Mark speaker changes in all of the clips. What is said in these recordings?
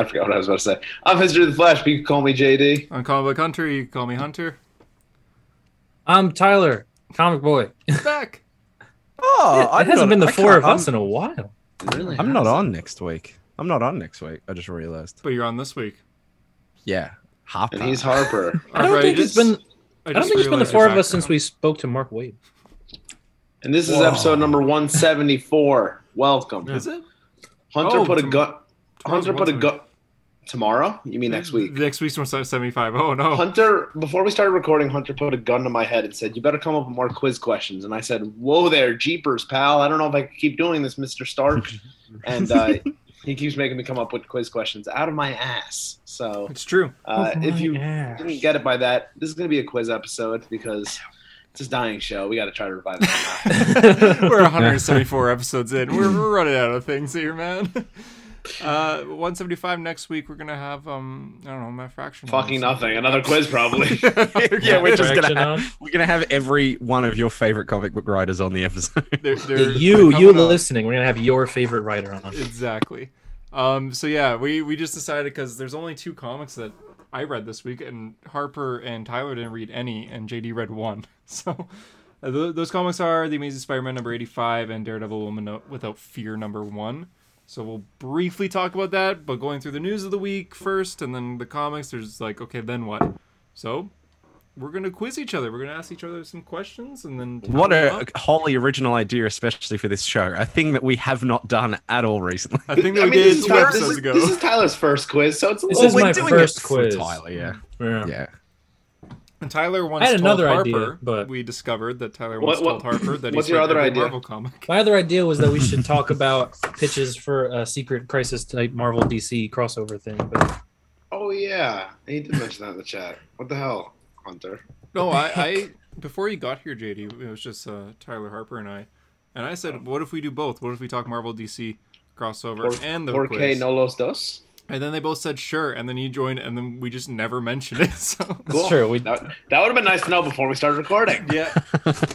Speaker 1: I forgot what I was about to say. I'm History of the Flash, but you can call me JD.
Speaker 2: On Comic Book Hunter, you can call me Hunter.
Speaker 3: I'm Tyler, comic boy.
Speaker 2: He's back.
Speaker 4: Oh,
Speaker 3: it hasn't been the four of us in a while.
Speaker 1: Really?
Speaker 4: I'm not on next week. I'm not on next week. I just realized.
Speaker 2: But you're on this week.
Speaker 4: Yeah, Hopper.
Speaker 1: And he's Harper.
Speaker 3: I don't think it's been. I don't
Speaker 2: just
Speaker 3: think it's been the
Speaker 2: realized
Speaker 3: four
Speaker 2: your
Speaker 3: of us since
Speaker 2: background.
Speaker 3: we spoke to Mark Wade.
Speaker 1: And this is episode number 174. Welcome.
Speaker 2: Is it?
Speaker 1: Hunter
Speaker 2: Oh,
Speaker 1: put a
Speaker 2: tom-
Speaker 1: gun.
Speaker 2: tomorrow's
Speaker 1: Hunter put a
Speaker 2: Wednesday.
Speaker 1: gun. Tomorrow? You mean next week?
Speaker 2: Next week's one's at 75. Oh, no.
Speaker 1: Hunter, before we started recording, Hunter put a gun to my head and said, "You better come up with more quiz questions." And I said, "Whoa there, jeepers, pal! I don't know if I can keep doing this, Mister Stark." and uh, he keeps making me come up with quiz questions out of my ass. So
Speaker 2: It's true.
Speaker 1: uh,
Speaker 3: Oh,
Speaker 1: if you
Speaker 3: my ass.
Speaker 1: didn't get it by that, this is going to be a quiz episode because it's a dying show. We got to try to revive it.
Speaker 2: We're 174 episodes in. We're, we're running out of things here, man. Uh, 175 next week. We're gonna have um, I don't know, my fraction. on
Speaker 1: Fucking
Speaker 2: this.
Speaker 1: nothing. Another quiz, probably.
Speaker 4: yeah, we're just
Speaker 3: Traction
Speaker 4: gonna
Speaker 3: on.
Speaker 4: have, we're gonna have every one of your favorite comic book writers on the episode.
Speaker 2: They're- they're-
Speaker 3: you,
Speaker 2: they're
Speaker 3: you
Speaker 2: coming up.
Speaker 3: listening, we're gonna have your favorite writer on.
Speaker 2: exactly. Um, so yeah, we we just decided because there's only two comics that I read this week, and Harper and Tyler didn't read any, and JD read one. So uh, tho- those comics are The Amazing Spider-Man number 85 and Daredevil Woman No- Without Fear number one. So we'll briefly talk about that, but going through the news of the week first, and then the comics. There's like, okay, then what? So we're gonna quiz each other. We're gonna ask each other some questions, and then
Speaker 4: what
Speaker 2: tally
Speaker 4: a
Speaker 2: up.
Speaker 4: wholly original idea, especially for this show. A thing that we have not done at all recently.
Speaker 2: I think that
Speaker 1: I
Speaker 2: we
Speaker 1: mean, this
Speaker 2: did
Speaker 1: is,
Speaker 2: two
Speaker 1: Tyler, this,
Speaker 2: episodes
Speaker 1: is,
Speaker 2: ago.
Speaker 1: this is Tyler's first quiz, so it's a
Speaker 3: This
Speaker 1: little.
Speaker 3: is my first quiz.
Speaker 4: Tyler, yeah,
Speaker 3: Yeah.
Speaker 4: yeah.
Speaker 2: And Tyler once
Speaker 3: I had
Speaker 2: told
Speaker 3: another
Speaker 2: Harper,
Speaker 3: idea, but-
Speaker 2: we discovered that Tyler
Speaker 1: What-
Speaker 2: once
Speaker 1: what-
Speaker 2: told Harper that
Speaker 1: what's
Speaker 2: he's
Speaker 1: your
Speaker 2: read
Speaker 1: other
Speaker 2: every
Speaker 1: idea?
Speaker 2: Marvel comic.
Speaker 3: My other idea was that we should talk about pitches for a secret crisis type Marvel DC crossover thing, but
Speaker 1: Oh yeah, he did mention that in the chat. What the hell, Hunter?
Speaker 2: No, I, I before you got here, JD, it was just uh, Tyler Harper and I, and I said, what if we do both? What if we talk Marvel DC crossover
Speaker 1: Por-
Speaker 2: and the
Speaker 1: Por qué
Speaker 2: quiz?
Speaker 1: no los dos?
Speaker 2: And then they both said sure, and then you joined, and then we just never mentioned it. So
Speaker 3: that's true. We
Speaker 1: That, that would have been nice to know before we started recording.
Speaker 2: yeah,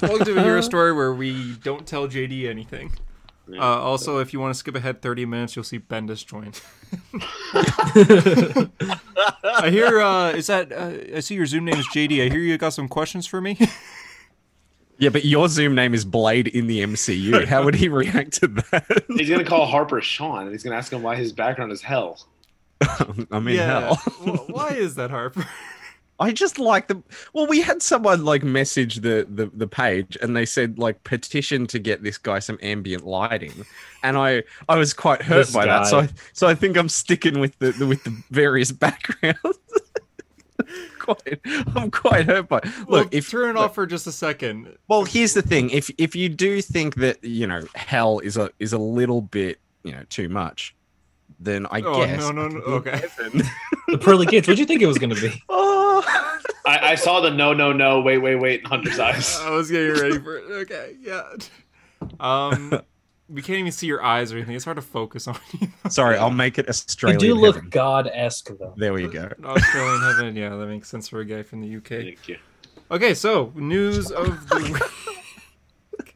Speaker 2: welcome to a hero story where we don't tell JD anything. Uh, also, if you want to skip ahead 30 minutes, you'll see Bendis join. I hear uh, is that uh, I see your Zoom name is JD. I hear you got some questions for me.
Speaker 4: Yeah, but your Zoom name is Blade in the MCU. How would he react to that?
Speaker 1: He's gonna call Harper Sean, and he's gonna ask him why his background is hell.
Speaker 4: I mean, hell.
Speaker 2: Wh- Why is that Harper?
Speaker 4: I just like the. Well, we had someone like message the, the the page, and they said like petition to get this guy some ambient lighting, and I I was quite hurt
Speaker 3: This
Speaker 4: by that. So
Speaker 3: guy.
Speaker 4: I, so I think I'm sticking with the, the with the various backgrounds. quite, I'm quite hurt by. Look,
Speaker 2: Well,
Speaker 4: if
Speaker 2: turn it
Speaker 4: look,
Speaker 2: off for just a second.
Speaker 4: Well, here's the thing: if if you do think that you know hell is a is a little bit you know too much, then I
Speaker 2: oh
Speaker 4: guess.
Speaker 2: no no no. Okay.
Speaker 3: the pearly gates. What'd you think it was gonna be?
Speaker 4: Oh,
Speaker 1: I, I saw the no, no, no, wait, wait, wait in Hunter's eyes.
Speaker 2: I was getting ready for it. Okay, yeah. Um, we can't even see your eyes or anything. It's hard to focus on you.
Speaker 4: sorry, I'll make it
Speaker 3: You
Speaker 4: Australian.
Speaker 3: do look
Speaker 4: heaven.
Speaker 3: god esque though.
Speaker 4: There we go.
Speaker 2: Australian heaven. Yeah, that makes sense for a guy from the UK.
Speaker 1: Thank you.
Speaker 2: Okay, so news of the week.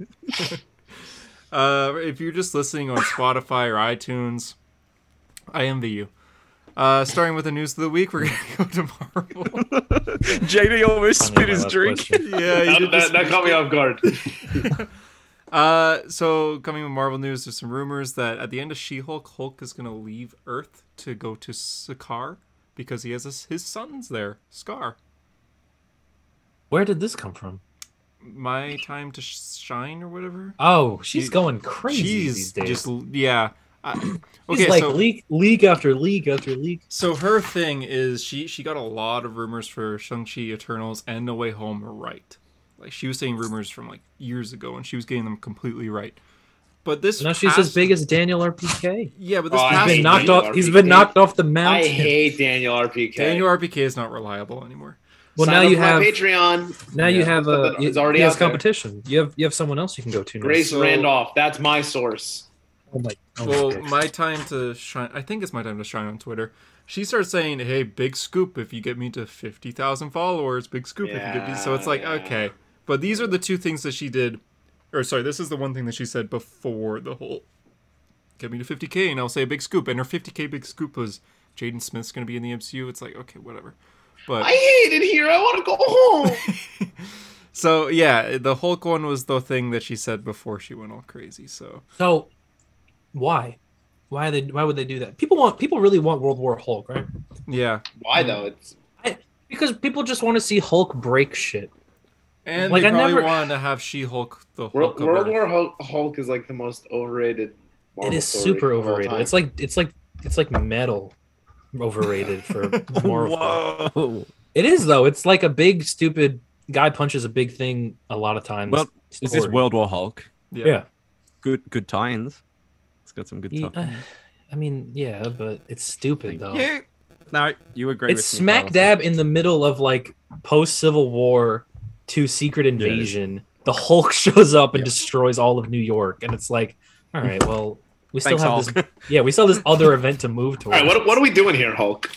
Speaker 2: uh, if you're just listening on Spotify or iTunes, I envy you. Uh, starting with the news of the week, we're gonna go to Marvel.
Speaker 4: JD almost
Speaker 3: Funny, my
Speaker 4: spit his
Speaker 3: last
Speaker 4: drink.
Speaker 3: question.
Speaker 2: yeah, you
Speaker 1: That,
Speaker 2: did this
Speaker 1: that, that caught me off guard.
Speaker 2: Uh, so coming with Marvel news, there's some rumors that at the end of She-Hulk, Hulk is gonna leave Earth to go to Sakaar because he has his, his sons there, Scar.
Speaker 3: Where did this come from?
Speaker 2: My time to shine or whatever.
Speaker 3: Oh, she's
Speaker 2: You-
Speaker 3: going crazy these
Speaker 2: She's
Speaker 3: days.
Speaker 2: just yeah. I,
Speaker 3: She's
Speaker 2: okay,
Speaker 3: like
Speaker 2: so
Speaker 3: league, league after league after league.
Speaker 2: So her thing is she she got a lot of rumors for Shang-Chi Eternals and No Way Home right. Like she was saying rumors from like years ago and she was getting them completely right. But this
Speaker 3: Now she's as
Speaker 2: past-
Speaker 3: big as Daniel RPK.
Speaker 2: Yeah, but this
Speaker 1: Oh, I
Speaker 3: He's
Speaker 2: past
Speaker 3: been
Speaker 1: hate
Speaker 3: knocked
Speaker 1: Daniel
Speaker 3: off. He's been
Speaker 1: RPK.
Speaker 3: knocked off the
Speaker 1: I
Speaker 3: mountain.
Speaker 1: hate Daniel RPK.
Speaker 2: Daniel RPK is not reliable anymore.
Speaker 3: well,
Speaker 1: Sign
Speaker 3: now
Speaker 1: up
Speaker 3: you
Speaker 1: for my
Speaker 3: have
Speaker 1: Patreon.
Speaker 3: now you
Speaker 2: Yeah.
Speaker 3: have a
Speaker 1: It's
Speaker 3: you,
Speaker 1: already
Speaker 3: you
Speaker 1: out
Speaker 3: have
Speaker 1: there.
Speaker 3: competition. You have you have someone else you can go to. now.
Speaker 1: Grace
Speaker 2: So-
Speaker 1: Randolph. That's my source.
Speaker 3: Oh my. Oh my
Speaker 2: Well,
Speaker 3: goodness.
Speaker 2: my time to shine I think it's my time to shine on Twitter. She starts saying, "Hey, big scoop if you get me to 50,000 followers, big scoop if you get me." So it's like,
Speaker 1: Yeah.
Speaker 2: okay. But these are the two things that she did or sorry, this is the one thing that she said before the whole get me to 50k and I'll say a big scoop and her 50k big scoop was Jaden Smith's going to be in the MCU. It's like, okay, whatever. But
Speaker 1: I hate it here. I want to go home.
Speaker 2: so yeah, the Hulk one was the thing that she said before she went all crazy. So
Speaker 3: So, why? Why they? Why would they do that? People want. People really want World War Hulk, right?
Speaker 2: yeah,
Speaker 1: Why though? It's
Speaker 3: Because people just want to see Hulk break shit.
Speaker 2: and
Speaker 3: Like,
Speaker 2: they
Speaker 3: I
Speaker 2: probably
Speaker 3: never-
Speaker 2: wanted to have She Hulk the
Speaker 1: World,
Speaker 2: Hulk.
Speaker 1: World War Hulk, Hulk is like the most overrated. Marvel
Speaker 3: it is
Speaker 1: story
Speaker 3: super
Speaker 1: of all
Speaker 3: overrated.
Speaker 1: time.
Speaker 3: It's like it's like it's like metal overrated for Marvel.
Speaker 4: Whoa.
Speaker 3: It is though. It's like a big stupid guy punches a big thing a lot of times.
Speaker 4: Well, Is this
Speaker 3: Story.
Speaker 4: World War Hulk?
Speaker 2: Yeah.
Speaker 3: Yeah.
Speaker 4: Good good tie-ins. It's got some good
Speaker 3: Ye-
Speaker 4: tie.
Speaker 3: uh, I mean, yeah, but it's stupid though.
Speaker 4: Yeah. No, you agree
Speaker 3: it's
Speaker 4: with me,
Speaker 3: smack
Speaker 4: Carlos.
Speaker 3: dab in the middle of like post Civil War to Secret Invasion. The Hulk shows up and
Speaker 4: Yeah.
Speaker 3: destroys all of New York, and it's like, all right, well, we still
Speaker 4: Thanks,
Speaker 3: have
Speaker 4: Hulk.
Speaker 3: this. Yeah, we still have this other event to move
Speaker 1: all
Speaker 3: towards.
Speaker 1: right. What, what are we doing here, Hulk?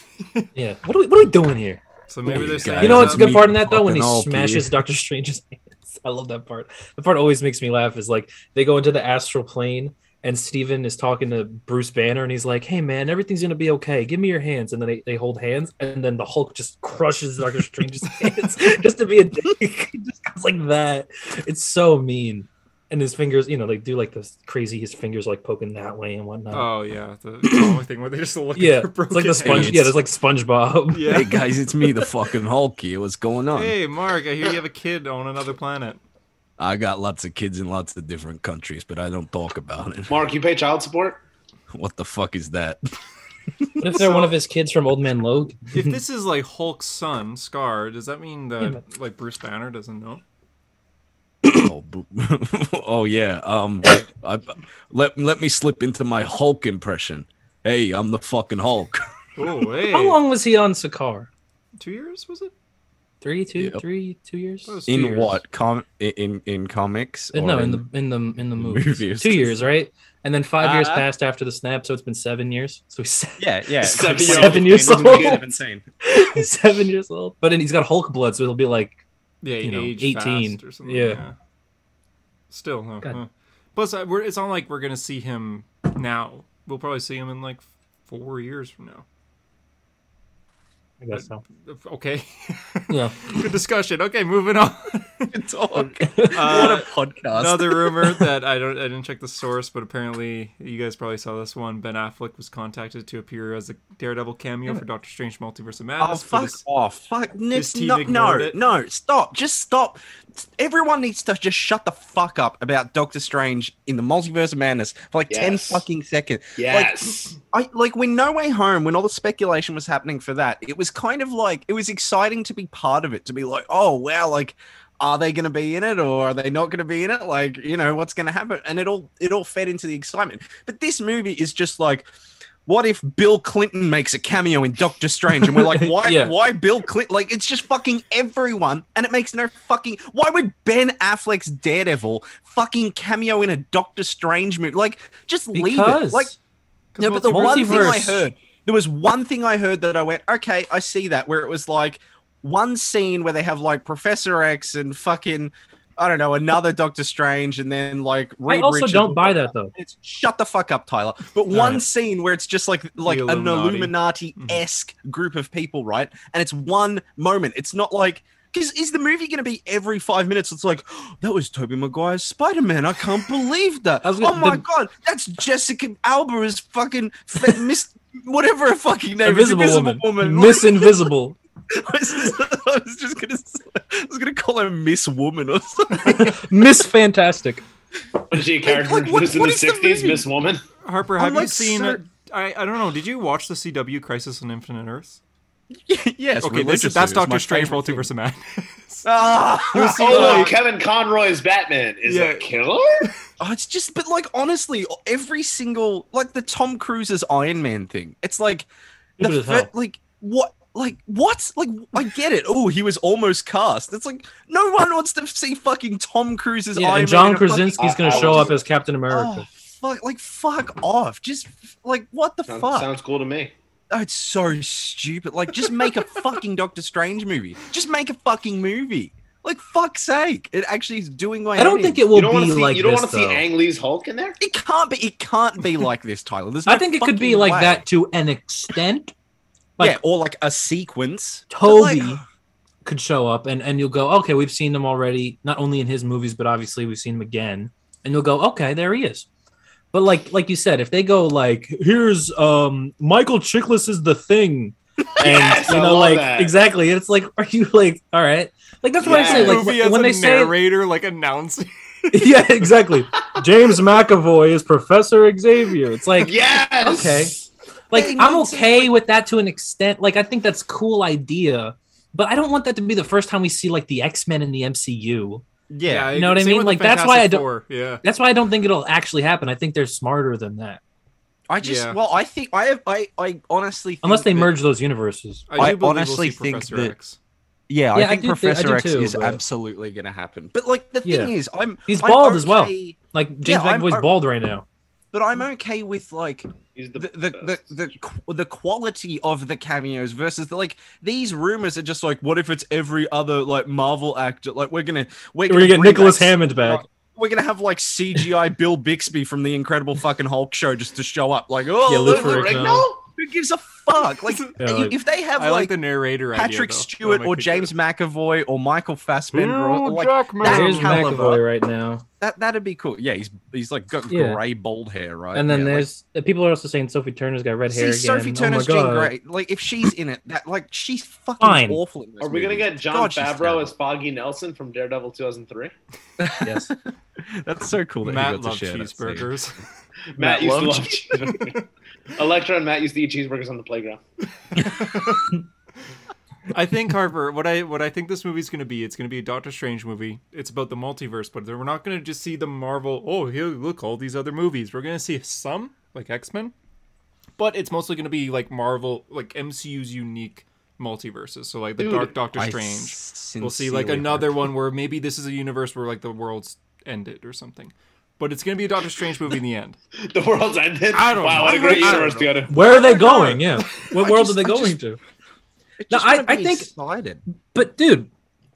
Speaker 3: yeah, what are we what are we doing here?
Speaker 2: So maybe they're saying
Speaker 4: guys.
Speaker 3: You know what's a
Speaker 2: that-
Speaker 4: I
Speaker 3: good
Speaker 4: mean,
Speaker 3: part in that though? When he
Speaker 4: fucking all,
Speaker 3: smashes
Speaker 4: please.
Speaker 3: Doctor Strange's hands. I love that part. The part always makes me laugh is like they go into the astral plane and Steven is talking to Bruce Banner and he's like, Hey man, everything's gonna be okay. Give me your hands. And then they, they hold hands and then the Hulk just crushes Doctor Strange's hands just to be a dick. He just goes like that. It's so mean. And his fingers, you know, they do like this crazy his fingers like poking that way and whatnot.
Speaker 2: Oh yeah, the only thing where they just look.
Speaker 3: yeah.
Speaker 2: for Oh,
Speaker 3: It's like
Speaker 2: broken
Speaker 3: the sponge
Speaker 2: hands.
Speaker 3: yeah, there's like SpongeBob.
Speaker 2: Yeah.
Speaker 4: Hey guys, it's me, the fucking Hulk here. What's going on?
Speaker 2: Hey Mark, I hear you have a kid on another planet.
Speaker 4: I got lots of kids in lots of different countries, but I don't talk about it.
Speaker 1: Mark, you pay child support?
Speaker 4: What the fuck is that?
Speaker 3: What if they're one of his kids from Old Man Logan?
Speaker 2: If this is like Hulk's son, Scar, does that mean that
Speaker 3: Mm-hmm. Yeah, but-
Speaker 2: like Bruce Banner doesn't know?
Speaker 4: oh, bo- oh yeah. Um, I, let let me slip into my Hulk impression. Hey, I'm the fucking Hulk.
Speaker 2: Oh hey,
Speaker 3: How long was he on Sakaar?
Speaker 2: two years was it?
Speaker 3: Three, two,
Speaker 4: Yep.
Speaker 3: three, two years.
Speaker 2: That was two
Speaker 4: In
Speaker 2: years.
Speaker 4: what com in in comics?
Speaker 3: Uh,
Speaker 4: or
Speaker 3: no, in the in the in the movies.
Speaker 4: movies.
Speaker 3: Two years, right? And then five years
Speaker 4: Uh,
Speaker 3: passed after the snap, so it's been seven years. So he's seven,
Speaker 4: yeah yeah
Speaker 1: Seven
Speaker 4: It's
Speaker 1: years-
Speaker 4: like-
Speaker 3: seven years
Speaker 4: it's in the
Speaker 3: old.
Speaker 4: beginning of Insane.
Speaker 3: he's seven years old. But then he's got Hulk blood, so he'll be like,
Speaker 2: Yeah,
Speaker 3: you know,
Speaker 2: age
Speaker 3: 18.
Speaker 2: fast or something.
Speaker 3: Yeah.
Speaker 2: Still, huh,
Speaker 3: God.
Speaker 2: huh. plus uh, we're, it's not like we're gonna see him now. We'll probably see him in like four years from now.
Speaker 3: I guess so.
Speaker 2: Okay,
Speaker 3: Yeah.
Speaker 2: good discussion. Okay, moving on.
Speaker 4: It's Hulk.
Speaker 2: Uh,
Speaker 4: what a podcast.
Speaker 2: Another rumor that I don't I didn't check the source, but apparently you guys probably saw this one. Ben Affleck was contacted to appear as a Daredevil cameo for Doctor Strange Multiverse of
Speaker 4: Oh,
Speaker 2: Madness. for
Speaker 4: fuck
Speaker 2: this-
Speaker 4: off. Fuck. Nick,
Speaker 2: this team
Speaker 4: no,
Speaker 2: ignored
Speaker 4: no,
Speaker 2: it.
Speaker 4: no, stop. Just stop. Everyone needs to just shut the fuck up about Doctor Strange in the multiverse of madness for like 10
Speaker 1: Yes.
Speaker 4: fucking seconds.
Speaker 1: Yes.
Speaker 4: I like when No Way Home, when all the speculation was happening for that, it was kind of like it was exciting to be part of it, to be like, oh wow, like are they going to be in it or are they not going to be in it? Like, you know, what's going to happen? And it all it all fed into the excitement. But this movie is just like what if Bill Clinton makes a cameo in Doctor Strange and we're like, why
Speaker 3: Yeah.
Speaker 4: why Bill Clinton? Like it's just fucking everyone and it makes no fucking why would Ben Affleck's Daredevil fucking cameo in a Doctor Strange movie? Like just leave it.
Speaker 3: Because
Speaker 4: Like yeah, but the one thing I
Speaker 3: multiverse-
Speaker 4: heard, there was one thing I heard that I went, okay, I see that, where it was like one scene where they have like Professor X and fucking, I don't know, another Doctor Strange, and then like
Speaker 3: I
Speaker 4: Reed
Speaker 3: also
Speaker 4: Richards-
Speaker 3: don't buy that though.
Speaker 4: It's, shut the fuck up, Tyler. But one
Speaker 3: right.
Speaker 4: scene where it's just like like
Speaker 2: The
Speaker 4: an
Speaker 2: Illuminati.
Speaker 4: Illuminati esque
Speaker 3: Mm-hmm.
Speaker 4: group of people, right? And it's one moment. It's not like because is the movie going to be every five minutes? It's like that was Toby Maguire's Spider Man. I can't believe that.
Speaker 3: I was gonna-
Speaker 4: oh my
Speaker 3: the-
Speaker 4: god, that's Jessica Alba as fucking fe- Miss whatever her fucking name
Speaker 3: Invisible,
Speaker 4: is,
Speaker 3: woman. Miss Invisible.
Speaker 4: I was just gonna, I was gonna call her Miss Woman or something.
Speaker 3: Miss Fantastic.
Speaker 1: Was she a character
Speaker 4: like, what-
Speaker 1: introduced in
Speaker 4: what
Speaker 1: the
Speaker 4: is the
Speaker 1: '60s,
Speaker 4: movie?
Speaker 1: Miss Woman?
Speaker 2: Harper,
Speaker 4: I'm
Speaker 2: have you
Speaker 4: Oh, like,
Speaker 2: seen?
Speaker 4: sir-
Speaker 2: I I don't know. Did you watch the CW Crisis on Infinite Earths?
Speaker 4: yes,
Speaker 2: okay, this,
Speaker 4: religiously,
Speaker 2: that's
Speaker 4: it's my
Speaker 2: Doctor Strange
Speaker 4: favorite thing.
Speaker 2: Multiverse of Madness.
Speaker 4: Ah,
Speaker 1: Oh,
Speaker 2: like-
Speaker 1: Kevin Conroy's Batman is
Speaker 2: Yeah.
Speaker 1: a killer.
Speaker 4: Oh, it's just, but like honestly, every single like the Tom Cruise's Iron Man thing. It's like, the
Speaker 3: Stupid as
Speaker 4: fir-
Speaker 3: hell.
Speaker 4: like what, like what, like I get it. Oh, he was almost cast. It's like no one wants to see fucking Tom Cruise's
Speaker 3: Yeah, and
Speaker 4: Iron Man.
Speaker 3: John
Speaker 4: in a fucking-
Speaker 3: Krasinski's gonna
Speaker 1: I- I
Speaker 3: show
Speaker 1: was-
Speaker 3: up as Captain
Speaker 4: Oh,
Speaker 3: America.
Speaker 4: fuck, like fuck off. Just like what the
Speaker 1: Sounds,
Speaker 4: fuck?
Speaker 1: sounds cool to me.
Speaker 4: Oh, it's so stupid. Like just make a fucking Doctor Strange movie. Just make a fucking movie. Like fuck's sake. It actually is doing my
Speaker 3: I don't
Speaker 4: head in.
Speaker 3: think it will
Speaker 1: you don't want
Speaker 3: be
Speaker 1: to see,
Speaker 3: like
Speaker 1: you don't
Speaker 3: this
Speaker 1: want to see
Speaker 3: though.
Speaker 1: Ang Lee's Hulk in there.
Speaker 4: It can't be. It can't be like this, Tyler. There's
Speaker 3: I
Speaker 4: no
Speaker 3: think it could be
Speaker 4: fucking
Speaker 3: like
Speaker 4: way.
Speaker 3: that to an extent, Like-
Speaker 4: yeah, or like a sequence. But,
Speaker 3: Toby
Speaker 4: like,
Speaker 3: could show up and, and you'll go, okay, we've seen him already, not only in his movies, but obviously we've seen him again. And you'll go, okay, there he is. But like like you said, if they go like, here's um Michael Chiklis is the thing. And
Speaker 1: Yes,
Speaker 3: you
Speaker 1: I
Speaker 3: know,
Speaker 1: love
Speaker 3: like
Speaker 1: that.
Speaker 3: exactly. It's like, are you like, all right? Like that's what I say.
Speaker 1: Yeah.
Speaker 3: Like
Speaker 2: movie as
Speaker 3: when
Speaker 2: a
Speaker 3: they say
Speaker 2: narrator, like announcing.
Speaker 3: Yeah, exactly. James McAvoy is Professor Xavier. It's like
Speaker 1: yes.
Speaker 3: Okay. like
Speaker 4: They
Speaker 3: I'm
Speaker 4: need to-
Speaker 3: okay with that to an extent. Like I think that's a cool idea, but I don't want that to be the first time we see like the X Men in the MCU.
Speaker 4: yeah,
Speaker 3: You know what I
Speaker 2: same
Speaker 3: mean?
Speaker 2: with the
Speaker 3: Like, that's
Speaker 2: Fantastic
Speaker 3: why I don't-
Speaker 2: Four, Yeah.
Speaker 3: That's why I don't think it'll actually happen. I think they're smarter than that,
Speaker 4: I just
Speaker 2: Yeah.
Speaker 4: well, I think I have I I honestly think
Speaker 3: unless they
Speaker 4: that-
Speaker 3: merge those universes.
Speaker 2: I,
Speaker 4: I
Speaker 2: do believe
Speaker 4: honestly
Speaker 2: we'll see
Speaker 4: think
Speaker 2: Professor
Speaker 4: that-
Speaker 2: X.
Speaker 4: Yeah,
Speaker 3: Yeah, I
Speaker 4: I think
Speaker 3: do thi- I
Speaker 4: Professor
Speaker 3: do
Speaker 4: X
Speaker 3: too,
Speaker 4: is
Speaker 3: but-
Speaker 4: absolutely going to happen. But like the
Speaker 3: Yeah.
Speaker 4: thing is, I'm
Speaker 3: He's
Speaker 4: I'm
Speaker 3: bald as well.
Speaker 4: okay-
Speaker 3: Like James
Speaker 4: I'm-
Speaker 3: McAvoy's
Speaker 4: I'm-
Speaker 3: bald right now.
Speaker 4: But I'm okay with like
Speaker 1: He's the,
Speaker 4: the the the
Speaker 1: best.
Speaker 4: the, qu- the quality of the cameos versus the, like these rumors are just like what if it's every other like Marvel actor like we're gonna we're
Speaker 3: We're gonna get
Speaker 4: bring
Speaker 3: Nicholas
Speaker 4: back-
Speaker 3: Hammond back.
Speaker 4: We're gonna have like CGI Bill Bixby from the Incredible fucking Hulk show just to show up like oh
Speaker 3: Yeah,
Speaker 4: look,
Speaker 3: Lou Ferrigno.
Speaker 4: look, like, no who gives a fuck like
Speaker 3: Yeah, like-
Speaker 4: if they have
Speaker 2: I like
Speaker 4: like,
Speaker 2: the narrator idea,
Speaker 4: Patrick
Speaker 2: though. That
Speaker 4: Stewart
Speaker 2: might
Speaker 4: or
Speaker 2: be good.
Speaker 4: James McAvoy or Michael Fassbender or,
Speaker 2: Hugh
Speaker 4: like
Speaker 2: Jackman.
Speaker 4: that
Speaker 3: Here's
Speaker 4: caliber.
Speaker 3: McAvoy right now,
Speaker 4: that that'd be cool yeah he's he's like got
Speaker 3: Yeah.
Speaker 4: gray bald hair right
Speaker 3: and then
Speaker 4: Yeah, like-
Speaker 3: there's the people are also saying Sophie Turner's got red
Speaker 4: See,
Speaker 3: hair again.
Speaker 4: Sophie Turner's
Speaker 3: oh my
Speaker 4: doing
Speaker 3: God.
Speaker 4: great. Like if she's in it, that like she's fucking
Speaker 3: Fine.
Speaker 4: awful. In this
Speaker 1: Are we gonna
Speaker 4: movie.
Speaker 1: get John
Speaker 4: God, she's
Speaker 1: Favreau
Speaker 4: terrible.
Speaker 1: as Foggy Nelson from Daredevil 2003?
Speaker 3: Yes,
Speaker 4: That's so cool. That
Speaker 2: Matt
Speaker 4: he got to
Speaker 2: loves
Speaker 4: share that scene.
Speaker 2: cheeseburgers.
Speaker 1: Matt,
Speaker 4: Matt
Speaker 1: used
Speaker 4: loved-
Speaker 1: to love cheeseburgers. Electra and Matt used to eat cheeseburgers on the playground.
Speaker 2: I think Harper. What I what I think this movie's gonna be, it's gonna be a Doctor Strange movie. It's about the multiverse, but we're not gonna just see the Marvel. Oh, here, look, all these other movies. We're gonna see some like X Men, but it's mostly gonna be like Marvel, like MCU's unique multiverses. So like the
Speaker 1: Dude,
Speaker 2: Dark Doctor
Speaker 4: I
Speaker 2: Strange. We'll see like
Speaker 4: sincerely
Speaker 2: another
Speaker 4: hope-
Speaker 2: one where maybe this is a universe where like the world's ended or something. But it's gonna be a Doctor Strange movie in the end.
Speaker 1: The world's ended.
Speaker 2: I don't
Speaker 1: wow,
Speaker 2: know.
Speaker 1: what a great
Speaker 2: I don't
Speaker 1: universe
Speaker 2: know.
Speaker 1: to go to.
Speaker 3: where are they
Speaker 4: God.
Speaker 3: going? Yeah, what
Speaker 4: I
Speaker 3: world
Speaker 4: just-
Speaker 3: are they
Speaker 4: I
Speaker 3: going
Speaker 4: just-
Speaker 3: to?
Speaker 4: I
Speaker 3: No,
Speaker 4: just
Speaker 3: I-
Speaker 4: wanna
Speaker 3: I
Speaker 4: be
Speaker 3: think-
Speaker 4: excited.
Speaker 3: But dude,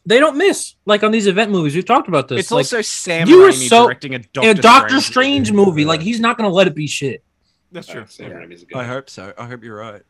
Speaker 3: they don't miss. Like on these event movies, we've talked about this.
Speaker 4: It's
Speaker 3: like,
Speaker 4: also Sam
Speaker 3: you were
Speaker 4: Raimi
Speaker 3: so-
Speaker 4: directing a Doctor,
Speaker 3: in a Doctor Strange movie.
Speaker 4: uh,
Speaker 3: Like he's not gonna let it be shit,
Speaker 2: That's true.
Speaker 1: Sam Raimi's a good
Speaker 4: I
Speaker 1: guy.
Speaker 4: hope so. I hope you're right.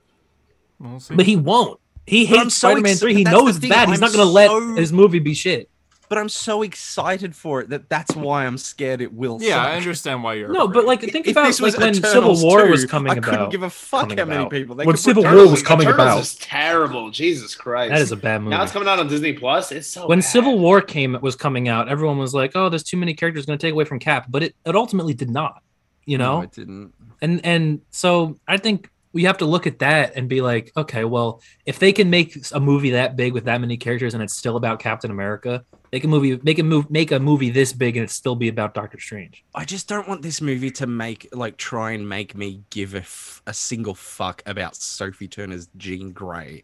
Speaker 2: We'll see.
Speaker 3: but he won't. He
Speaker 4: Hmm. But I'm
Speaker 3: hates
Speaker 4: so
Speaker 3: Spider-Man
Speaker 4: ex-
Speaker 3: three. He
Speaker 4: that's the
Speaker 3: knows it's
Speaker 4: thing,
Speaker 3: bad. He's
Speaker 4: I'm
Speaker 3: not gonna let
Speaker 4: so-
Speaker 3: his movie be shit.
Speaker 4: But I'm so excited for it that that's why I'm scared it will.
Speaker 2: yeah,
Speaker 4: suck.
Speaker 2: I understand why you're.
Speaker 3: No, but
Speaker 2: afraid.
Speaker 3: like think
Speaker 4: If
Speaker 3: about
Speaker 4: this was
Speaker 3: like when Civil
Speaker 4: Eternals
Speaker 3: War
Speaker 4: 2,
Speaker 3: was coming
Speaker 4: I couldn't
Speaker 3: about.
Speaker 4: give a fuck
Speaker 3: coming
Speaker 4: how many
Speaker 3: about.
Speaker 4: people. They
Speaker 3: When
Speaker 4: could
Speaker 3: Civil
Speaker 4: put
Speaker 3: War
Speaker 1: Turtles-
Speaker 3: was coming
Speaker 1: Turtles
Speaker 3: about.
Speaker 1: is terrible. Jesus Christ.
Speaker 3: that is a bad movie.
Speaker 1: now it's coming out on Disney Plus. It's so
Speaker 3: when
Speaker 1: bad.
Speaker 3: Civil War came was coming out, everyone was like, "Oh, there's too many characters going to take away from Cap," but it, it ultimately did not. You know,
Speaker 4: No, it didn't.
Speaker 3: and and so I think we have to look at that and be like, okay, well, if they can make a movie that big with that many characters and it's still about Captain America, they can movie make a move make a movie this big and it still be about Doctor Strange.
Speaker 4: I just don't want this movie to make like try and make me give a, f- a single fuck about Sophie Turner's Jean Grey.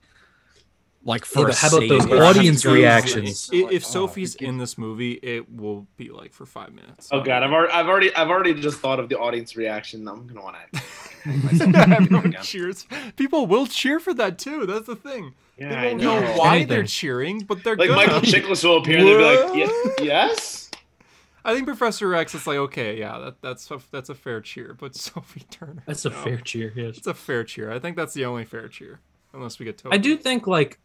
Speaker 4: Like for
Speaker 3: Yeah,
Speaker 4: a
Speaker 3: but how about those
Speaker 4: scene
Speaker 2: If
Speaker 4: where she
Speaker 3: audience
Speaker 4: goes-
Speaker 3: reactions?
Speaker 2: If, if Sophie's
Speaker 4: Oh,
Speaker 2: in this movie, it will be like for five minutes.
Speaker 1: Oh god, I've already, I've already, I've already just thought of the audience reaction. I'm gonna want to.
Speaker 2: Everyone cheers. People will cheer for that too. That's the thing.
Speaker 1: Yeah,
Speaker 2: they
Speaker 1: I
Speaker 2: don't
Speaker 1: know.
Speaker 2: know why they're
Speaker 3: Anything.
Speaker 2: cheering, but they're
Speaker 1: Like
Speaker 2: good.
Speaker 1: Michael Chiklis will appear and they'll be like, "Ye- "Yes."
Speaker 2: I think Professor X is like, okay, yeah, that, that's a, that's a fair cheer. But Sophie Turner,
Speaker 3: That's a
Speaker 2: no.
Speaker 3: fair cheer. Yes,
Speaker 2: It's a fair cheer. I think that's the only fair cheer, unless we get to.
Speaker 3: I do think like,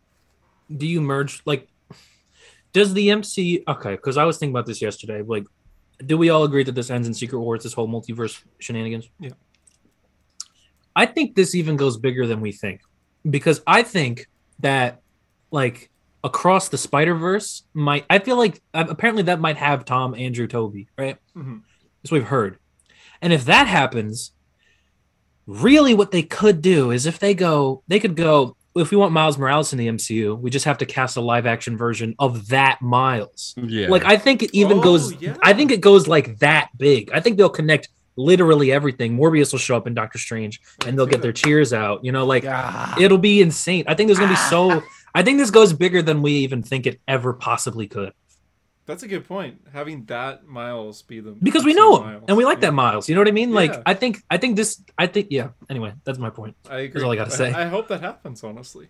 Speaker 3: do you merge like, does the MC okay? Because I was thinking about this yesterday. Like, do we all agree that this ends in Secret Wars? This whole multiverse shenanigans.
Speaker 2: Yeah.
Speaker 3: I think this even goes bigger than we think, because I think that like across the Spider Verse might. I feel like uh, apparently that might have Tom, Andrew, Toby, right?
Speaker 2: Mhm.
Speaker 3: That's what we've heard. And if that happens, really what they could do is if they go, they could go, if we want Miles Morales in the MCU, we just have to cast a live action version of that Miles.
Speaker 4: Yeah.
Speaker 3: Like I think it even
Speaker 2: Oh,
Speaker 3: goes
Speaker 2: yeah.
Speaker 3: I think it goes like that big. I think they'll connect literally everything. Morbius will show up in Doctor Strange and they'll get their cheers out. You know, like
Speaker 4: Ah.
Speaker 3: it'll be insane. I think there's gonna be so I think this goes bigger than we even think it ever possibly could.
Speaker 2: That's a good point. Having that Miles be the
Speaker 3: because we
Speaker 2: MC
Speaker 3: know him
Speaker 2: Miles.
Speaker 3: and we like
Speaker 2: Yeah.
Speaker 3: that miles you know what i mean like
Speaker 2: Yeah.
Speaker 3: i think i think this i think yeah anyway that's my point
Speaker 2: I agree.
Speaker 3: all I gotta say.
Speaker 2: I hope that happens. Honestly,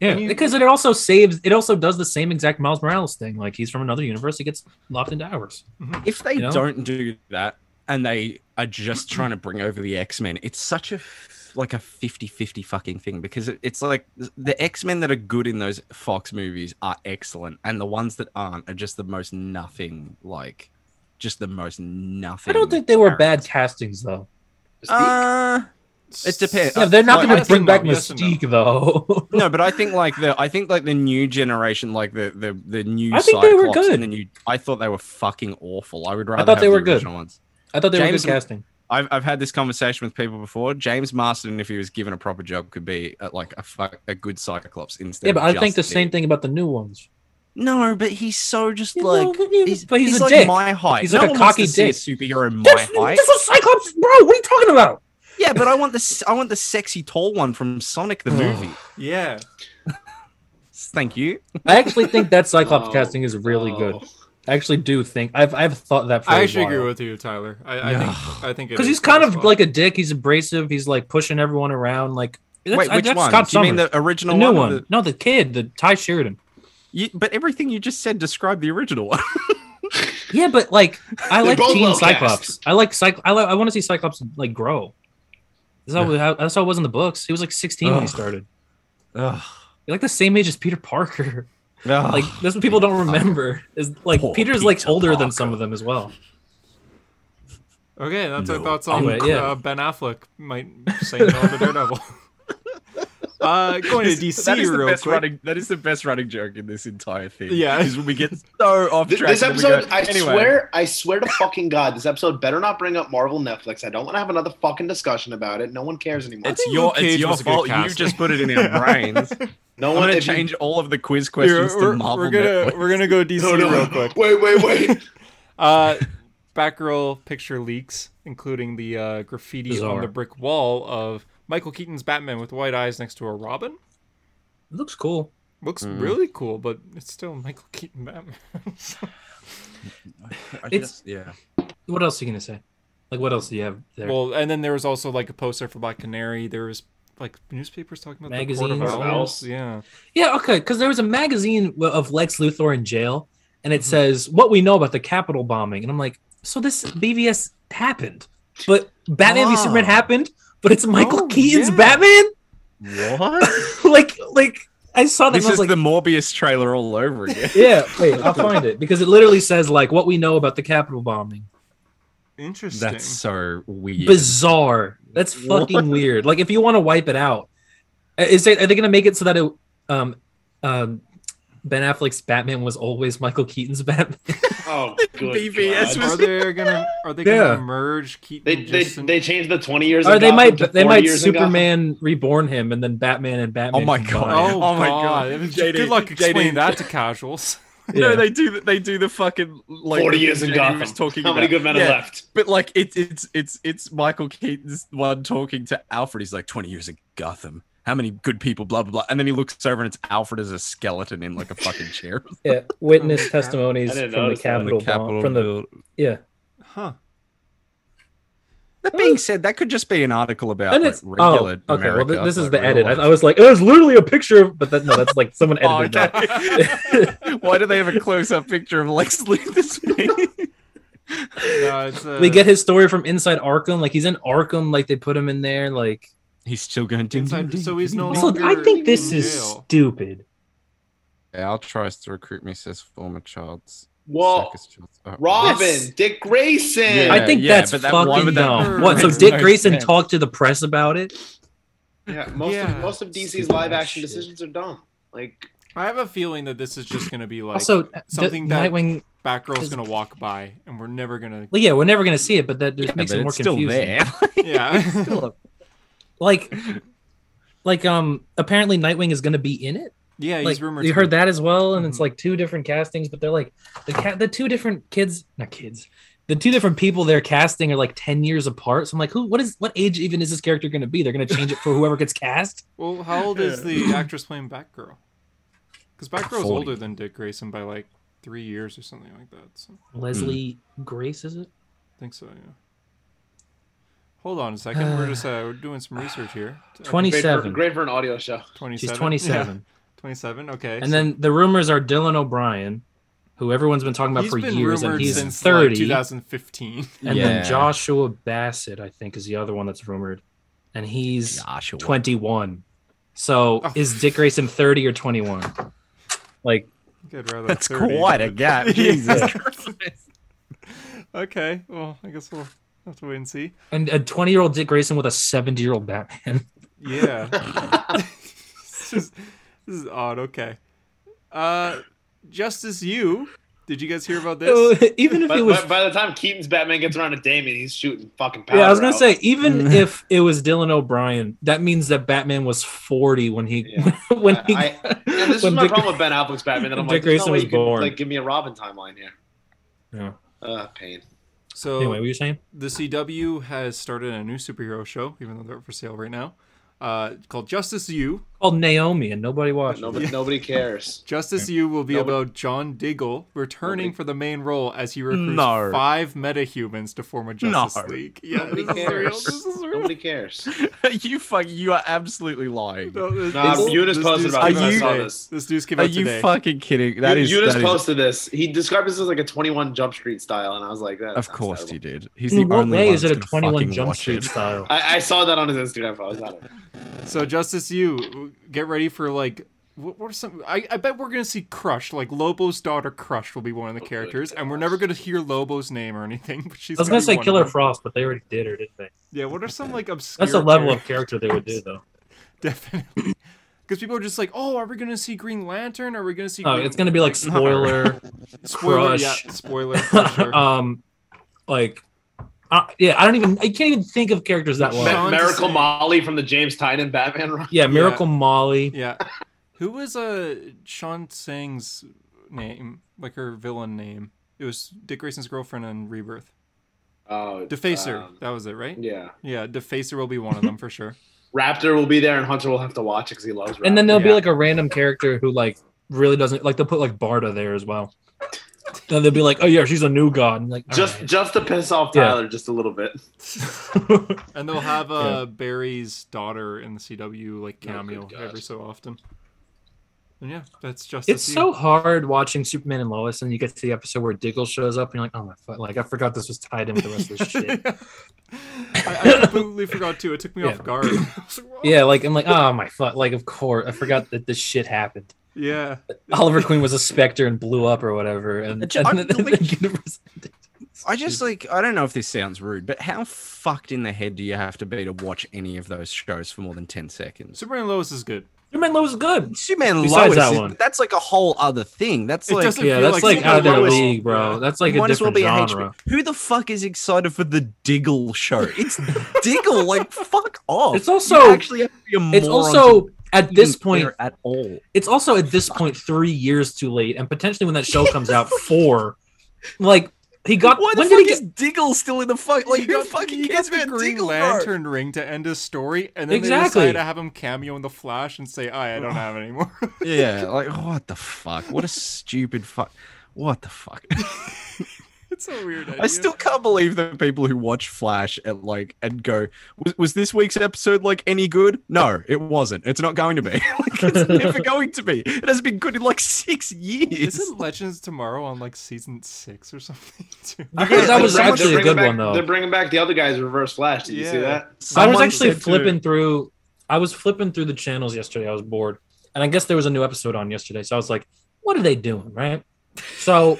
Speaker 3: yeah
Speaker 2: And you-
Speaker 3: because it also saves it also does the same exact miles morales thing like he's from another universe he gets locked into ours
Speaker 4: if they
Speaker 3: you know?
Speaker 4: don't do that and they are just trying to bring over the X Men, it's such a it's like a 50-50 fucking thing because it, it's like the X-Men that are good in those Fox movies are excellent and the ones that aren't are just the most nothing like just the most nothing.
Speaker 3: I don't think they were bad castings though.
Speaker 4: Uh, It depends.
Speaker 3: Yeah, they're not
Speaker 4: Like,
Speaker 3: going
Speaker 2: yes
Speaker 3: to bring
Speaker 2: and
Speaker 3: back
Speaker 2: no, yes and no.
Speaker 3: Mystique though.
Speaker 4: no, but I think like the I think like the new generation, like the the the new
Speaker 3: I think they were
Speaker 4: Cyclops
Speaker 3: good.
Speaker 4: And the new, I thought they were fucking awful. I would rather
Speaker 3: thought
Speaker 4: have
Speaker 3: they
Speaker 4: the
Speaker 3: were good.
Speaker 4: original ones.
Speaker 3: I thought they
Speaker 4: James-
Speaker 3: were good casting.
Speaker 4: I've, I've had this conversation with people before. James Marsden, if he was given a proper job, could be uh like a fuck, a good Cyclops instead.
Speaker 3: Yeah, but
Speaker 4: of
Speaker 3: I think
Speaker 4: just
Speaker 3: the same thing about the new ones.
Speaker 4: No, but he's so just
Speaker 3: You
Speaker 4: like
Speaker 3: know, you-
Speaker 4: he's,
Speaker 3: but he's, a
Speaker 4: like
Speaker 3: dick.
Speaker 4: my height.
Speaker 3: He's
Speaker 4: no
Speaker 3: like a
Speaker 4: one wants
Speaker 3: cocky
Speaker 4: to see
Speaker 3: dick.
Speaker 4: a superhero my
Speaker 3: that's,
Speaker 4: height.
Speaker 3: that's a Cyclops, bro. What are you talking about?
Speaker 4: Yeah, but I want the s- I want the sexy tall one from Sonic the movie.
Speaker 2: Yeah.
Speaker 4: Thank you.
Speaker 3: I actually think that Cyclops
Speaker 1: Oh,
Speaker 3: casting is really
Speaker 1: oh.
Speaker 3: good. I actually do think I've I've thought that for
Speaker 2: I
Speaker 3: a
Speaker 2: actually
Speaker 3: while.
Speaker 2: agree with you, Tyler. I, I think I think it
Speaker 3: because
Speaker 2: is
Speaker 3: he's kind
Speaker 2: pretty
Speaker 3: of
Speaker 2: spot
Speaker 3: like a dick. He's abrasive. He's like pushing everyone around. Like that's,
Speaker 4: Wait,
Speaker 3: I-
Speaker 4: which
Speaker 3: that's
Speaker 4: one?
Speaker 3: Scott
Speaker 4: Do you mean
Speaker 3: Summers.
Speaker 4: the original
Speaker 3: the new
Speaker 4: or
Speaker 3: one.
Speaker 4: the-
Speaker 3: No, the kid, the Ty Sheridan.
Speaker 4: you- but everything you just said described the original one.
Speaker 3: Yeah, but like I
Speaker 1: They're
Speaker 3: like
Speaker 1: both
Speaker 3: Teen
Speaker 1: well
Speaker 3: Cyclops.
Speaker 1: cast.
Speaker 3: I like Cyclops. I, like, I want to see Cyclops like grow. That's how, how that's how it was in the books. He was like 16 when he
Speaker 4: Ugh.
Speaker 3: started.
Speaker 4: Ugh.
Speaker 3: You're like the same age as Peter Parker.
Speaker 4: Ugh.
Speaker 3: Like that's what people don't
Speaker 4: Peter Parker.
Speaker 3: remember. Is like
Speaker 4: Poor
Speaker 3: Peter's like
Speaker 4: Peter
Speaker 3: older than some
Speaker 4: Parker.
Speaker 3: of them as well.
Speaker 2: Okay, that's our
Speaker 4: No.
Speaker 2: thoughts on
Speaker 3: Anyway, yeah.
Speaker 2: uh, Ben Affleck might say no to Daredevil. uh, going to
Speaker 4: This-
Speaker 2: DC
Speaker 4: that is the
Speaker 2: real
Speaker 4: best
Speaker 2: quick.
Speaker 4: running. That is the best running joke in this entire thing.
Speaker 2: Yeah.
Speaker 4: is when we get so off
Speaker 1: Th-
Speaker 4: track.
Speaker 1: This
Speaker 4: and then we
Speaker 1: episode,
Speaker 4: go,
Speaker 1: I
Speaker 4: "Anyway."
Speaker 1: swear, I swear to fucking god, this episode better not bring up Marvel Netflix. I don't want to have another fucking discussion about it. No one cares anymore.
Speaker 4: It's
Speaker 2: think
Speaker 4: your,
Speaker 2: Luke
Speaker 4: it's
Speaker 2: Cage
Speaker 4: your
Speaker 2: was a good
Speaker 4: fault. You
Speaker 2: casting.
Speaker 4: just put it in our brains.
Speaker 1: no one.
Speaker 4: I'm gonna
Speaker 1: if you-
Speaker 4: change all of the quiz
Speaker 2: We're-
Speaker 4: questions
Speaker 2: we're,
Speaker 4: to Marvel.
Speaker 2: we're gonna
Speaker 4: Netflix.
Speaker 2: we're gonna go DC
Speaker 1: No, no,
Speaker 2: real quick.
Speaker 1: Wait, wait, wait.
Speaker 2: Uh, Batgirl picture leaks, including the uh, graffiti on
Speaker 3: Bizarre.
Speaker 2: the brick wall of Michael Keaton's Batman with white eyes next to a robin.
Speaker 3: It looks cool.
Speaker 2: Looks
Speaker 4: Mm.
Speaker 2: really cool, but it's still Michael Keaton Batman.
Speaker 4: I
Speaker 3: it's-
Speaker 4: just- yeah.
Speaker 3: What else are you gonna say? Like what else do you have there?
Speaker 2: well, and then there was also like a poster for Black Canary. There was like newspapers talking about the
Speaker 3: Magazines,
Speaker 2: court of owls.
Speaker 1: owls.
Speaker 2: Yeah.
Speaker 3: Yeah, okay, because there was a magazine w- of Lex Luthor in jail, and
Speaker 2: Mm-hmm.
Speaker 3: it says what we know about the Capitol bombing, and I'm like, so this BVS happened, but Batman v
Speaker 4: Ah.
Speaker 3: Superman happened, but it's Michael
Speaker 2: Oh,
Speaker 3: Keaton's
Speaker 2: yeah.
Speaker 3: Batman.
Speaker 4: What?
Speaker 3: like, like I saw that,
Speaker 4: this
Speaker 3: and I was
Speaker 4: is
Speaker 3: like,
Speaker 4: the Morbius trailer all over again.
Speaker 3: yeah, wait, I'll find it because it literally says like what we know about the Capitol bombing.
Speaker 2: Interesting.
Speaker 4: That's so weird.
Speaker 3: Bizarre. That's
Speaker 4: What?
Speaker 3: fucking weird. Like, if you want to wipe it out, is they, are they gonna make it so that it, um, um, Ben Affleck's Batman was always Michael Keaton's Batman?
Speaker 1: Oh, good
Speaker 4: BVS
Speaker 1: God.
Speaker 4: was-
Speaker 2: are they gonna are they
Speaker 3: Yeah.
Speaker 2: gonna merge Keaton?
Speaker 1: They they,
Speaker 2: Justin-
Speaker 1: they changed the twenty years.
Speaker 3: or
Speaker 1: in
Speaker 3: they
Speaker 1: Gotham
Speaker 3: might
Speaker 1: to
Speaker 3: they
Speaker 1: 40
Speaker 3: might
Speaker 1: years in Gotham.
Speaker 3: Superman reborn him and then Batman and Batman.
Speaker 4: Oh my
Speaker 3: combine.
Speaker 4: God.
Speaker 2: Oh,
Speaker 4: Oh my
Speaker 2: god!
Speaker 4: God.
Speaker 2: Good
Speaker 4: JD
Speaker 2: luck explaining
Speaker 4: JD.
Speaker 2: that to casuals.
Speaker 4: No,
Speaker 3: Oh, Yeah.
Speaker 4: they do. the- They do the fucking like
Speaker 1: Forty years in
Speaker 4: Jamie
Speaker 1: Gotham.
Speaker 4: was talking
Speaker 1: How many
Speaker 4: about.
Speaker 1: good men
Speaker 4: Yeah.
Speaker 1: are left?
Speaker 4: But like it's it's it's it's Michael Keaton's one talking to Alfred. He's like twenty years in Gotham. How many good people? Blah blah blah. And then he looks over and it's Alfred as a skeleton in like a fucking chair.
Speaker 3: yeah,
Speaker 2: Oh,
Speaker 3: witness
Speaker 2: yeah.
Speaker 3: testimonies
Speaker 1: I didn't
Speaker 3: from the
Speaker 1: notice that.
Speaker 3: Capitol, bomb, from the yeah.
Speaker 2: Huh?
Speaker 4: That being said, that could just be an article about
Speaker 3: And
Speaker 4: like,
Speaker 3: it's oh,
Speaker 4: regular.
Speaker 3: okay. well,
Speaker 4: America,
Speaker 3: th- this is
Speaker 4: like,
Speaker 3: the
Speaker 4: real
Speaker 3: edit. I,
Speaker 4: life.
Speaker 3: I was like, it was literally a picture, of, but that, no, that's like someone
Speaker 4: Oh,
Speaker 3: edited that.
Speaker 4: okay. Why do they have a close-up picture of Lex Luthor's face?
Speaker 2: No, it's uh,
Speaker 3: We get his story from inside Arkham. Like he's in Arkham. Like they put him in there. Like
Speaker 4: He's still going to
Speaker 2: Inside- so he's no
Speaker 3: also,
Speaker 2: longer
Speaker 3: I think this
Speaker 2: in
Speaker 3: is
Speaker 2: jail.
Speaker 3: stupid.
Speaker 4: Al tries to recruit me, says former child's
Speaker 1: Well,
Speaker 4: child's. oh,
Speaker 1: Robin,
Speaker 4: this-
Speaker 1: Dick Grayson.
Speaker 4: Yeah,
Speaker 3: I think
Speaker 4: yeah,
Speaker 3: that's
Speaker 4: but that- why
Speaker 3: fucking
Speaker 4: would that-
Speaker 3: dumb. What? So
Speaker 4: makes
Speaker 3: Dick
Speaker 4: no
Speaker 3: Grayson
Speaker 4: sense.
Speaker 3: talked to the press about it.
Speaker 1: Yeah, most
Speaker 2: Yeah.
Speaker 1: of most of DC's
Speaker 3: Stupid
Speaker 1: live
Speaker 3: ass
Speaker 1: action
Speaker 3: shit.
Speaker 1: decisions are dumb. Like
Speaker 2: I have a feeling that this is just gonna be like
Speaker 3: also,
Speaker 2: something
Speaker 3: something
Speaker 2: that-
Speaker 3: Nightwing.
Speaker 2: Batgirl's
Speaker 3: is-
Speaker 2: gonna walk by, and we're never gonna.
Speaker 3: Well, yeah, we're never gonna see it, but that just
Speaker 4: Yeah,
Speaker 3: makes
Speaker 4: but
Speaker 3: it more
Speaker 4: it's still
Speaker 3: confusing.
Speaker 4: there.
Speaker 2: Yeah.
Speaker 3: like like um apparently nightwing is going to be in it
Speaker 2: yeah, he's
Speaker 3: like
Speaker 2: rumored.
Speaker 3: you
Speaker 2: to
Speaker 3: heard
Speaker 2: be-
Speaker 3: that as well and
Speaker 4: Mm-hmm.
Speaker 3: it's
Speaker 2: Mhm.
Speaker 3: like two different castings but they're like the cat the two different kids not kids the two different people they're casting are like 10 years apart so i'm like who what is what age even is this character going to be they're going to change it for whoever gets cast
Speaker 2: Well, how old is the actress playing Batgirl? Because Batgirl's
Speaker 4: 40.
Speaker 2: older than Dick Grayson by like three years or something like that. So
Speaker 4: Hmm.
Speaker 3: leslie grace is it
Speaker 2: I think so. Yeah. Hold on a second. We're just uh, we're doing some research here. I think
Speaker 1: great for,
Speaker 3: 27
Speaker 1: great for an audio show.
Speaker 3: she's
Speaker 2: 27.
Speaker 3: 27
Speaker 2: Yeah, 27. Okay.
Speaker 3: and then the rumors are dylan o'brien who everyone's been talking about
Speaker 2: He's
Speaker 3: for
Speaker 2: been
Speaker 3: years
Speaker 2: rumored
Speaker 3: and he's
Speaker 2: since
Speaker 3: 30
Speaker 2: like, 2015.
Speaker 3: and
Speaker 4: Yeah.
Speaker 3: then joshua bassett i think is the other one that's rumored and he's
Speaker 4: Yeah, sure.
Speaker 3: 21. So
Speaker 2: Oh.
Speaker 3: is Dick Grayson 30 or 21? Like,
Speaker 2: Good rather.
Speaker 4: That's
Speaker 2: 30,
Speaker 4: quite a
Speaker 2: but-
Speaker 4: gap.
Speaker 2: Yeah.
Speaker 4: Jesus.
Speaker 2: okay. Well, I guess we'll have to wait and see.
Speaker 3: and a 20 year old Dick Grayson with a 70 year old Batman.
Speaker 2: Yeah. this, is, this is odd. Okay. Uh, Justice U. Did you guys hear about
Speaker 3: Oh.
Speaker 2: this?
Speaker 3: even if
Speaker 1: But,
Speaker 3: it was,
Speaker 1: but by the time Keaton's Batman gets around to Damien, he's shooting fucking powder.
Speaker 3: yeah, I was gonna
Speaker 1: out.
Speaker 3: say, even if it was Dylan O'Brien, that means that Batman was 40 when he
Speaker 1: Yeah.
Speaker 3: when he.
Speaker 1: I- And this is
Speaker 3: when
Speaker 1: my
Speaker 3: Dick-
Speaker 1: problem with Ben Affleck's Batman. That I'm
Speaker 3: Dick
Speaker 1: like, there's
Speaker 3: Grayson
Speaker 1: no way
Speaker 3: was
Speaker 1: you could,
Speaker 3: born.
Speaker 1: like, give me a Robin timeline here.
Speaker 3: Yeah.
Speaker 1: Uh, pain.
Speaker 2: So
Speaker 3: Anyway, what were you saying?
Speaker 2: the CW has started a new superhero show, even though they're up for sale right now, uh, called Justice U.
Speaker 3: Called Naomi, and nobody watched.
Speaker 1: Nobody,
Speaker 2: Yeah.
Speaker 1: nobody cares.
Speaker 2: Justice U will be
Speaker 1: No, but-
Speaker 2: about John Diggle returning
Speaker 1: Nobody-
Speaker 2: for the main role as he recruits
Speaker 4: No.
Speaker 2: five metahumans to form a Justice
Speaker 4: No.
Speaker 2: League. Yeah,
Speaker 1: Nobody
Speaker 2: this is real.
Speaker 1: cares.
Speaker 2: This is real.
Speaker 1: Nobody cares.
Speaker 4: you fuck, you are absolutely lying.
Speaker 2: No, this,
Speaker 1: Nah,
Speaker 2: this-
Speaker 1: Eunice
Speaker 2: this
Speaker 1: posted
Speaker 2: news
Speaker 1: about
Speaker 2: came
Speaker 4: this.
Speaker 2: out
Speaker 4: Are you-
Speaker 2: today. This news came
Speaker 4: Are
Speaker 2: out
Speaker 4: you
Speaker 2: today.
Speaker 4: fucking kidding? That is.
Speaker 1: you, just
Speaker 4: that is-
Speaker 1: posted this. He described this as like a 21 Jump Street style, and I was like, that
Speaker 4: of
Speaker 1: sounds
Speaker 4: course
Speaker 1: terrible.
Speaker 4: you did. He's the
Speaker 3: In what
Speaker 4: only
Speaker 3: way
Speaker 4: one
Speaker 3: is it a
Speaker 4: that's gonna
Speaker 3: 21
Speaker 4: fucking
Speaker 3: Jump
Speaker 4: watch
Speaker 3: Street
Speaker 4: it.
Speaker 3: style?
Speaker 1: I, I saw that on his Instagram. I was not.
Speaker 2: So Justice, you get ready for like what, what are some? I, I bet we're gonna see Crush. Like Lobo's daughter, Crush will be one of the
Speaker 1: Oh, good
Speaker 2: characters, and we're
Speaker 1: gosh.
Speaker 2: never gonna hear Lobo's name or anything. But she's
Speaker 3: I was gonna
Speaker 2: be
Speaker 3: say
Speaker 2: one of
Speaker 3: Killer
Speaker 2: them.
Speaker 3: Frost, but they already did, or didn't they?
Speaker 2: Yeah, what are some like obscure?
Speaker 3: That's the level of
Speaker 2: characters?
Speaker 3: character they would do, though.
Speaker 2: definitely. Because people are just like, oh, are we gonna see Green Lantern? Are we gonna see?
Speaker 3: Oh,
Speaker 2: Green-
Speaker 3: it's gonna be like spoiler,
Speaker 2: spoiler.
Speaker 3: Crush.
Speaker 2: Yeah, spoiler. For sure.
Speaker 3: um, like, I yeah, I don't even, I can't even think of characters that
Speaker 1: Ma-
Speaker 2: Well,
Speaker 3: well.
Speaker 2: Sean
Speaker 1: Miracle
Speaker 2: Desai-
Speaker 1: Molly from the James Tynan Batman run.
Speaker 3: Yeah, Miracle Molly.
Speaker 2: yeah. Who was uh Sean Sang's name? Like her villain name? It was Dick Grayson's girlfriend in Rebirth.
Speaker 1: Oh,
Speaker 2: Defacer.
Speaker 1: um,
Speaker 2: that was it, right?
Speaker 1: yeah,
Speaker 2: Yeah, Defacer will be one of them for sure.
Speaker 1: Raptor will be there, and Hunter will have to watch because he loves. Raptor.
Speaker 3: And then there'll be
Speaker 2: Yeah.
Speaker 3: like a random character who like really doesn't like they'll put like Barda there as well. Then they'll be like, oh yeah, she's a new god. And, like all
Speaker 1: just
Speaker 3: right.
Speaker 1: just to piss off
Speaker 3: Yeah.
Speaker 1: Tyler just a little bit.
Speaker 2: And they'll have uh, Barry's daughter in the CW like
Speaker 1: Oh, good
Speaker 2: cameo
Speaker 1: God.
Speaker 2: every so often. And yeah, that's just
Speaker 3: it's so hard watching Superman and Lois, and you get to the episode where Diggle shows up, and you're like, oh my fuck, like I forgot this was tied in with the rest of this shit.
Speaker 2: I, I completely forgot too. It took me off
Speaker 3: Yeah.
Speaker 2: guard. I was like, "Whoa."
Speaker 3: Yeah, like I'm like, oh my fuck, like of course I forgot that this shit happened.
Speaker 2: yeah.
Speaker 3: Oliver Queen was a specter and blew up or whatever, and,
Speaker 4: Which I
Speaker 3: and then
Speaker 4: believe-
Speaker 3: the universe-
Speaker 4: I just like I don't know if this sounds rude, but how fucked in the head do you have to be to watch any of those shows for more than ten seconds?
Speaker 2: Superman and Lois is good.
Speaker 3: Superman Lois is good.
Speaker 4: Superman
Speaker 3: Besides
Speaker 4: Lois,
Speaker 3: that
Speaker 4: is-
Speaker 3: one.
Speaker 4: that's like a whole other thing. That's
Speaker 2: It
Speaker 4: like
Speaker 2: doesn't
Speaker 3: Yeah,
Speaker 2: feel
Speaker 3: that's
Speaker 2: like
Speaker 3: like out of their
Speaker 2: Superman and Lois.
Speaker 3: league,
Speaker 2: Yeah.
Speaker 3: bro. That's like a
Speaker 4: might as well
Speaker 3: different
Speaker 4: be a
Speaker 3: genre.
Speaker 4: HBO. Who the fuck is excited for the Diggle show? It's Diggle, like fuck off.
Speaker 3: It's also-
Speaker 4: You actually have to be a moron
Speaker 3: It's
Speaker 4: to
Speaker 3: also at
Speaker 4: even
Speaker 3: this point
Speaker 4: care at all.
Speaker 3: it's also at this point three years too late, and potentially when that show comes out, four. Like he got
Speaker 4: Why the
Speaker 3: when did
Speaker 4: fuck
Speaker 3: he get
Speaker 4: is Diggle still in the fuck? Like
Speaker 2: You
Speaker 4: who
Speaker 2: got-
Speaker 4: fucking
Speaker 2: you
Speaker 4: cares
Speaker 2: got the
Speaker 4: about
Speaker 2: Green
Speaker 4: Diggle? bro?
Speaker 2: Lantern ring to end his story, and then
Speaker 3: Exactly.
Speaker 2: they decide to have him cameo in the Flash and say, "I, I don't have any more."
Speaker 4: Yeah, like what the fuck? What a stupid fuck. What the fuck?
Speaker 2: it's a weird idea.
Speaker 4: I still can't believe the people who watch Flash and like and go, was, was this week's episode like any good? No, it wasn't. It's not going to be. like, it's never going to be. It hasn't been good in like six years.
Speaker 2: Isn't Legends tomorrow on like season six or something? Too?
Speaker 3: I heard that
Speaker 1: They're
Speaker 3: was
Speaker 1: bringing-
Speaker 3: actually
Speaker 1: they're
Speaker 3: a good
Speaker 1: bringing
Speaker 3: one
Speaker 1: back-
Speaker 3: though.
Speaker 1: They're bringing back the other guys, Reverse Flash. Did you see
Speaker 2: Yeah.
Speaker 1: that?
Speaker 3: I was
Speaker 4: Someone
Speaker 3: actually
Speaker 4: said to-
Speaker 3: flipping through I was flipping through the channels yesterday. I was bored. And I guess there was a new episode on yesterday. So I was like, what are they doing? Right. So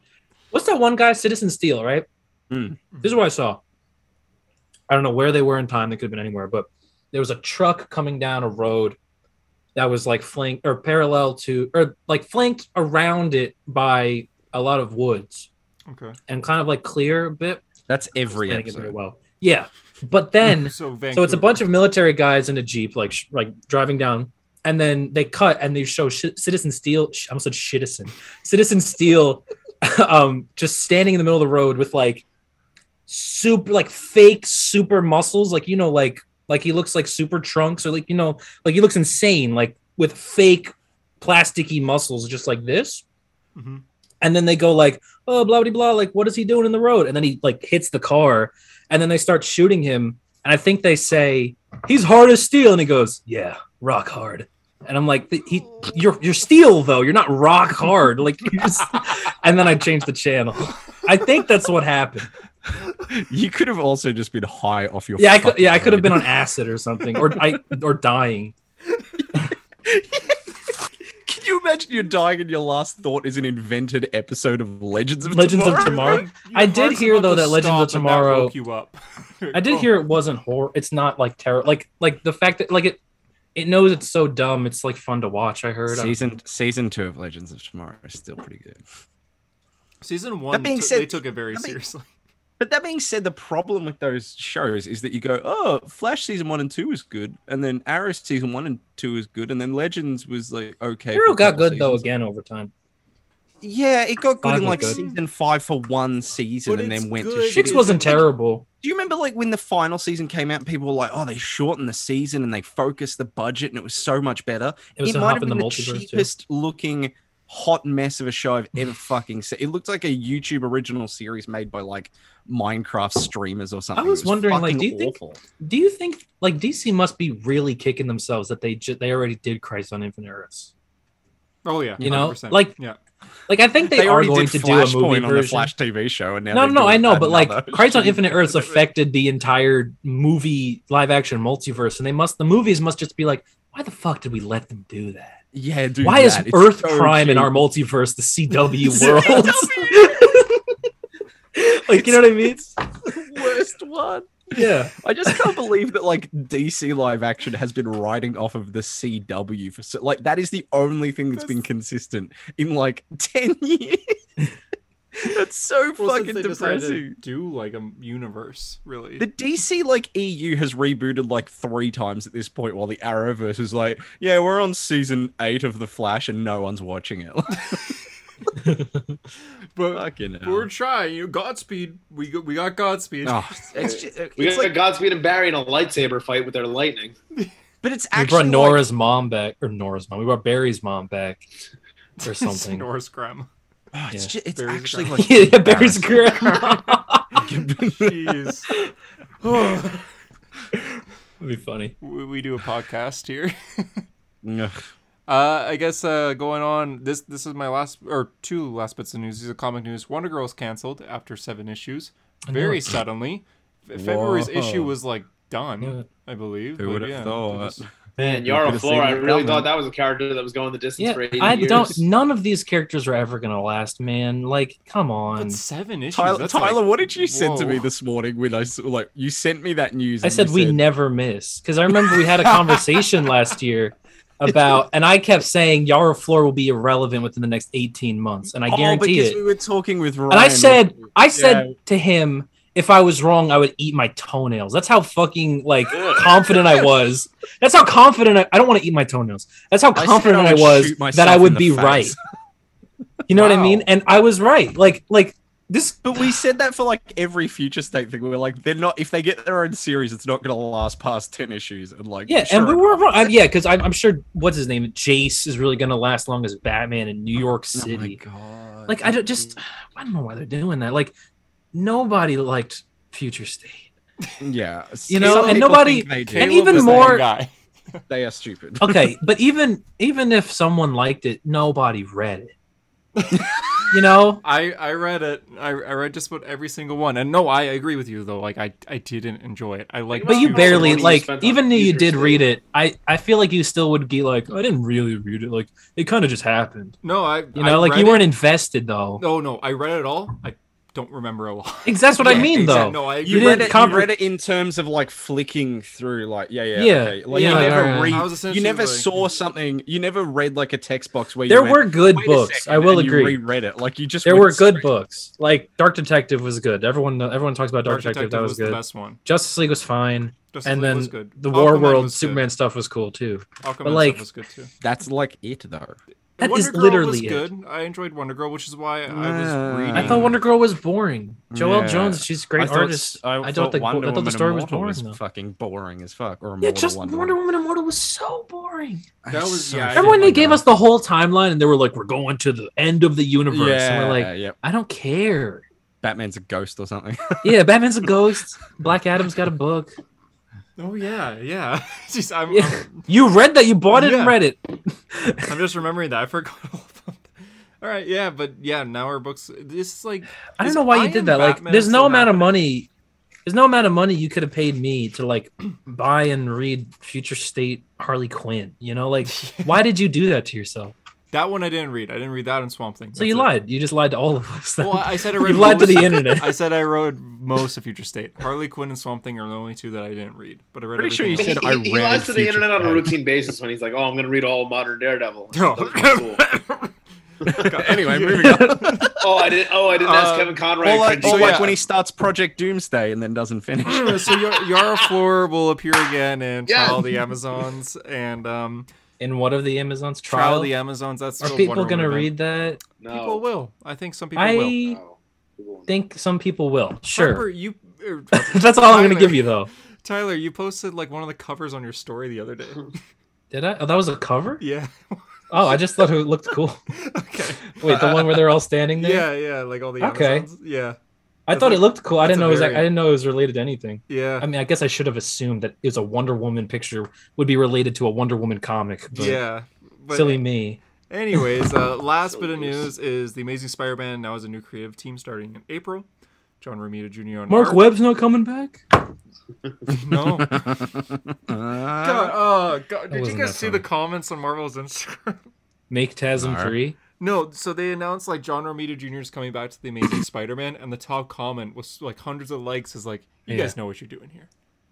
Speaker 3: what's that one guy, Citizen Steel, right?
Speaker 4: Hmm.
Speaker 3: This is what I saw. I don't know where they were in time. They could have been anywhere, but there was a truck coming down a road that was like flanked or parallel to or like flanked around it by a lot of woods
Speaker 2: Okay.
Speaker 3: and kind of like clear a bit.
Speaker 4: That's every
Speaker 3: Explaining it very
Speaker 4: episode.
Speaker 3: well. Yeah. But then
Speaker 2: So Vancouver.
Speaker 3: so it's a bunch of military guys in a jeep, like sh- like driving down, and then they cut and they show sh- Citizen Steel. Sh- I almost said Citizen. Citizen Steel, um, just standing in the middle of the road with like super, like fake super muscles, like you know, like like he looks like super trunks or like you know, like he looks insane, like with fake plasticky muscles, just like this.
Speaker 2: Mhm.
Speaker 3: And then they go like, oh blah blah blah, like what is he doing in the road? And then he like hits the car, and then they start shooting him. And I think they say he's hard as steel, and he goes, yeah, rock hard. And I'm like, he, you're you're steel though, you're not rock hard. Like, you just... and then I changed the channel. I think that's what happened.
Speaker 4: You could have also just been high off your.
Speaker 3: Yeah, I could,
Speaker 4: fucking
Speaker 3: yeah, I could have been
Speaker 4: brain.
Speaker 3: on acid or something, or I or dying.
Speaker 4: Can you imagine you're dying and your last thought is an invented episode of Legends of
Speaker 3: Legends of
Speaker 4: Tomorrow?
Speaker 3: Tomorrow.
Speaker 2: Your
Speaker 3: I did
Speaker 2: heart's
Speaker 3: hear,
Speaker 2: about
Speaker 3: though,
Speaker 2: to
Speaker 3: that Legends of
Speaker 2: stop, and that
Speaker 3: Tomorrow-
Speaker 2: woke you up.
Speaker 3: I did
Speaker 2: Oh.
Speaker 3: hear it wasn't horror. It's not like terror. Like like the fact that like it it knows it's so dumb. It's like fun to watch. I heard.
Speaker 4: Season season two of Legends of Tomorrow is still pretty good.
Speaker 2: season one.
Speaker 4: That being
Speaker 2: t-
Speaker 4: said-
Speaker 2: they took it very
Speaker 4: that being-
Speaker 2: seriously.
Speaker 4: But that being said, the problem with those shows is that you go, oh, Flash season one and two was good, and then Arrow season one and two was good, and then Legends was like okay. for
Speaker 3: Hero
Speaker 4: a
Speaker 3: got
Speaker 4: couple
Speaker 3: good though
Speaker 4: seasons.
Speaker 3: again over time.
Speaker 4: Yeah, it got good
Speaker 3: Five
Speaker 4: in
Speaker 3: was
Speaker 4: like
Speaker 3: good.
Speaker 4: season five for one season,
Speaker 2: But
Speaker 4: and
Speaker 2: it's
Speaker 4: then went
Speaker 2: good.
Speaker 4: to
Speaker 3: Six
Speaker 4: shit.
Speaker 3: wasn't
Speaker 4: Like,
Speaker 3: terrible.
Speaker 4: Do you remember like when the final season came out, people were like, "Oh, they shortened the season and they focused the budget, and it was so much better."
Speaker 3: It was a
Speaker 4: might
Speaker 3: hop
Speaker 4: have
Speaker 3: in the
Speaker 4: been the
Speaker 3: multiverse too.
Speaker 4: cheapest looking hot mess of a show I've ever fucking seen. It looked like a YouTube original series made by like Minecraft streamers or something.
Speaker 3: I was
Speaker 4: It
Speaker 3: wondering, like,
Speaker 4: fucking
Speaker 3: do you think-
Speaker 4: awful.
Speaker 3: Do you think like DC must be really kicking themselves that they ju- they already did Christ on Infinite Earths?
Speaker 2: Oh yeah,
Speaker 3: You know,
Speaker 2: 100%.
Speaker 3: like-
Speaker 2: yeah.
Speaker 3: Like I think they, are
Speaker 4: already
Speaker 3: going
Speaker 4: did
Speaker 3: to do a
Speaker 4: Flashpoint
Speaker 3: movie
Speaker 4: on the
Speaker 3: version.
Speaker 4: Flash TV show, and now
Speaker 3: no,
Speaker 4: they're
Speaker 3: no, I
Speaker 4: doing
Speaker 3: know, but like
Speaker 4: another
Speaker 3: Christ on
Speaker 4: TV
Speaker 3: Infinite Earths
Speaker 4: show.
Speaker 3: affected the entire movie live action multiverse, and they must the movies must just be like, why the fuck did we let them do that?
Speaker 4: Yeah, dude.
Speaker 3: why is
Speaker 4: that. It's
Speaker 3: Earth
Speaker 4: so
Speaker 3: Prime in
Speaker 4: cheap.
Speaker 3: our multiverse the CW world? like you know what I mean?
Speaker 4: worst one?
Speaker 3: Yeah,
Speaker 4: I just can't believe that like DC live action has been riding off of the CW for so like that is the only thing that's been
Speaker 2: That's-
Speaker 4: consistent in like ten years. that's so
Speaker 2: Well, since
Speaker 4: fucking
Speaker 2: they decided to
Speaker 4: depressing.
Speaker 2: Do like a universe, really?
Speaker 4: The DC like EU has rebooted like three times at this point, while the Arrowverse is like, yeah, we're on season eight of The Flash and no one's watching it.
Speaker 2: but
Speaker 4: Fucking hell.
Speaker 2: we're trying. You know, Godspeed. We got, we got Godspeed.
Speaker 4: Oh, it's just,
Speaker 1: We
Speaker 4: it's
Speaker 1: got
Speaker 4: like,
Speaker 1: Godspeed and Barry in a lightsaber fight with their lightning.
Speaker 4: but it's
Speaker 3: we
Speaker 4: actually
Speaker 3: brought
Speaker 4: like-
Speaker 3: Nora's mom back, or Nora's mom. We brought Barry's mom back, or something.
Speaker 2: Norris grandma.
Speaker 4: Oh, it's ju- it's
Speaker 2: Barry's
Speaker 4: actually
Speaker 2: grandma.
Speaker 4: like
Speaker 3: yeah, Barry's grandma.
Speaker 2: Jeez.
Speaker 3: That'd be funny.
Speaker 2: we, we do a podcast here.
Speaker 4: Ugh.
Speaker 2: Uh, I guess uh, going on this this is my last or two last bits of news. These are comic news. Wonder Girl's canceled after seven issues,
Speaker 3: I know
Speaker 2: very
Speaker 3: it.
Speaker 2: suddenly. Fe- February's
Speaker 4: Whoa.
Speaker 2: issue was like done,
Speaker 3: Yeah.
Speaker 2: I believe.
Speaker 4: Who
Speaker 2: but
Speaker 4: would have
Speaker 2: yeah,
Speaker 4: thought?
Speaker 2: just-
Speaker 1: Man,
Speaker 4: You
Speaker 1: Yara
Speaker 4: could've seen
Speaker 1: Flora, I
Speaker 4: that
Speaker 1: really
Speaker 4: coming.
Speaker 1: thought that was a character that was going the distance
Speaker 3: Yeah,
Speaker 1: for 80
Speaker 3: I
Speaker 1: years.
Speaker 3: don't. None of these characters are ever gonna last, man. Like, come on.
Speaker 2: But seven issues.
Speaker 4: Tyler,
Speaker 2: that's
Speaker 4: Tyler,
Speaker 2: like-
Speaker 4: what did you send to me
Speaker 2: whoa.
Speaker 4: this morning when I s- like you sent me that news?
Speaker 3: I
Speaker 4: and
Speaker 3: said
Speaker 4: you
Speaker 3: we never miss because I remember we had a conversation last year about, and I kept saying Yara Floor will be irrelevant within the next eighteen months, and I
Speaker 4: oh,
Speaker 3: guarantee
Speaker 4: because
Speaker 3: it.
Speaker 4: we were talking with Ryan.
Speaker 3: and I said,
Speaker 4: wasn't we?
Speaker 3: I said to him, if I was wrong, I would eat my toenails. That's how fucking like confident I was. That's how confident I, I don't want to eat my toenails. That's how
Speaker 4: said
Speaker 3: confident
Speaker 4: I
Speaker 3: I,
Speaker 4: would
Speaker 3: was
Speaker 4: shoot myself
Speaker 3: that I
Speaker 4: in
Speaker 3: would
Speaker 4: the
Speaker 3: be
Speaker 4: face.
Speaker 3: right. You know what I
Speaker 2: Wow.
Speaker 3: mean? And I was right. Like, like this.
Speaker 4: but we said that for like every future state thing. We were like, they're not if they get their own series, it's not going to last past ten issues. And like,
Speaker 3: Yeah,
Speaker 4: sure
Speaker 3: and we
Speaker 4: enough.
Speaker 3: were wrong. I, yeah, because I'm, I'm sure what's his name, Jace, is really gonna last long as Batman in New York
Speaker 4: Oh my
Speaker 3: City.
Speaker 4: god!
Speaker 3: like, I don't just, I don't know why they're doing that. Like, nobody liked Future State.
Speaker 4: yeah,
Speaker 3: You know,
Speaker 4: Some
Speaker 3: and
Speaker 4: people
Speaker 3: nobody-
Speaker 4: think they do.
Speaker 2: Caleb
Speaker 3: even
Speaker 2: was that
Speaker 3: more-
Speaker 2: guy.
Speaker 4: they are stupid.
Speaker 3: okay but even even if someone liked it nobody read it you know
Speaker 2: I, I read it. I, I read just about every single one. And no, I agree with you though. Like I, I didn't enjoy it. I like.
Speaker 3: but you
Speaker 1: Well,
Speaker 3: barely
Speaker 1: money you
Speaker 3: like
Speaker 1: spent on
Speaker 3: even though you
Speaker 1: teachers,
Speaker 3: did
Speaker 1: too.
Speaker 3: read it i i feel like you still would be like i didn't really read it like it kind of just happened
Speaker 2: No, I.
Speaker 3: you know like you weren't invested though
Speaker 2: No, no, I read it all. I don't remember a lot.
Speaker 3: Ex- that's what i
Speaker 4: Yeah,
Speaker 3: mean
Speaker 2: Exact-
Speaker 3: though
Speaker 2: No, I agree.
Speaker 4: You,
Speaker 3: You
Speaker 4: read
Speaker 3: didn't
Speaker 4: it.
Speaker 3: compre-
Speaker 4: you read it in terms of like flicking through, like yeah, yeah,
Speaker 3: Yeah,
Speaker 4: okay. Like
Speaker 3: yeah,
Speaker 4: you
Speaker 3: yeah,
Speaker 4: never
Speaker 3: yeah.
Speaker 4: read,
Speaker 2: I was essentially
Speaker 4: you never
Speaker 2: like-
Speaker 4: saw something, you never read like a text box where
Speaker 3: there
Speaker 4: you went,
Speaker 3: were good
Speaker 4: "Wait a
Speaker 3: books
Speaker 4: second,"
Speaker 3: i will
Speaker 4: and you
Speaker 3: agree
Speaker 4: reread it, like you just
Speaker 3: there
Speaker 4: went
Speaker 3: were good
Speaker 4: straight-
Speaker 3: books like dark detective was good everyone everyone talks about dark, detective, that was,
Speaker 2: the
Speaker 3: good
Speaker 2: best one.
Speaker 3: justice league was fine
Speaker 2: Justice
Speaker 3: and
Speaker 2: League
Speaker 3: then
Speaker 2: was good.
Speaker 3: the war
Speaker 2: Aquaman
Speaker 3: world
Speaker 2: was good.
Speaker 3: superman stuff was cool too
Speaker 2: Aquaman
Speaker 3: like,
Speaker 2: stuff was good too.
Speaker 4: That's like it though.
Speaker 3: that
Speaker 2: Wonder
Speaker 3: is
Speaker 2: Girl was
Speaker 3: literally it.
Speaker 2: good. I enjoyed Wonder Girl, which is why I
Speaker 4: Nah.
Speaker 2: was reading.
Speaker 3: I thought Wonder Girl was boring. Joelle
Speaker 4: Um, Yeah.
Speaker 3: Jones, she's a great
Speaker 4: I thought-
Speaker 3: artist. I,
Speaker 4: thought
Speaker 3: don't think I thought the
Speaker 4: Woman
Speaker 3: story was
Speaker 4: Immortal
Speaker 3: boring though.
Speaker 4: fucking boring as fuck. Or
Speaker 3: yeah,
Speaker 4: Immortal
Speaker 3: just
Speaker 4: Wonder
Speaker 3: Wonder,
Speaker 4: Woman.
Speaker 3: Woman Immortal was so boring.
Speaker 2: That was-
Speaker 4: So
Speaker 2: yeah, I
Speaker 4: fucking
Speaker 3: Remember when they
Speaker 4: boring.
Speaker 3: gave us the whole timeline and they were like, "We're going to the end of the universe," and
Speaker 4: Yeah,
Speaker 3: we're like,
Speaker 4: yeah,
Speaker 3: "I don't care."
Speaker 4: Batman's a ghost or something.
Speaker 3: Yeah, Batman's a ghost. Black Adam's got a book.
Speaker 2: Oh yeah, yeah. Jeez, I'm,
Speaker 3: Yeah.
Speaker 2: I'm,
Speaker 3: You read that? You bought it
Speaker 2: Yeah.
Speaker 3: and read it.
Speaker 2: I'm just remembering that. I forgot all about that. All right, yeah, but yeah, now our books. This is like
Speaker 3: I don't
Speaker 2: Is
Speaker 3: know why
Speaker 2: I
Speaker 3: you did
Speaker 2: Am
Speaker 3: that. Like,
Speaker 2: Batman
Speaker 3: there's
Speaker 2: still
Speaker 3: no amount of
Speaker 2: happening?
Speaker 3: money there's no amount of money you could have paid me to like buy and read Future State Harley Quinn. You know, like why did you do that to yourself?
Speaker 2: That one I didn't read. I didn't read that in Swamp Thing.
Speaker 3: So
Speaker 2: That's
Speaker 3: you
Speaker 2: it.
Speaker 3: lied. You just lied to all of us. then.
Speaker 2: Well, I I said I
Speaker 3: you
Speaker 2: read.
Speaker 3: lied to
Speaker 2: most-
Speaker 3: the internet.
Speaker 2: I said I read most of Future State. Harley Quinn and Swamp Thing are the only two that I didn't read, but I read.
Speaker 4: Pretty sure
Speaker 2: everything
Speaker 4: you
Speaker 2: else.
Speaker 4: said
Speaker 1: he,
Speaker 4: I
Speaker 1: he
Speaker 4: read
Speaker 1: lies to the
Speaker 4: Future
Speaker 1: internet on a
Speaker 4: State.
Speaker 1: routine basis when he's like, "Oh, I'm gonna read all modern Daredevil." Cool.
Speaker 2: Okay, anyway, moving on.
Speaker 1: oh, I didn't. Oh, I didn't ask
Speaker 2: Uh,
Speaker 1: Kevin Conroy.
Speaker 4: Or like,
Speaker 1: cringy.
Speaker 4: or
Speaker 2: yeah.
Speaker 4: like when he starts Project Doomsday and then doesn't finish. Uh,
Speaker 2: so Yar- Yara Floor will appear again in
Speaker 1: Yeah.
Speaker 2: Trial of the Amazons and um,
Speaker 3: In one of the Amazon's
Speaker 2: Trial,
Speaker 3: trial,
Speaker 2: of the Amazons. That's
Speaker 3: are
Speaker 2: still
Speaker 3: people
Speaker 2: going to
Speaker 3: read that?
Speaker 1: no,
Speaker 2: People will. I think some people
Speaker 3: I
Speaker 2: will.
Speaker 1: No. People won't.
Speaker 3: think some people will. Sure.
Speaker 2: Remember, you. er,
Speaker 3: That's all I'm going
Speaker 2: Tyler-
Speaker 3: to give you though.
Speaker 2: Tyler, you posted like one of the covers on your story the other day.
Speaker 3: Did I? Oh, that was a cover.
Speaker 2: Yeah.
Speaker 3: Oh, I just thought it looked cool.
Speaker 2: okay. Uh,
Speaker 3: Wait, the one where they're all standing there.
Speaker 2: Yeah, yeah, like all the
Speaker 3: Okay.
Speaker 2: Amazons. Yeah,
Speaker 3: I
Speaker 2: That's
Speaker 3: thought
Speaker 2: like-
Speaker 3: it looked cool. I
Speaker 2: that's
Speaker 3: didn't
Speaker 2: a
Speaker 3: know it was.
Speaker 2: very-
Speaker 3: Like, I didn't know it was related to anything.
Speaker 2: yeah,
Speaker 3: I mean, I guess I should have assumed that it was a Wonder Woman picture would be related to a Wonder Woman comic. But
Speaker 2: yeah. But
Speaker 3: silly me.
Speaker 2: Anyways, uh, last
Speaker 1: So
Speaker 2: bit of
Speaker 1: loose.
Speaker 2: news is the Amazing Spider-Man now has a new creative team starting in April. John Romita Jr. on
Speaker 3: Mark
Speaker 2: art.
Speaker 3: Webb's not coming back.
Speaker 2: No. God, oh, God. Did you
Speaker 3: wasn't
Speaker 2: guys
Speaker 3: that
Speaker 2: see
Speaker 3: funny.
Speaker 2: the comments on Marvel's Instagram?
Speaker 3: Make TASM
Speaker 4: Nar.
Speaker 3: three.
Speaker 2: no, so they announced like John Romita Jr. is coming back to the Amazing Spider-Man, and the top comment was like hundreds of likes is like, "You
Speaker 3: Yeah.
Speaker 2: guys know what you're doing here."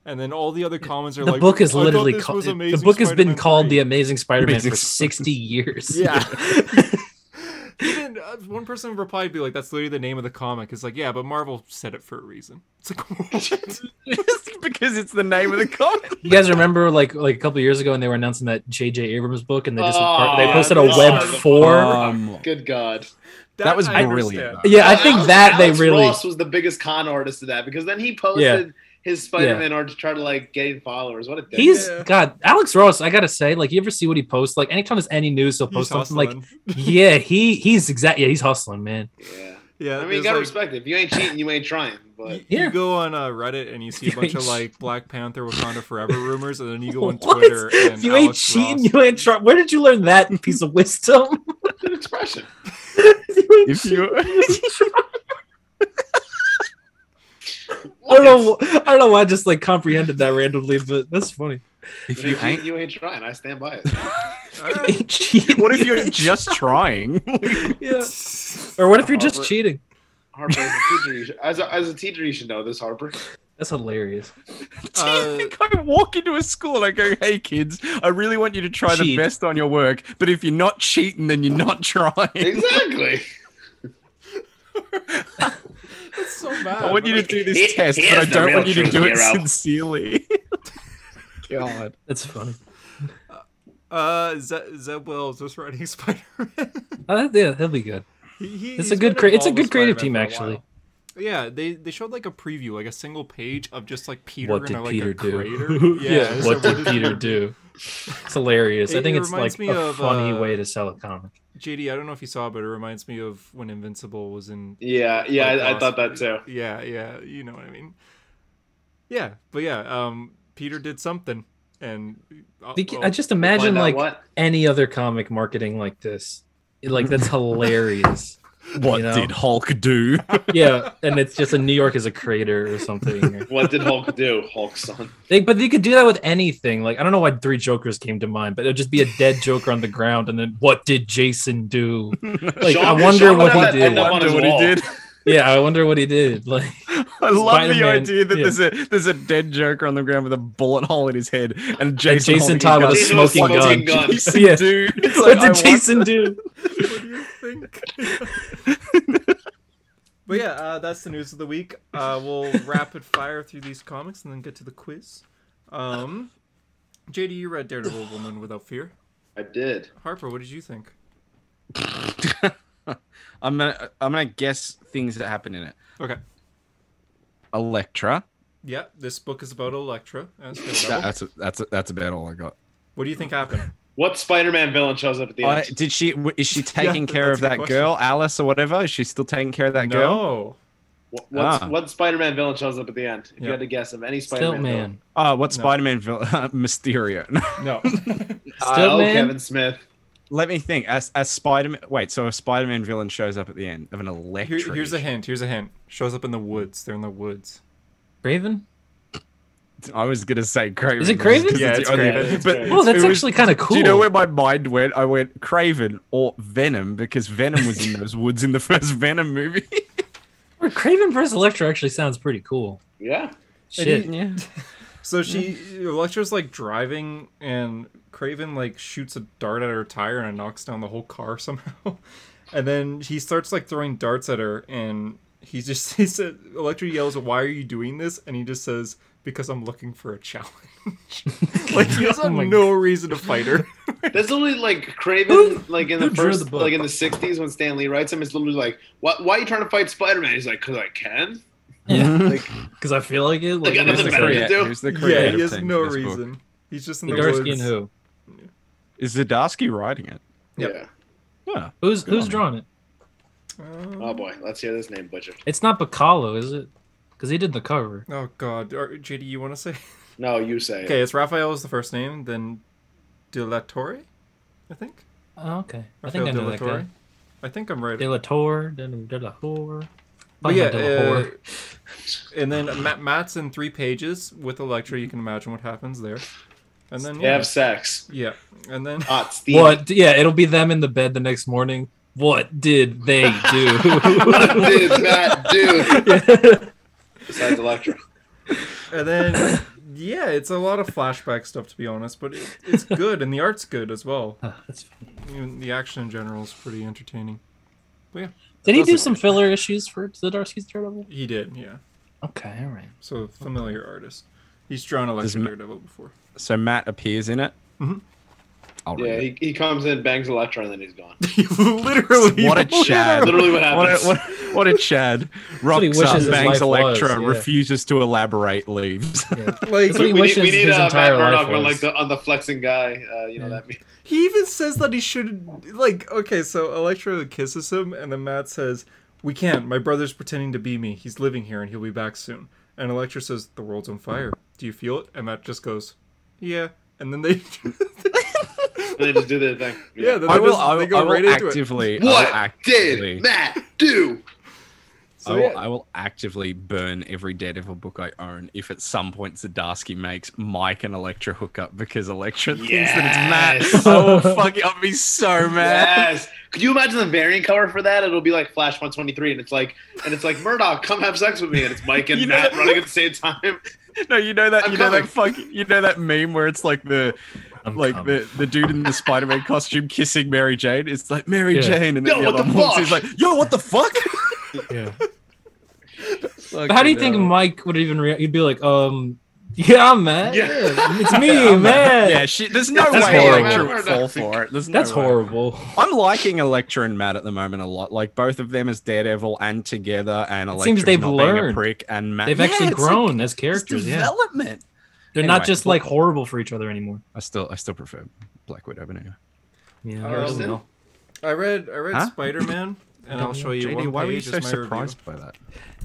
Speaker 2: And then all the other comments are
Speaker 3: The
Speaker 2: like,
Speaker 3: book is
Speaker 2: "I thought
Speaker 3: literally
Speaker 2: this
Speaker 3: ca-
Speaker 2: was
Speaker 3: the
Speaker 2: Amazing
Speaker 3: book has been
Speaker 2: Spider-Man
Speaker 3: called
Speaker 2: 3."
Speaker 3: the Amazing Spider-Man
Speaker 4: Amazing
Speaker 3: for sixty years.
Speaker 2: Yeah. Even, uh, one person replied, "Be like, that's literally the name of the comic." It's like, yeah, but Marvel said it for a reason. It's like, what?
Speaker 4: Just because it's the name of the comic.
Speaker 3: You guys remember like like a couple years ago when they were announcing that J.J. Abrams book and they just
Speaker 1: Oh,
Speaker 3: they posted a
Speaker 2: yeah,
Speaker 3: web
Speaker 2: no.
Speaker 3: four.
Speaker 4: Um,
Speaker 1: Good God. Uh,
Speaker 4: That was
Speaker 2: I
Speaker 4: brilliant,
Speaker 2: understand.
Speaker 4: though.
Speaker 3: yeah, I think
Speaker 1: Alex-
Speaker 3: that
Speaker 1: Alex
Speaker 3: they really
Speaker 1: Ross was the biggest con artist of that because then he posted
Speaker 3: Yeah.
Speaker 1: his Spider-Man art to try to like gain followers. What a dick.
Speaker 3: he's
Speaker 2: Yeah.
Speaker 3: God Alex Ross. I gotta say, like you ever see what he posts? Like anytime there's any news, he'll
Speaker 2: He's
Speaker 3: post something like,
Speaker 2: hustling.
Speaker 3: yeah, he he's exact. Yeah, he's hustling, man.
Speaker 1: yeah.
Speaker 2: yeah.
Speaker 1: I mean, you
Speaker 2: there's,
Speaker 1: gotta
Speaker 2: like,
Speaker 1: respect it. If you ain't cheating, you ain't trying. But
Speaker 2: you-
Speaker 3: Yeah.
Speaker 2: You go on uh, Reddit and you see a
Speaker 3: You
Speaker 2: bunch of
Speaker 3: ain't
Speaker 2: like Black Panther, Wakanda Forever rumors, and then you go on
Speaker 3: What?
Speaker 2: Twitter and
Speaker 3: you ain't
Speaker 2: Alex
Speaker 3: cheating,
Speaker 2: Ross-
Speaker 3: you ain't trying. Where did you learn that piece of wisdom?
Speaker 1: good expression.
Speaker 3: You ain't
Speaker 4: if you
Speaker 3: I don't know. I don't know why I just like comprehended that randomly, but that's funny.
Speaker 1: If you ain't cheating, you ain't trying. I stand by it.
Speaker 2: All right.
Speaker 3: Ain't cheating.
Speaker 4: what if you're just trying?
Speaker 3: Yeah. Or what if you're just
Speaker 1: Harper.
Speaker 3: cheating?
Speaker 1: Harper, as a teacher, you should, as a, as a teacher, you should know this, Harper.
Speaker 3: That's hilarious.
Speaker 4: Do you think I walk into a school and I go, "Hey kids, I really want you to try the
Speaker 3: Cheat.
Speaker 4: best on your work, but if you're not cheating, then you're not trying.
Speaker 1: Exactly.
Speaker 2: That's so bad.
Speaker 4: I want you to do this
Speaker 1: Here-
Speaker 4: test, but I
Speaker 1: here's the
Speaker 4: don't
Speaker 1: real
Speaker 4: want you to
Speaker 1: truth,
Speaker 4: do it
Speaker 1: hero."
Speaker 4: sincerely." God,
Speaker 3: That's funny.
Speaker 2: Uh, Ze- Zeb Wells was writing Spider-Man.
Speaker 3: Oh, that- yeah, that'll be good.
Speaker 2: He- he-
Speaker 3: It's
Speaker 2: he's
Speaker 3: a good
Speaker 2: been
Speaker 3: crea- it's a
Speaker 2: involved with
Speaker 3: good creative
Speaker 2: Spider-Man
Speaker 3: team,
Speaker 2: for a while. Yeah, they they showed like a preview, like a single page of just like Peter
Speaker 3: what
Speaker 2: in
Speaker 3: did
Speaker 2: a, like
Speaker 3: Peter
Speaker 2: a crater.
Speaker 3: do?
Speaker 2: Yeah,
Speaker 3: yeah,
Speaker 2: so
Speaker 3: what did Peter do? It's hilarious.
Speaker 2: It-
Speaker 3: I think
Speaker 2: it
Speaker 3: it's
Speaker 2: reminds
Speaker 3: like
Speaker 2: me
Speaker 3: a
Speaker 2: of,
Speaker 3: funny
Speaker 2: uh,
Speaker 3: way to sell a comic.
Speaker 2: JD, I don't know if you saw, but it reminds me of when Invincible was in.
Speaker 1: Yeah, yeah,
Speaker 2: like,
Speaker 1: I, I thought that
Speaker 2: Lost.
Speaker 1: too.
Speaker 2: Yeah, yeah, you know what I mean. Yeah, but yeah, um, Peter did something, and uh,
Speaker 3: Think-
Speaker 2: well,
Speaker 3: I just imagine
Speaker 1: Find out
Speaker 3: like
Speaker 1: what?
Speaker 3: any other comic marketing like this. Like that's hilarious.
Speaker 4: what
Speaker 3: You know?
Speaker 4: did Hulk do?
Speaker 3: yeah, and it's just in New York as a crater or something.
Speaker 1: What did Hulk do? Hulk's son.
Speaker 3: They, but you could do that with anything. Like I don't know why three Jokers came to mind, but it'd just be a dead Joker on the ground, and then what did Jason do? Like
Speaker 1: Sean-
Speaker 3: I wonder
Speaker 1: Sean would have
Speaker 3: what
Speaker 1: that
Speaker 3: he
Speaker 1: end
Speaker 3: did.
Speaker 1: up on
Speaker 4: Wonder
Speaker 1: his
Speaker 4: what he
Speaker 1: wall.
Speaker 4: did.
Speaker 3: Yeah, I wonder what he did. Like
Speaker 4: I love the
Speaker 3: Spider-Man,
Speaker 4: idea that
Speaker 3: yeah.
Speaker 4: there's a there's a dead Joker on the ground with a bullet hole in his head and Jason,
Speaker 3: Jason
Speaker 4: holding
Speaker 3: Todd with
Speaker 4: gun.
Speaker 3: a
Speaker 1: Jason
Speaker 3: smoking
Speaker 1: with a
Speaker 3: gun.
Speaker 1: gun.
Speaker 4: Jason,
Speaker 3: Yeah.
Speaker 4: dude. It's like,
Speaker 3: what
Speaker 4: I
Speaker 3: did
Speaker 4: want-
Speaker 3: Jason do?
Speaker 2: what do you think? but yeah, uh, that's the news of the week. Uh, we'll rapid fire through these comics and then get to the quiz. Um, JD, you read Daredevil Woman Without Fear.
Speaker 1: I did.
Speaker 2: Harper, what did you think?
Speaker 4: I'm gonna I'm gonna guess things that happen in it.
Speaker 2: Okay.
Speaker 4: Electra.
Speaker 2: Yeah, this book is about Elektra. as
Speaker 4: That-
Speaker 2: Daredevil.
Speaker 4: that's a, that's a, that's about all I got.
Speaker 2: What do you think happened?
Speaker 1: What Spider-Man villain shows up at the
Speaker 4: I-
Speaker 1: end?
Speaker 4: did she w- is she taking
Speaker 2: that-
Speaker 4: care
Speaker 2: that's
Speaker 4: of
Speaker 2: a good
Speaker 4: that
Speaker 2: question.
Speaker 4: girl, Alice or whatever? Is she still taking care of that girl?
Speaker 2: No.
Speaker 1: What, what,
Speaker 4: Ah.
Speaker 1: what Spider-Man villain shows up at the end? If
Speaker 2: Yeah.
Speaker 1: you had to guess of any Spider-Man villain.
Speaker 3: Stiltman.
Speaker 4: Oh, what
Speaker 2: No.
Speaker 4: Spider-Man villain? Mysterio.
Speaker 1: I
Speaker 2: No.
Speaker 1: owe
Speaker 3: Stiltman.
Speaker 1: Ah, oh, Kevin Smith.
Speaker 4: Let me think. As as Spider-Man. Wait, so a Spider-Man villain shows up at the end of an
Speaker 2: Here,
Speaker 4: Electra.
Speaker 2: here's a hint. Here's a hint. Shows up in the woods. They're in the woods.
Speaker 3: Craven?
Speaker 4: I was gonna say Craven.
Speaker 3: Is it Craven?
Speaker 4: 'cause
Speaker 2: Yeah,
Speaker 4: the
Speaker 2: it's
Speaker 4: only-
Speaker 2: Craven.
Speaker 1: It's
Speaker 4: But
Speaker 1: Craven.
Speaker 3: Well, Oh, that's
Speaker 4: it was-
Speaker 3: actually kind of cool.
Speaker 4: Do you know where my mind went? I went Craven or Venom because Venom was in those woods in the first Venom movie.
Speaker 3: Or Craven versus Electro actually sounds pretty cool.
Speaker 1: Yeah.
Speaker 3: Shit.
Speaker 4: yeah.
Speaker 2: So she Electra's like driving and Craven like shoots a dart at her tire and it knocks down the whole car somehow. And then he starts like throwing darts at her and he just he said Electra yells, Why are you doing this? And he just says, Because I'm looking for a challenge. like he has
Speaker 3: Oh my
Speaker 2: no reason to fight her.
Speaker 1: That's literally like Craven, like in
Speaker 3: who
Speaker 1: the
Speaker 3: drew
Speaker 1: first,
Speaker 3: the book?
Speaker 1: like in the '60s when Stan Lee writes him. It's literally like, "Why, why are you trying to fight Spider-Man?" He's like, "Cause I can."
Speaker 4: Yeah.
Speaker 1: Like,
Speaker 3: Because I feel like it. Like,
Speaker 1: Like,
Speaker 4: Who's
Speaker 1: Nothing
Speaker 4: the
Speaker 1: better to
Speaker 4: crea-
Speaker 1: do.
Speaker 4: who's the
Speaker 2: yeah,
Speaker 4: creative
Speaker 2: he has
Speaker 4: team
Speaker 2: no
Speaker 4: for this book?
Speaker 2: reason. He's just in the
Speaker 3: Zdarsky
Speaker 2: woods.
Speaker 3: and who?
Speaker 4: Is Zdarsky writing it?
Speaker 2: Yep.
Speaker 1: yeah.
Speaker 4: Yeah.
Speaker 3: Who's
Speaker 4: Good
Speaker 3: who's
Speaker 4: on
Speaker 3: drawing it?
Speaker 2: Um,
Speaker 1: Oh boy, let's hear this name butchered.
Speaker 3: It's not Bacalo, is it? Because he did the cover.
Speaker 2: oh god. Or, JD, you wanna say?
Speaker 1: No, you say.
Speaker 2: Okay, it's Raphael is the first name, then De La Torre, I think.
Speaker 3: Oh, okay. I
Speaker 2: Raphael
Speaker 3: think I
Speaker 2: De
Speaker 3: know
Speaker 2: La
Speaker 3: that
Speaker 2: Torre.
Speaker 3: guy.
Speaker 2: I think I'm right.
Speaker 3: De La Torre, De La, de la Whore.
Speaker 2: but yeah,
Speaker 3: Fucking De La
Speaker 2: uh,
Speaker 3: Whore.
Speaker 2: and then Matt, Matt's in three pages with Electra. You can imagine what happens there. And then
Speaker 1: They
Speaker 2: yeah,
Speaker 1: have sex.
Speaker 2: yeah, and then
Speaker 1: Hot steam.
Speaker 3: What? Yeah, it'll be them in the bed the next morning. What did they do?
Speaker 1: What did that do?
Speaker 3: Yeah.
Speaker 1: Besides Electra.
Speaker 2: and then yeah, it's a lot of flashback stuff to be honest, but it, it's good and the art's good as well.
Speaker 3: That's funny.
Speaker 2: Even the action in general is pretty entertaining.
Speaker 3: Did he do
Speaker 2: Doesn't-
Speaker 3: some filler issues for Zdarsky's Daredevil?
Speaker 2: He did, yeah.
Speaker 3: Okay, all right.
Speaker 2: So familiar artist. He's drawn
Speaker 4: Does
Speaker 2: Electra
Speaker 4: Ma-
Speaker 2: Daredevil before.
Speaker 4: So Matt appears in it.
Speaker 2: Mhm.
Speaker 4: I'll read
Speaker 1: Yeah,
Speaker 4: it.
Speaker 1: he, he comes in, bangs Electra, and then he's gone.
Speaker 2: literally,
Speaker 4: What a Chad.
Speaker 1: Literally what
Speaker 4: What
Speaker 1: happens.
Speaker 4: a, what, what a Chad.
Speaker 3: he
Speaker 4: Rocks
Speaker 3: wishes
Speaker 4: up,
Speaker 3: his
Speaker 4: bangs
Speaker 3: life was,
Speaker 4: Electra,
Speaker 3: yeah.
Speaker 4: refuses to elaborate, leaves.
Speaker 3: Yeah.
Speaker 2: Like
Speaker 3: That's what he
Speaker 1: we need,
Speaker 3: wishes
Speaker 1: we need
Speaker 3: his
Speaker 1: uh, Matt
Speaker 3: entire life
Speaker 1: Murdock on
Speaker 3: was.
Speaker 1: like the on the flexing guy. Uh, you know that meme.
Speaker 2: He even says that he should like okay, so Electra kisses him and then Matt says, "We can't. My brother's pretending to be me. He's living here and he'll be back soon." And Electra says, "The world's on fire. Do you feel it?" And Matt just goes, "Yeah." And then they
Speaker 1: And they just do their thing.
Speaker 2: Yeah, then
Speaker 4: I
Speaker 2: they,
Speaker 4: will,
Speaker 2: just-
Speaker 4: I
Speaker 2: they
Speaker 4: will,
Speaker 2: go
Speaker 4: I will
Speaker 2: right into it.
Speaker 4: actively. I will
Speaker 3: Oh,
Speaker 1: What
Speaker 4: actively-
Speaker 1: did Matt do?
Speaker 2: So
Speaker 4: I, will,
Speaker 2: yeah.
Speaker 4: I will actively burn every Daredevil book I own if at some point Zdarsky makes Mike and Electra hook up because Electra thinks that it's
Speaker 1: Yes.
Speaker 4: Matt. Oh, fuck it. I'll be so mad.
Speaker 1: Yes. Could you imagine the variant cover for that? It'll be like Flash 123, and it's like, and it's like Murdoch, come have sex with me, and it's Mike and
Speaker 4: You know-
Speaker 1: Matt running at the same time.
Speaker 4: No, you know that
Speaker 1: I'm
Speaker 4: you know that
Speaker 1: coming.
Speaker 4: fuck you know that meme where it's like the
Speaker 3: I'm
Speaker 4: like
Speaker 3: coming.
Speaker 4: the, the dude in the Spider-Man costume kissing Mary Jane. It's like Mary
Speaker 3: Yeah.
Speaker 4: Jane and then
Speaker 1: Yo,
Speaker 4: the
Speaker 1: what
Speaker 4: other
Speaker 1: the
Speaker 4: walks,
Speaker 1: fuck?
Speaker 4: he's like, yo, what the fuck?
Speaker 3: Yeah. How do you think Mike would even react? You'd be like, um, yeah, I'm mad.
Speaker 1: Yeah.
Speaker 3: Yeah. It's me, man.
Speaker 4: Yeah, she, there's no
Speaker 3: That's
Speaker 4: way
Speaker 3: horrible.
Speaker 4: Electra would fall for it. There's no
Speaker 3: That's
Speaker 4: way.
Speaker 3: horrible.
Speaker 4: I'm liking Electra and Matt at the moment a lot. Like both of them as Daredevil and together, and
Speaker 3: It
Speaker 4: Electra
Speaker 3: seems they've
Speaker 4: not being a
Speaker 3: learned.
Speaker 4: prick and Matt.
Speaker 3: They've
Speaker 4: Yeah,
Speaker 3: actually
Speaker 4: it's like-
Speaker 3: grown as
Speaker 4: it's
Speaker 3: characters. Yeah.
Speaker 4: development.
Speaker 3: They're not
Speaker 4: Anyway.
Speaker 3: just like horrible for each other anymore.
Speaker 4: I still, I still prefer Black Widow now.
Speaker 3: Yeah.
Speaker 2: Um,
Speaker 3: I don't know.
Speaker 2: I read I read
Speaker 4: Huh?
Speaker 2: Spider-Man and I'll show you
Speaker 4: JD,
Speaker 2: one
Speaker 4: why were you
Speaker 2: page
Speaker 4: so
Speaker 2: is my review.
Speaker 4: surprised by that?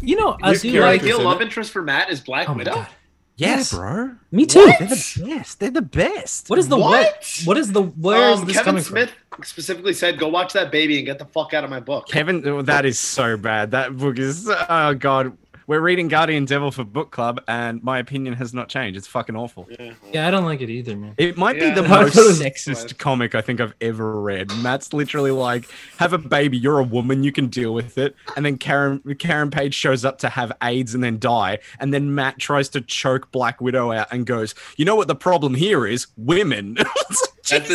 Speaker 3: You know, I
Speaker 1: Your,
Speaker 2: do
Speaker 1: your
Speaker 2: like-
Speaker 1: ideal love interest for Matt is Black
Speaker 3: Oh my
Speaker 1: Widow.
Speaker 3: god.
Speaker 4: Yes, bro.
Speaker 3: Me too.
Speaker 4: They're the best. They're the best.
Speaker 3: What is the what? What is the where is
Speaker 1: Um,
Speaker 3: this
Speaker 1: Kevin
Speaker 3: coming
Speaker 1: Smith specifically said, "Go watch that baby and get the fuck out of my book."
Speaker 4: Kevin, oh, that is so bad. That book is, oh god. We're reading Guardian Devil for book club, and my opinion has not changed. It's fucking awful.
Speaker 1: Yeah.
Speaker 3: from? Yeah, I don't like it either, man.
Speaker 4: It might
Speaker 1: Yeah.
Speaker 4: be the
Speaker 3: I
Speaker 4: most
Speaker 3: thought it was-
Speaker 4: sexist comic I think I've ever read. Matt's literally like, "Have a baby. You're a woman. You can deal with it." And then Karen Karen Page shows up to have AIDS and then die. And then Matt tries to choke Black Widow out and goes, "You know what the problem here is? Women."
Speaker 1: That's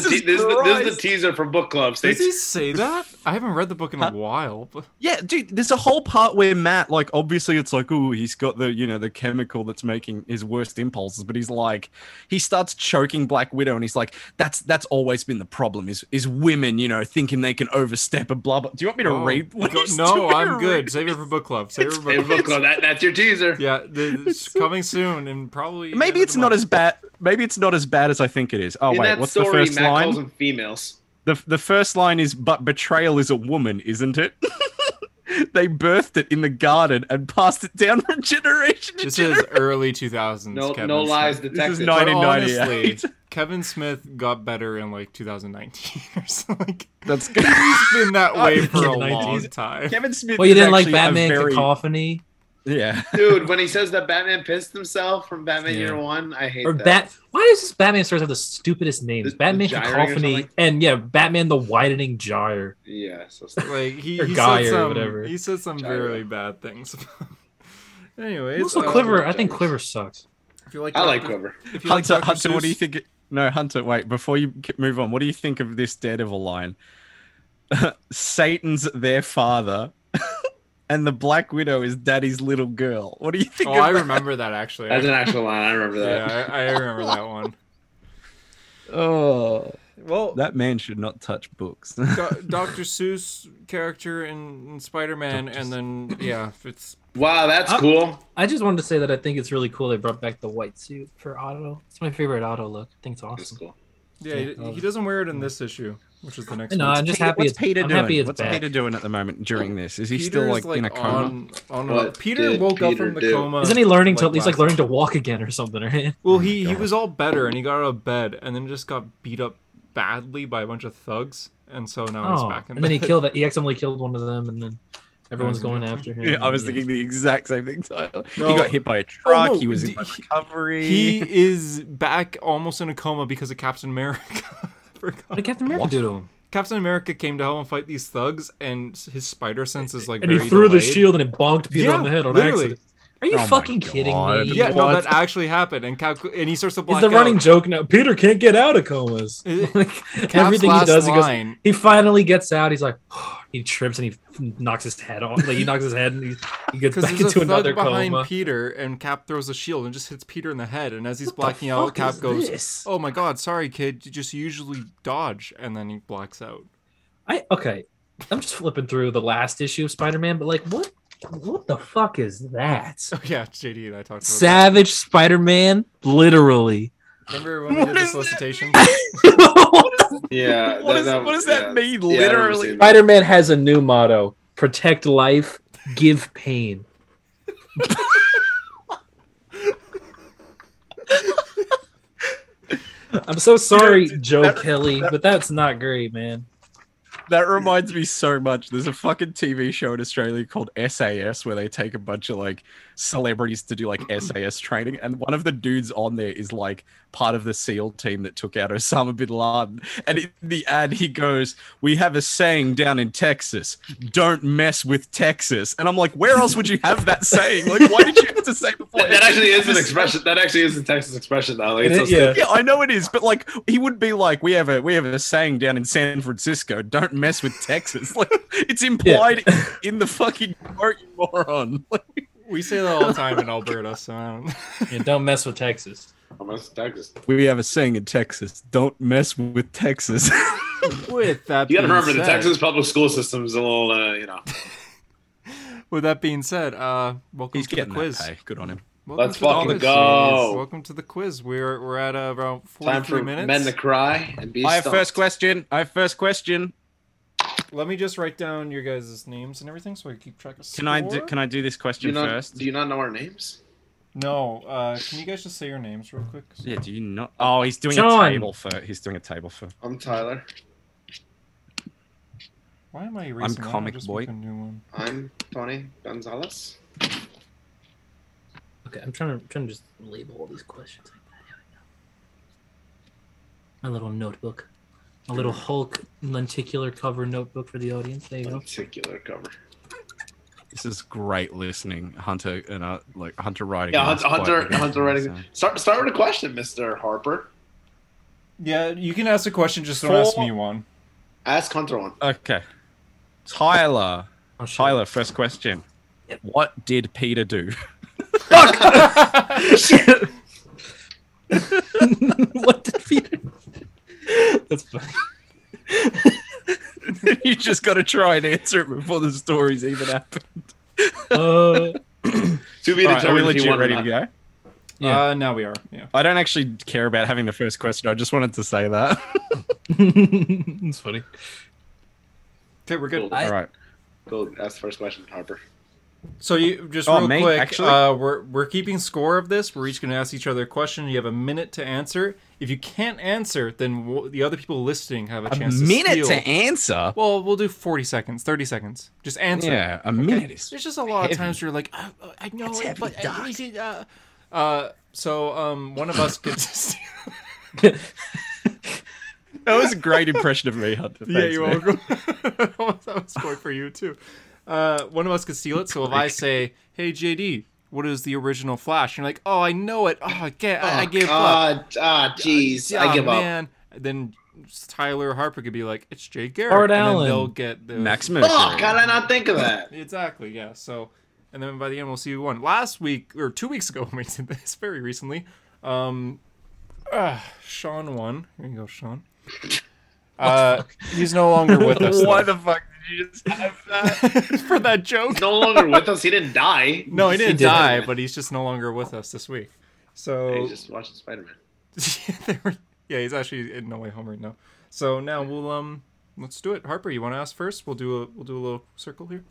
Speaker 1: the te-
Speaker 4: Jesus
Speaker 1: this, is the, this is
Speaker 4: Christ.
Speaker 1: the teaser for book club. Stay
Speaker 2: Does he say that? I haven't read the book in a while. But...
Speaker 4: Yeah, dude, there's a whole part where Matt, like, obviously it's like, oh, he's got the, you know, the chemical that's making his worst impulses, but he's like, he starts choking Black Widow, and he's like, that's that's always been the problem is is women, you know, thinking they can overstep and blah blah. Do you want me to
Speaker 2: Oh,
Speaker 4: read?
Speaker 2: go-
Speaker 4: this? Do you
Speaker 2: no,
Speaker 4: want me to
Speaker 2: I'm good.
Speaker 4: read
Speaker 2: Save it for book club. Save it for
Speaker 1: Hey,
Speaker 2: book club.
Speaker 1: book club. That, that's your teaser.
Speaker 2: Yeah, the, it's coming soon and probably.
Speaker 4: this? Maybe
Speaker 2: end of
Speaker 4: it's
Speaker 2: the
Speaker 4: not
Speaker 2: month.
Speaker 4: as bad. Maybe it's not as bad as I think it is. Oh
Speaker 1: In
Speaker 4: wait,
Speaker 1: that
Speaker 4: what's
Speaker 1: story,
Speaker 4: the first
Speaker 1: Matt
Speaker 4: line?
Speaker 1: calls them females.
Speaker 4: The the first line is, "But betrayal is a woman, isn't it?" they birthed it in the garden and passed it down from generation to
Speaker 2: This
Speaker 4: generation.
Speaker 2: is early 2000s.
Speaker 1: No,
Speaker 2: Kevin
Speaker 1: no
Speaker 2: Smith.
Speaker 1: lies
Speaker 4: This is
Speaker 1: detected.
Speaker 2: But
Speaker 4: 1998.
Speaker 2: honestly, Kevin Smith got better in like 2019 or something. Like,
Speaker 4: That's good.
Speaker 2: he's been that way for a
Speaker 3: 1990s.
Speaker 2: long time.
Speaker 4: Kevin Smith.
Speaker 3: Well, you
Speaker 4: is
Speaker 3: didn't like
Speaker 4: actually a
Speaker 3: Batman
Speaker 4: very-
Speaker 3: Cacophony.
Speaker 4: Yeah.
Speaker 1: Dude, when he says that Batman pissed himself from Batman
Speaker 3: Yeah.
Speaker 1: Year One, I hate
Speaker 3: or
Speaker 1: that.
Speaker 3: Bat. Why does this Batman stories have the stupidest names?
Speaker 1: The- the
Speaker 3: Batman
Speaker 1: Gyring or
Speaker 3: Cacophony
Speaker 1: something?
Speaker 3: and yeah, Batman the Widening Gyre.
Speaker 1: yeah, so
Speaker 2: Like he,
Speaker 3: Or
Speaker 2: he
Speaker 3: guy
Speaker 2: said
Speaker 3: or
Speaker 2: some,
Speaker 3: whatever.
Speaker 2: he said some
Speaker 1: Gyro.
Speaker 2: very bad things. Anyways,
Speaker 3: Also,
Speaker 1: uh,
Speaker 3: Quiver. I think
Speaker 1: Gyres.
Speaker 3: Quiver sucks.
Speaker 2: If you like,
Speaker 1: I like
Speaker 2: Dr.
Speaker 1: Quiver.
Speaker 2: If you like
Speaker 4: Hunter,
Speaker 2: Dr.
Speaker 4: Hunter, what do you
Speaker 2: Seuss-
Speaker 4: think? It, no, Hunter, wait. Before you k- move on, what do you think of this Daredevil line? Satan's their father, and the Black Widow is Daddy's little girl. What do you think?
Speaker 2: Oh,
Speaker 4: of
Speaker 2: I
Speaker 4: that?
Speaker 2: remember that actually.
Speaker 1: That's an actual line. I remember that.
Speaker 2: yeah, I, I remember that one.
Speaker 4: Oh,
Speaker 2: Well,
Speaker 4: that man should not touch books.
Speaker 2: Do- Dr. Seuss character in, in Spider-Man,
Speaker 3: Dr.
Speaker 2: and then yeah, it's
Speaker 1: Wow, that's
Speaker 3: Uh,
Speaker 1: cool.
Speaker 3: I just wanted to say that I think it's really cool they brought back the white suit for Otto. It's my favorite Otto look. I think it's
Speaker 1: That's
Speaker 3: awesome.
Speaker 1: cool.
Speaker 2: yeah. he- He doesn't wear it in this issue, which is the next.
Speaker 3: You know,
Speaker 2: one.
Speaker 3: I'm just
Speaker 4: Peter-
Speaker 3: happy.
Speaker 4: What's
Speaker 3: it's,
Speaker 4: Peter
Speaker 3: I'm
Speaker 4: doing?
Speaker 3: happy it's
Speaker 4: what's
Speaker 3: back.
Speaker 4: Peter doing at the moment during this? Is he
Speaker 2: Peter's,
Speaker 4: still like, in a coma?
Speaker 2: On, on a-
Speaker 1: What
Speaker 2: Peter
Speaker 1: did
Speaker 2: woke up
Speaker 1: Peter
Speaker 2: from the
Speaker 1: do?
Speaker 2: coma.
Speaker 3: Isn't he learning to?
Speaker 2: like,
Speaker 3: He's like
Speaker 2: last-
Speaker 3: learning to walk again or something, right?
Speaker 2: Well,
Speaker 1: Oh
Speaker 2: he he
Speaker 4: God.
Speaker 2: was all better, and he got out of bed, and then just got beat up badly by a bunch of thugs, and so now he's
Speaker 3: Oh,
Speaker 2: back in
Speaker 3: and then he
Speaker 2: bed.
Speaker 3: killed. He accidentally killed one of them, and then everyone's
Speaker 2: Mhm.
Speaker 3: going after him.
Speaker 4: Yeah, I was
Speaker 3: Yeah.
Speaker 4: thinking the exact same thing. Tyler.
Speaker 2: No.
Speaker 4: He got hit by a truck.
Speaker 2: no,
Speaker 4: He was
Speaker 2: d-
Speaker 4: in like, recovery.
Speaker 2: He is back almost in a coma because of Captain America.
Speaker 3: What
Speaker 2: Forgot.
Speaker 3: did Captain America
Speaker 4: What?
Speaker 3: do to him?
Speaker 2: Captain America came to help him fight these thugs, and his spider sense is like.
Speaker 3: And he
Speaker 2: very
Speaker 3: threw the
Speaker 2: delayed.
Speaker 3: shield and it bonked Peter
Speaker 2: Yeah,
Speaker 3: on the head on
Speaker 2: literally.
Speaker 3: accident. Are you
Speaker 4: Oh my
Speaker 3: fucking kidding
Speaker 4: God.
Speaker 3: me?
Speaker 2: Yeah, no,
Speaker 4: What?
Speaker 2: that actually happened, and Cap- and he starts to
Speaker 3: He's
Speaker 2: black
Speaker 3: the running
Speaker 2: out.
Speaker 3: joke now. Peter can't get out of comas.
Speaker 2: It-
Speaker 3: Like,
Speaker 2: Cap's
Speaker 3: everything he
Speaker 2: last
Speaker 3: does, he goes.
Speaker 2: line-
Speaker 3: He finally gets out. He's like, he trips and he knocks his head off. Like he knocks his head and he, he gets
Speaker 2: Because
Speaker 3: back
Speaker 2: there's a
Speaker 3: into
Speaker 2: thug
Speaker 3: another
Speaker 2: behind
Speaker 3: coma.
Speaker 2: Peter, and Cap throws a shield and just hits Peter in the head. And as he's
Speaker 3: What the
Speaker 2: blacking out,
Speaker 3: fuck
Speaker 2: Cap
Speaker 3: is
Speaker 2: goes,
Speaker 3: this?
Speaker 2: "Oh my God, sorry, kid. You just usually dodge," and then he blacks out.
Speaker 3: I okay. I'm just flipping through the last issue of Spider-Man, but like, what, what the fuck is that?
Speaker 2: Oh yeah, JD and I talked about
Speaker 3: Savage Spider-Man, literally.
Speaker 2: that. Remember when we
Speaker 4: What
Speaker 2: did the
Speaker 4: is that?
Speaker 2: solicitation?
Speaker 1: Yeah.
Speaker 4: what, is, what does that
Speaker 1: yeah.
Speaker 4: mean?
Speaker 1: Yeah, I remember
Speaker 4: Literally,
Speaker 1: seeing that.
Speaker 3: Spider-Man has a new motto: protect life, give pain. I'm so sorry, Joe
Speaker 4: that-
Speaker 3: Kelly, but that's not great, man.
Speaker 4: That reminds me so much. There's a fucking TV show in Australia called SAS where they take a bunch of like celebrities to do like SAS training. And one of the dudes on there is like part of the SEAL team that took out Osama bin Laden. And in the ad, he goes, We have a saying down in Texas, don't mess with Texas. And I'm like, Where else would you have that saying? Like, why did you have to say before?
Speaker 1: That actually is an
Speaker 4: Just-
Speaker 1: expression. That actually is a Texas expression, though. Like,
Speaker 3: It
Speaker 1: it's
Speaker 3: is-
Speaker 1: so
Speaker 3: yeah.
Speaker 4: yeah, I know it is, but like he would be like, we have a we have a saying down in San Francisco, don't mess with Texas. Like it's implied in the fucking part, you moron. Like,
Speaker 2: we say that all the time in Alberta. So I don't...
Speaker 3: Yeah, don't mess with Texas.
Speaker 1: almost oh, Texas.
Speaker 4: we have a saying in Texas, don't mess with Texas.
Speaker 2: with that,
Speaker 1: You got to
Speaker 2: being
Speaker 1: remember the
Speaker 2: said-
Speaker 1: Texas public school system is a little, uh, you know.
Speaker 2: With that being said, uh, welcome
Speaker 4: He's
Speaker 2: to the
Speaker 4: getting
Speaker 2: quiz.
Speaker 4: that pay. Good on him.
Speaker 2: Welcome
Speaker 1: Let's
Speaker 2: to the
Speaker 1: fucking
Speaker 2: quiz.
Speaker 1: go.
Speaker 2: Welcome to the quiz. We're we're at uh, around
Speaker 1: Time
Speaker 2: forty-three
Speaker 1: for
Speaker 2: minutes.
Speaker 1: men to cry and be
Speaker 4: I have
Speaker 1: stumped.
Speaker 4: first question. I have first question.
Speaker 2: Let me just write down your guys' names and everything so I keep track of.
Speaker 4: Can I do,
Speaker 2: score.
Speaker 4: can I do this
Speaker 1: Do you,
Speaker 4: question
Speaker 1: not,
Speaker 4: first?
Speaker 1: do you not know our names?
Speaker 2: No, uh, can you guys just say your names real quick?
Speaker 4: yeah, do you not? Oh, he's doing
Speaker 3: John.
Speaker 4: a table for. He's doing a table for.
Speaker 1: I'm Tyler.
Speaker 2: Why am I erasing? Why don't I
Speaker 4: Comic
Speaker 2: just
Speaker 4: Boy.
Speaker 2: make a new one?
Speaker 1: I'm Tony Gonzalez.
Speaker 3: Okay, I'm trying to trying to just label all these questions. Like that. Here we go. My little notebook, a little Hulk lenticular cover notebook for the audience. There you go.
Speaker 1: Particular cover.
Speaker 4: This is great listening, Hunter and uh, like Hunter writing.
Speaker 1: Yeah,
Speaker 4: and us
Speaker 1: Hunter, Hunter,
Speaker 4: quietly.
Speaker 1: Hunter writing. Start, start with a question, Mister Harper.
Speaker 2: Yeah, you can ask a question. Just don't
Speaker 4: Four.
Speaker 2: ask me one.
Speaker 1: Ask Hunter one.
Speaker 4: Okay. Tyler.
Speaker 3: Oh, shit.
Speaker 4: Tyler, first question. What did Peter do?
Speaker 3: what did Peter? That's funny.
Speaker 4: you just got to try and answer it before the stories even happen.
Speaker 3: Uh,
Speaker 1: To be
Speaker 4: All right, are
Speaker 1: determined. if
Speaker 4: we
Speaker 1: you
Speaker 4: legit
Speaker 1: want
Speaker 4: ready
Speaker 1: or
Speaker 4: to
Speaker 1: not.
Speaker 4: go?
Speaker 3: Yeah.
Speaker 2: Uh, now we are. Yeah.
Speaker 4: I don't actually care about having the first question. I just wanted to say that.
Speaker 3: it's funny.
Speaker 2: Okay, we're good.
Speaker 1: Cool.
Speaker 3: I-
Speaker 4: All right.
Speaker 1: Cool. Ask the first question, Harper.
Speaker 2: So you just
Speaker 4: Oh,
Speaker 2: real
Speaker 4: me,
Speaker 2: quick,
Speaker 4: actually?
Speaker 2: Uh, we're we're keeping score of this. We're each going to ask each other a question. You have a minute to answer. If you can't answer, then w- the other people listening have a
Speaker 4: A
Speaker 2: chance.
Speaker 4: minute
Speaker 2: to,
Speaker 4: to
Speaker 2: steal.
Speaker 4: answer.
Speaker 2: Well, we'll do forty seconds, thirty seconds. Just answer.
Speaker 4: Yeah, a minute is
Speaker 2: There's just a lot
Speaker 4: heavy.
Speaker 2: of times you're like, oh, oh, I know
Speaker 4: That's
Speaker 2: it,
Speaker 4: heavy,
Speaker 2: but
Speaker 4: Doc.
Speaker 2: uh, is it, uh, uh, so um, one of us gets. to steal.
Speaker 4: That was a great impression of me, Hunter.
Speaker 2: yeah, you're welcome. that was- that was good for you too. Uh, one of us could steal it. So if I say, "Hey JD, what is the original Flash?" You're like, "Oh, I know it. Oh, I get. I, I give up.
Speaker 1: God. Ah, jeez. I
Speaker 2: Ah,
Speaker 1: give up.
Speaker 2: man. Then Tyler Harper could be like, "It's Jay Garrick."
Speaker 3: Howard
Speaker 2: and then
Speaker 3: Allen.
Speaker 2: They'll get the
Speaker 4: Max
Speaker 1: Fuck,
Speaker 4: Mercury.
Speaker 1: how did I not think of that?
Speaker 2: Exactly. Yeah. So, and then by the end we'll see who won. Last week or two weeks ago, we did this very recently. Um, uh, Sean won. Here you go, Sean. Uh, he's no longer with us though.
Speaker 4: Why the fuck did you just have that?
Speaker 2: for that joke.
Speaker 1: He's no longer with us. He didn't die.
Speaker 2: No, he
Speaker 3: He
Speaker 2: didn't
Speaker 3: didn't.
Speaker 2: die, but he's just no longer with us this week. So
Speaker 1: He's just watching Spider Man.
Speaker 2: they were- yeah, he's actually in No Way Home right now. So now we'll um let's do it. Harper, you want to ask first? We'll do a we'll do a little circle here.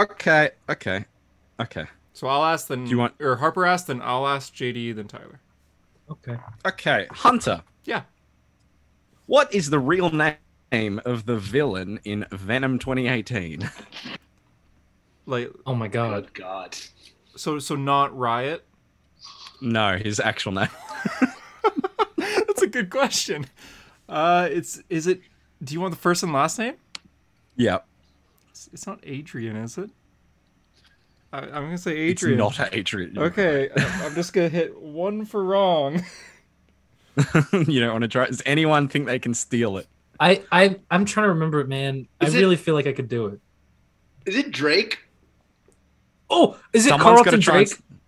Speaker 4: Okay, okay, okay,
Speaker 2: So I'll ask then.
Speaker 4: Do you want-
Speaker 2: or Harper asked then I'll ask JD then Tyler.
Speaker 3: Okay.
Speaker 4: okay. Hunter,
Speaker 2: Yeah.
Speaker 4: what is the real name of the villain in Venom 2018?
Speaker 2: Like
Speaker 3: Oh my god.
Speaker 1: Good God.
Speaker 2: so so not Riot.
Speaker 4: No, his actual name.
Speaker 2: That's a good question. Uh it's is it do you want the first and last name?
Speaker 4: Yeah,
Speaker 2: It's, it's not Adrian, is it? I, I'm going to say
Speaker 4: it's
Speaker 2: Adrian.
Speaker 4: not Adrian.
Speaker 2: Okay, I- I'm just gonna hit one for wrong.
Speaker 4: you don't want to try. Does anyone think they can steal it?
Speaker 3: I I I'm trying to remember it, man.
Speaker 1: Is
Speaker 3: I
Speaker 1: it-
Speaker 3: really feel like I could do it.
Speaker 1: Is it Drake?
Speaker 3: Oh, is it
Speaker 4: Someone's gotta
Speaker 3: Carlton
Speaker 4: try and
Speaker 3: Drake?
Speaker 4: s-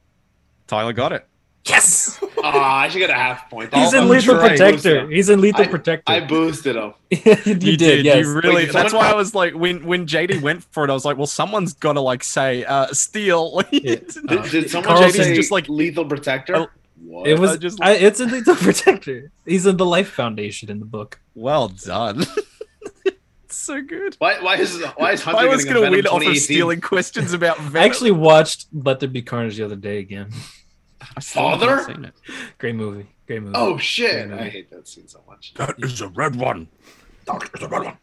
Speaker 4: Tyler got it.
Speaker 3: Yes.
Speaker 1: Ah, I should get a half point.
Speaker 3: He's
Speaker 4: I'm
Speaker 3: in Lethal
Speaker 4: trying.
Speaker 3: Protector. He's in Lethal
Speaker 1: I-
Speaker 3: Protector.
Speaker 1: I boosted him.
Speaker 3: you, did. yes.
Speaker 4: You really.
Speaker 1: did
Speaker 4: that's
Speaker 1: someone-
Speaker 4: why I was like, when when JD went for it, I was like, well, someone's got to like say uh, steal.
Speaker 1: Did,
Speaker 3: Uh,
Speaker 1: did someone
Speaker 4: Carl's
Speaker 1: say
Speaker 4: just like-
Speaker 1: lethal protector?
Speaker 4: Oh,
Speaker 1: what?
Speaker 3: It was.
Speaker 4: I just-
Speaker 3: I, it's in Lethal Protector. He's in the Life Foundation in the book.
Speaker 4: Well done. it's so good.
Speaker 1: why, why is why is Hunter
Speaker 4: I was
Speaker 1: going to
Speaker 4: win off of stealing questions about Venom.
Speaker 3: I actually watched Let There Be Carnage the other day again.
Speaker 4: I still haven't
Speaker 1: Father?
Speaker 4: seen it.
Speaker 3: Great movie. Great movie.
Speaker 1: Oh shit!
Speaker 3: Yeah,
Speaker 1: I
Speaker 3: maybe.
Speaker 1: hate that scene so much.
Speaker 4: That is a red one. That is a red one.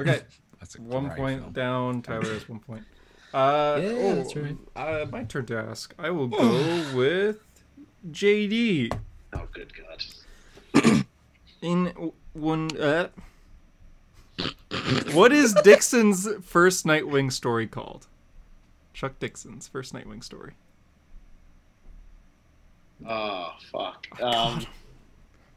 Speaker 2: Okay,
Speaker 4: That's a
Speaker 2: one
Speaker 4: great
Speaker 2: point
Speaker 4: film.
Speaker 2: down. Tyler has one point. Uh,
Speaker 3: Yeah,
Speaker 2: oh,
Speaker 3: that's right.
Speaker 2: Uh, my turn to ask. I will go with JD
Speaker 1: Oh good god!
Speaker 2: in w- one. Uh, what is Dixon's first Nightwing story called? Chuck Dixon's first Nightwing story.
Speaker 1: Oh fuck! Um,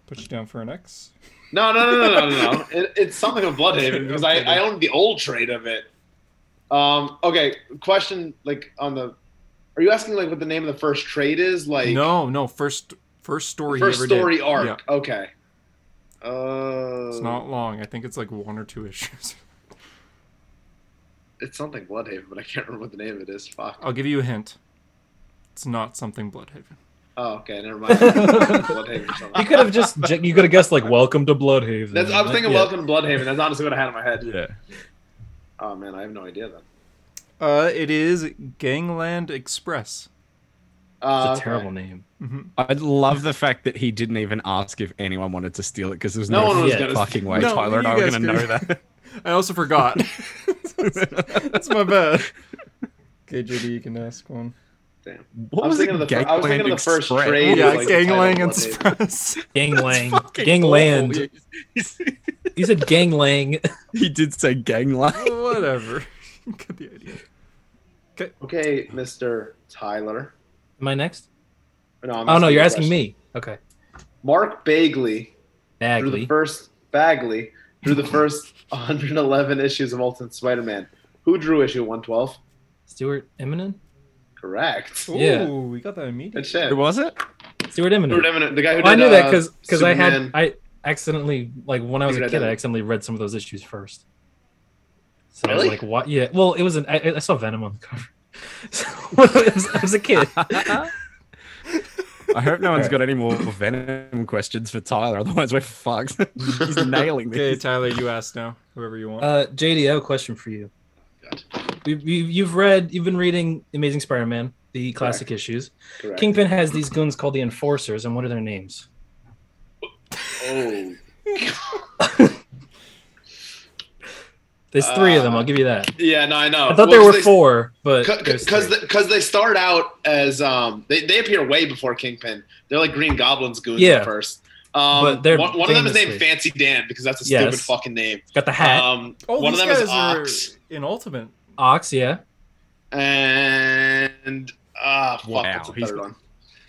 Speaker 2: Put you down for an X.
Speaker 1: no, no, no, no, no, no, no! It, it's something of Bloodhaven because I,
Speaker 2: Okay.
Speaker 1: I owned the old trade of it. Um. Okay. Question like on the. Are you asking like what the name of the first trade is? Like
Speaker 2: No, no. First, first story. he
Speaker 1: first
Speaker 2: ever did.
Speaker 1: story arc.
Speaker 2: Yeah,
Speaker 1: Okay. Uh,
Speaker 2: it's not long. I think it's like one or two issues.
Speaker 1: It's something Bloodhaven, but I can't remember what the name of it is. Fuck.
Speaker 2: I'll give you a hint. It's not something Bloodhaven.
Speaker 1: Oh, okay. Never mind. Bloodhaven or something.
Speaker 3: You could have just. You could have guessed like "Welcome to Bloodhaven."
Speaker 1: That's, I was thinking
Speaker 3: Yeah.
Speaker 1: Welcome to Bloodhaven. That's honestly what I had in my head.
Speaker 4: Yeah.
Speaker 1: Oh man, I have no idea then.
Speaker 2: Uh, it is Gangland Express.
Speaker 1: Uh,
Speaker 3: It's a
Speaker 1: okay.
Speaker 3: terrible name.
Speaker 2: Mhm.
Speaker 4: I love the fact that he didn't even ask if anyone wanted to steal it because there's
Speaker 1: No
Speaker 4: no,
Speaker 1: one
Speaker 3: was
Speaker 4: fucking
Speaker 1: gonna-
Speaker 4: fucking way
Speaker 2: No,
Speaker 4: Tyler and
Speaker 2: you
Speaker 4: I were
Speaker 2: guys
Speaker 4: going to know
Speaker 2: could've-
Speaker 4: that.
Speaker 2: I also forgot. That's my bad. Okay, JD, you can ask one.
Speaker 1: Damn.
Speaker 4: What
Speaker 1: I was
Speaker 4: was it?
Speaker 1: thinking of the fir- I was thinking
Speaker 4: Gangland
Speaker 1: of the first
Speaker 4: Express?
Speaker 1: trade.
Speaker 2: Yeah,
Speaker 1: like the title
Speaker 2: Gangland
Speaker 1: of Bloodhaven.
Speaker 2: Express.
Speaker 3: Gang Lang.
Speaker 4: Fucking
Speaker 3: Gang
Speaker 4: awful.
Speaker 3: Land. You said Gang Lang.
Speaker 4: He did say gangland.
Speaker 2: Whatever. Get the idea.
Speaker 1: Okay, Mister Tyler.
Speaker 3: Am I next?
Speaker 1: No, I'm
Speaker 3: Oh no,
Speaker 1: you
Speaker 3: you're
Speaker 1: a
Speaker 3: asking
Speaker 1: question.
Speaker 3: me. Okay.
Speaker 1: Mark Bagley through the
Speaker 3: Bagley.
Speaker 1: first Bagley through the first 111 issues of Ultimate Spider-Man. Who drew issue 112?
Speaker 3: Stuart Eminem.
Speaker 1: Correct.
Speaker 2: Ooh,
Speaker 3: Yeah.
Speaker 2: we got that immediate.
Speaker 1: Good shit.
Speaker 4: Who was it?
Speaker 3: Stuart Eminem.
Speaker 1: Stuart Eminem, the guy who did,
Speaker 3: Well, I knew that
Speaker 1: uh,
Speaker 3: because because I had
Speaker 1: Superman.
Speaker 3: I accidentally like when I was
Speaker 1: You
Speaker 3: a
Speaker 1: read
Speaker 3: kid
Speaker 1: that?
Speaker 3: I accidentally read some of those issues first. So I was
Speaker 1: Really?
Speaker 3: like, what? Yeah. Well, it was an I, I saw Venom on the cover. So I, was, I was a kid.
Speaker 4: I hope no one's got any more Venom questions for Tyler, otherwise we're fucked. He's nailing
Speaker 2: Okay,
Speaker 4: this.
Speaker 2: Tyler, you ask now. Whoever you want.
Speaker 3: Uh, JD, I have a question for you.
Speaker 1: God.
Speaker 3: you, you- you've read, you've been reading Amazing Spider-Man, the classic issues.
Speaker 1: Correct.
Speaker 3: Kingpin has these goons called the Enforcers, and what are their names?
Speaker 1: Oh.
Speaker 3: There's three of them.
Speaker 1: Uh,
Speaker 3: I'll give you that.
Speaker 1: Yeah, no, I know.
Speaker 3: I thought there were four, but there's
Speaker 1: Because
Speaker 3: three.
Speaker 1: because they start out as um they, they appear way before Kingpin. They're like Green Goblin's goons
Speaker 3: Yeah.
Speaker 1: at first. Um,
Speaker 3: But they're
Speaker 1: one, one of them is named
Speaker 3: famously-
Speaker 1: Fancy Dan because that's a
Speaker 3: Yes.
Speaker 1: stupid fucking name.
Speaker 3: got the hat,
Speaker 1: Um,
Speaker 2: Oh,
Speaker 1: one
Speaker 2: these
Speaker 1: of them is
Speaker 2: guys
Speaker 1: Ox,
Speaker 2: are in Ultimate.
Speaker 3: ox. Yeah,
Speaker 1: and ah, fuck,
Speaker 4: Wow,
Speaker 1: what's the
Speaker 4: he's-
Speaker 1: third one?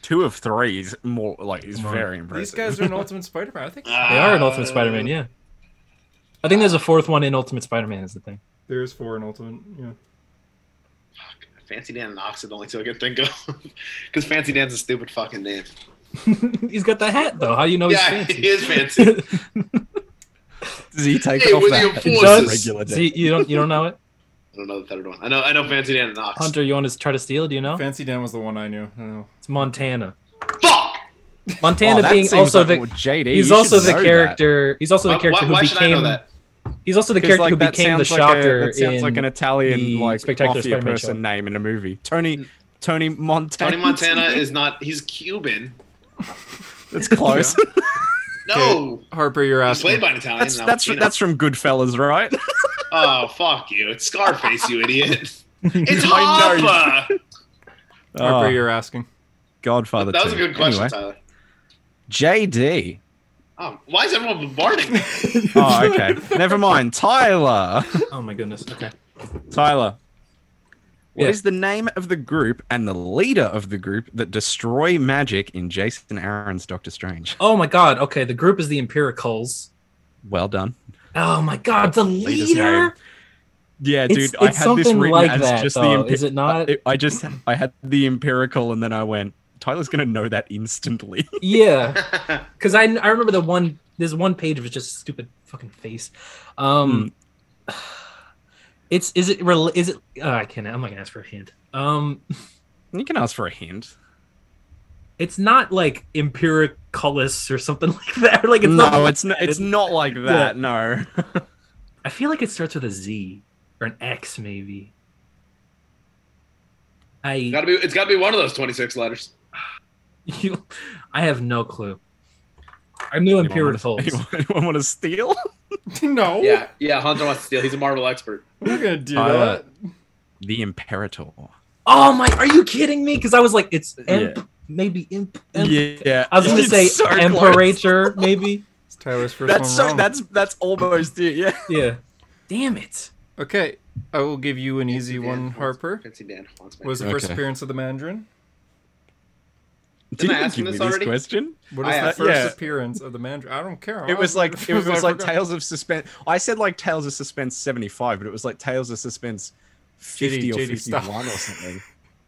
Speaker 4: Two of three is more like is
Speaker 3: Right.
Speaker 4: very impressive.
Speaker 2: These guys are in Ultimate Spider-Man. I think
Speaker 1: Ah.
Speaker 3: they are in Ultimate
Speaker 1: uh,
Speaker 3: Spider-Man. Yeah, I think there's a fourth one in Ultimate Spider-Man. Is the thing.
Speaker 2: there's four in Ultimate. Yeah.
Speaker 1: Uh, Fancy Dan and Ox are the only two I can think of because Fancy Dan's a stupid fucking name.
Speaker 3: he's got the hat though. How do you know
Speaker 1: yeah,
Speaker 3: Oh, he's fancy?
Speaker 1: he is fancy.
Speaker 4: Does he take
Speaker 1: Hey,
Speaker 4: off
Speaker 1: with
Speaker 4: that
Speaker 1: your
Speaker 4: hat?
Speaker 1: forces.
Speaker 4: Just regular day?
Speaker 3: See, you don't you don't know it,
Speaker 1: I don't know the third one. I know I know Fancy Dan and Ox.
Speaker 3: Hunter. You want to try to steal? Do you know?
Speaker 2: Fancy Dan was the one I knew. I know.
Speaker 3: It's Montana.
Speaker 1: Fuck.
Speaker 4: Oh,
Speaker 3: Montana
Speaker 4: that
Speaker 3: being
Speaker 4: seems
Speaker 3: also
Speaker 4: like
Speaker 3: the
Speaker 4: more JD.
Speaker 3: he's
Speaker 4: You
Speaker 3: also
Speaker 4: should
Speaker 3: the
Speaker 4: know that.
Speaker 3: character. He's also the
Speaker 1: Why,
Speaker 3: character
Speaker 1: why, why
Speaker 3: who
Speaker 1: should I know
Speaker 3: became.
Speaker 1: that?
Speaker 3: He's also the
Speaker 4: 'Cause,
Speaker 3: character who
Speaker 4: that
Speaker 3: became the
Speaker 4: sounds like a-
Speaker 3: Shocker
Speaker 4: that sounds
Speaker 3: in
Speaker 4: like an Italian
Speaker 3: the
Speaker 4: like
Speaker 3: Spectacular
Speaker 4: mafia
Speaker 3: Spider-Man
Speaker 4: person
Speaker 3: show.
Speaker 4: name in a movie. Tony Tony Montana.
Speaker 1: Tony Montana is not. He's Cuban.
Speaker 4: That's close.
Speaker 1: No,
Speaker 2: Harper, you're
Speaker 1: he's played
Speaker 2: asking.
Speaker 1: by an Italian.
Speaker 4: that's
Speaker 1: not
Speaker 4: that's
Speaker 1: Latino.
Speaker 4: that's from Goodfellas, right?
Speaker 1: Oh fuck you! It's Scarface, you idiot. It's
Speaker 4: I know.
Speaker 1: Hoffa.
Speaker 2: Harper,
Speaker 4: Oh,
Speaker 2: you're asking.
Speaker 4: Godfather.
Speaker 1: That was a
Speaker 4: two.
Speaker 1: good question,
Speaker 4: Anyway,
Speaker 1: Tyler.
Speaker 4: JD.
Speaker 1: Oh, why is everyone bombarding? me?
Speaker 4: Oh, okay. Never mind. Tyler.
Speaker 3: Oh my goodness. Okay.
Speaker 4: Tyler. What
Speaker 3: Yeah.
Speaker 4: is the name of the group and the leader of the group that destroy magic in Jason Aaron's Doctor Strange?
Speaker 3: Oh my god. Okay. The group is the Empiricals.
Speaker 4: Well done.
Speaker 3: Oh my god. The
Speaker 4: Leader's
Speaker 3: leader.
Speaker 4: Yeah,
Speaker 3: It's,
Speaker 4: dude,
Speaker 3: it's
Speaker 4: I had
Speaker 3: something
Speaker 4: this written
Speaker 3: like
Speaker 4: as
Speaker 3: that.
Speaker 4: just
Speaker 3: though.
Speaker 4: the imp-
Speaker 3: is it not?
Speaker 4: I- I just I had the empirical and then I went, Tyler's gonna know that instantly.
Speaker 3: yeah. Because I I remember the one. There's one page was just stupid fucking face. Um.
Speaker 4: Hmm.
Speaker 3: It's is it rel- is it? Oh, I can't. I'm not gonna ask for a hint. Um.
Speaker 4: you can ask for a hint.
Speaker 3: It's not like Empiricalis or something like that. Like it's
Speaker 4: no,
Speaker 3: not.
Speaker 4: it's not it's not like that, no.
Speaker 3: I feel like it starts with a Z or an X maybe. I
Speaker 1: gotta be. It's gotta be one of those twenty-six letters.
Speaker 3: You, I have no clue. I knew
Speaker 4: Anyone
Speaker 3: empirical.
Speaker 4: wanna- anyone, anyone wanna steal?
Speaker 2: no.
Speaker 1: Yeah, yeah. Hunter wants to steal. He's a Marvel expert.
Speaker 2: I'm not gonna do
Speaker 4: Uh,
Speaker 2: that.
Speaker 4: The Imperator.
Speaker 3: Oh my! Are you kidding me? Because I was like, it's imp, maybe imp. imp.
Speaker 4: Yeah.
Speaker 3: I was gonna
Speaker 4: It's
Speaker 3: say
Speaker 4: so close.
Speaker 3: emperator, maybe.
Speaker 2: It's Tyler's first one
Speaker 4: That's so
Speaker 2: wrong.
Speaker 4: that's that's almost it, yeah.
Speaker 3: Yeah. Damn it!
Speaker 2: Okay, I will give you an easy
Speaker 1: Dan
Speaker 2: one,
Speaker 1: wants-
Speaker 2: Harper.
Speaker 1: Fancy Dan wants my.
Speaker 2: Was the first
Speaker 4: Okay.
Speaker 2: appearance of the Mandarin?
Speaker 4: Did
Speaker 1: I
Speaker 4: you
Speaker 1: ask him
Speaker 4: give me
Speaker 1: this
Speaker 4: this
Speaker 1: already?
Speaker 4: question?
Speaker 2: What is
Speaker 1: I
Speaker 2: the
Speaker 1: asked-
Speaker 2: first
Speaker 4: yeah.
Speaker 2: appearance of the Mandarin? I don't care.
Speaker 4: It was like it was
Speaker 2: I
Speaker 4: like
Speaker 2: forgot.
Speaker 4: Tales of Suspense. I said like Tales of Suspense seventy five, but it was like Tales of Suspense fifty or
Speaker 2: JD,
Speaker 4: fifty
Speaker 2: stop.
Speaker 4: one or something.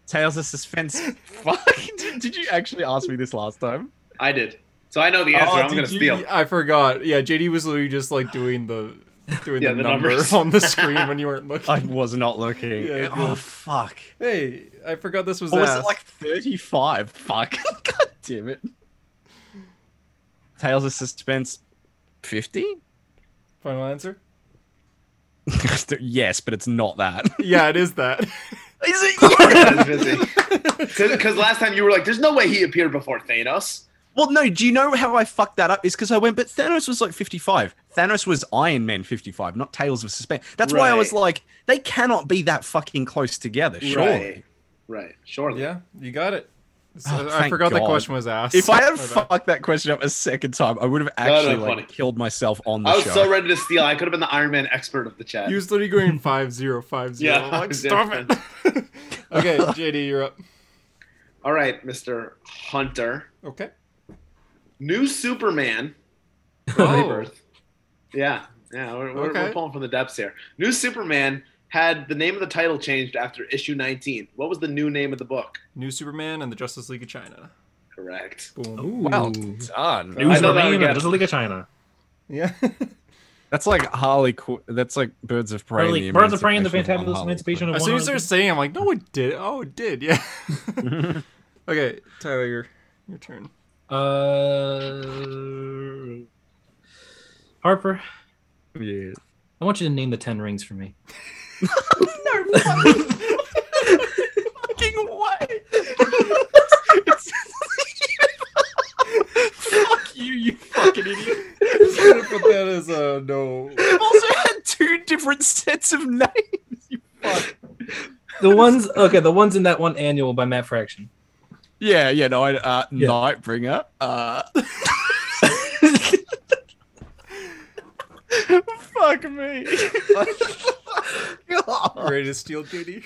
Speaker 4: Tales of Suspense. Fuck! Did, did you actually ask me this last time?
Speaker 1: I did. So I know the answer.
Speaker 2: Oh,
Speaker 1: I'm
Speaker 2: did
Speaker 1: gonna
Speaker 2: you-
Speaker 1: steal.
Speaker 2: I forgot. Yeah, JD was literally just like doing the doing
Speaker 1: Yeah, the
Speaker 2: the, number
Speaker 1: numbers.
Speaker 2: on the screen when you weren't looking.
Speaker 4: I was not looking.
Speaker 2: Yeah,
Speaker 4: oh
Speaker 2: yeah.
Speaker 4: fuck!
Speaker 2: hey, I forgot this was
Speaker 4: Or Oh, was
Speaker 2: asked.
Speaker 4: it like thirty five? Fuck! God damn it! Tales of Suspense fifty.
Speaker 2: Final answer?
Speaker 4: yes, but it's not that.
Speaker 2: Yeah, it is that.
Speaker 4: Is it?
Speaker 1: Because last time you were like, "There's no way he appeared before Thanos."
Speaker 4: Well, no. Do you know how I fucked that up? Is because I went, but Thanos was like 55. Thanos was Iron Man 55, not Tales of Suspense. That's why I was
Speaker 1: Right.
Speaker 4: like, they cannot be that fucking close together, surely.
Speaker 1: Right. Right. Surely.
Speaker 2: yeah, you got it. So,
Speaker 4: Oh,
Speaker 2: I
Speaker 4: thank
Speaker 2: forgot that
Speaker 4: God.
Speaker 2: question was asked.
Speaker 4: If I had
Speaker 2: My bad.
Speaker 4: fucked that question up a second time, I would have
Speaker 1: no,
Speaker 4: actually
Speaker 1: funny.
Speaker 4: like killed myself on the
Speaker 1: I was
Speaker 4: show.
Speaker 1: so ready to steal. I could have been the Iron Man expert of the chat.
Speaker 2: He was literally going five zero five zero.
Speaker 1: Yeah,
Speaker 2: like
Speaker 1: I'm
Speaker 2: stop it. okay, JD, you're up.
Speaker 1: All right, Mister Hunter.
Speaker 2: Okay.
Speaker 1: New Superman.
Speaker 2: Oh,
Speaker 1: Rebirth. Yeah, yeah, we're, we're,
Speaker 2: Okay.
Speaker 1: we're pulling from the depths here. New Superman had the name of the title changed after issue 19. What was the new name of the book?
Speaker 2: new Superman and the Justice League of China.
Speaker 1: Correct.
Speaker 3: Oh.
Speaker 2: Boom.
Speaker 4: well
Speaker 3: Ooh.
Speaker 4: done.
Speaker 1: I know that
Speaker 3: Newsman
Speaker 1: again.
Speaker 3: and the League of China.
Speaker 2: Yeah.
Speaker 4: That's like Harley. Qu- that's like Birds of Prey. and
Speaker 3: Early-
Speaker 4: the
Speaker 3: Birds of Prey and the
Speaker 4: Emancipation of
Speaker 3: Fantabulous
Speaker 4: Harley
Speaker 3: Emancipation
Speaker 4: Quinn.
Speaker 3: of-
Speaker 2: as soon as they're saying, I'm like, no, it did. Oh, it did. Yeah. okay, Tyler, your your turn.
Speaker 3: Uh, Harper,
Speaker 4: Yeah.
Speaker 3: I want you to name the ten rings for me.
Speaker 4: no fucking way. It's- Fuck you, you fucking idiot.
Speaker 2: Just gonna put that as a no.
Speaker 4: You've also had two different sets of names. you fuck.
Speaker 3: The ones okay, the ones in that one annual by Matt Fraction.
Speaker 4: Yeah, yeah, no, I, uh,
Speaker 3: Yeah.
Speaker 4: Nightbringer. Uh, fuck me. God.
Speaker 2: Ready to steal, JD?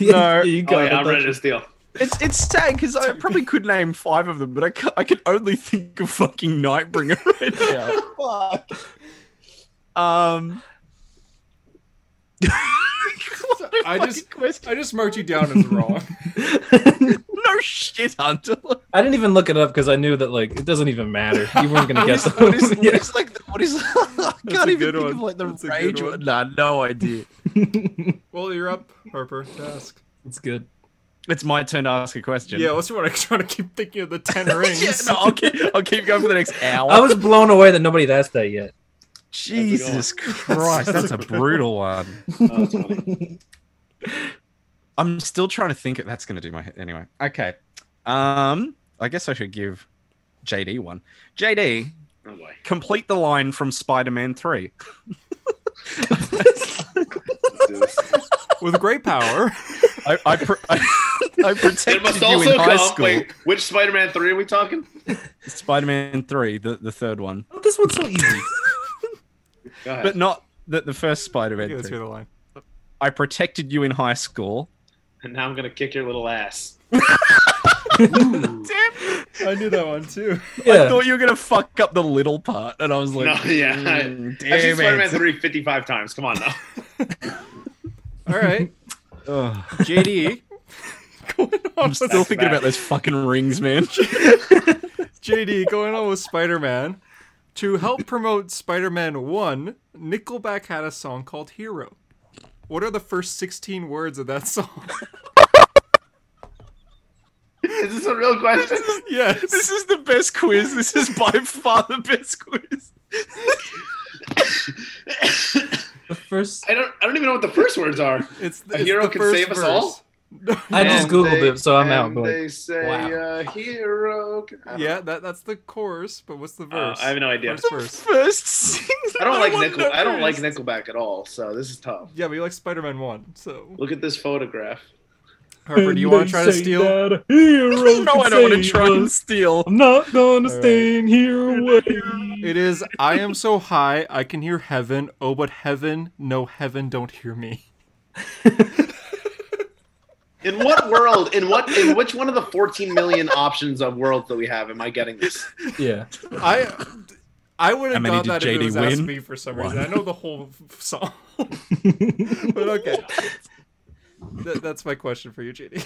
Speaker 4: No.
Speaker 3: you
Speaker 1: Oh,
Speaker 3: got
Speaker 1: yeah,
Speaker 3: it.
Speaker 1: I'm ready to steal.
Speaker 4: It's it's sad because I probably could name five of them, but I can, I can only think of fucking Nightbringer right now. Fuck. Um. What a
Speaker 2: I just-
Speaker 4: fucking question.
Speaker 2: I just marked you down as wrong.
Speaker 4: no shit, Hunter.
Speaker 3: I didn't even look it up because I knew that like it doesn't even matter. You weren't gonna
Speaker 4: What
Speaker 3: guess.
Speaker 4: is,
Speaker 3: them.
Speaker 4: what, is, what
Speaker 3: Yeah.
Speaker 4: is like the, what is? I
Speaker 2: a
Speaker 4: can't even
Speaker 2: good
Speaker 4: think of
Speaker 2: one.
Speaker 4: like the
Speaker 2: That's a good
Speaker 4: rage
Speaker 2: one.
Speaker 4: one. Nah, no idea.
Speaker 2: well, you're up, Harper. Task.
Speaker 3: It's good.
Speaker 4: It's my turn to ask a question.
Speaker 2: Yeah, what's your one? I'm trying to keep thinking of the ten rings.
Speaker 4: yeah no, I'll keep, I'll keep going for the next hour.
Speaker 3: I was blown away that nobody'd asked that yet.
Speaker 4: Jesus Christ,
Speaker 2: That's
Speaker 4: that's
Speaker 2: a
Speaker 4: a
Speaker 2: good one.
Speaker 4: brutal one.
Speaker 1: Oh, that's funny.
Speaker 4: I'm still trying to think. It. That's going to do my head anyway. Okay. Um, I guess I should give JD one. JD,
Speaker 1: Oh, boy.
Speaker 4: complete the line from Spider-Man Three.
Speaker 1: Let's do this.
Speaker 2: With great power.
Speaker 4: I I, pr- I, I
Speaker 1: It
Speaker 4: protected
Speaker 1: must
Speaker 4: you
Speaker 1: also
Speaker 4: in high
Speaker 1: come.
Speaker 4: school.
Speaker 1: Wait, which Spider-Man three are we talking?
Speaker 4: Spider-Man Three, the, the third one,
Speaker 3: Oh, this one's so easy.
Speaker 1: Go ahead.
Speaker 4: but not the, the first Spider-Man
Speaker 2: Yeah, let's hear
Speaker 4: Three.
Speaker 2: the line.
Speaker 4: I protected you in high school.
Speaker 1: and now I'm gonna kick your little ass.
Speaker 4: Damn,
Speaker 2: I knew that one too.
Speaker 4: I
Speaker 3: yeah.
Speaker 4: thought you were gonna fuck up the little part, and I was like,
Speaker 1: No, yeah.
Speaker 4: "Mm,
Speaker 1: I've seen
Speaker 4: damn
Speaker 1: Spider-Man
Speaker 4: it.
Speaker 1: 3 55 times. Come on now.
Speaker 2: All right,
Speaker 4: Ugh.
Speaker 2: JD. going on
Speaker 4: I'm
Speaker 2: with
Speaker 4: still thinking
Speaker 1: bad.
Speaker 4: about those fucking rings, man.
Speaker 2: JD going on with Spider Man. To help promote Spider Man 1, Nickelback had a song called Hero. What are the first 16 words of that song?
Speaker 1: Is this a real question?
Speaker 2: yes.
Speaker 4: This is the best quiz. This is by far the best quiz.
Speaker 3: The first,
Speaker 1: I don't. I don't even know what the first words are.
Speaker 2: It's, it's
Speaker 1: A hero
Speaker 2: the
Speaker 1: can
Speaker 2: first
Speaker 1: save us
Speaker 2: verse.
Speaker 1: all?
Speaker 3: I just
Speaker 1: And
Speaker 3: googled
Speaker 1: they-
Speaker 3: it, so I'm
Speaker 1: and
Speaker 3: out. But
Speaker 1: They say
Speaker 3: wow.
Speaker 1: uh, hero. can- I don't
Speaker 2: Yeah, that, that's the chorus, but what's the
Speaker 1: know. Uh,
Speaker 2: verse?
Speaker 1: I have no idea.
Speaker 2: First verse.
Speaker 4: First sing.
Speaker 1: I don't like
Speaker 4: wanna
Speaker 1: Nickel.
Speaker 4: know
Speaker 1: I don't like
Speaker 4: first.
Speaker 1: Nickelback at all. So this is tough.
Speaker 2: Yeah, but you like Spider Man 1, so.
Speaker 1: Look at this photograph.
Speaker 2: Harper, do you want to try to steal?
Speaker 4: No, I don't want to try and steal.
Speaker 3: I'm not gonna
Speaker 2: All
Speaker 3: stay in here away.
Speaker 2: It is I am so high, I can hear heaven. Oh, but heaven, no, heaven, don't hear me.
Speaker 1: In what world? In what? In which one of the 14 million options of worlds that we have am I getting this?
Speaker 3: Yeah.
Speaker 2: I I would
Speaker 4: How
Speaker 2: have
Speaker 4: many
Speaker 2: got that if
Speaker 4: did
Speaker 2: it
Speaker 4: JD
Speaker 2: was asked
Speaker 4: win?
Speaker 2: me for some reason.
Speaker 4: One.
Speaker 2: I know the whole f- song, but okay. Th- that's my question for you, JD.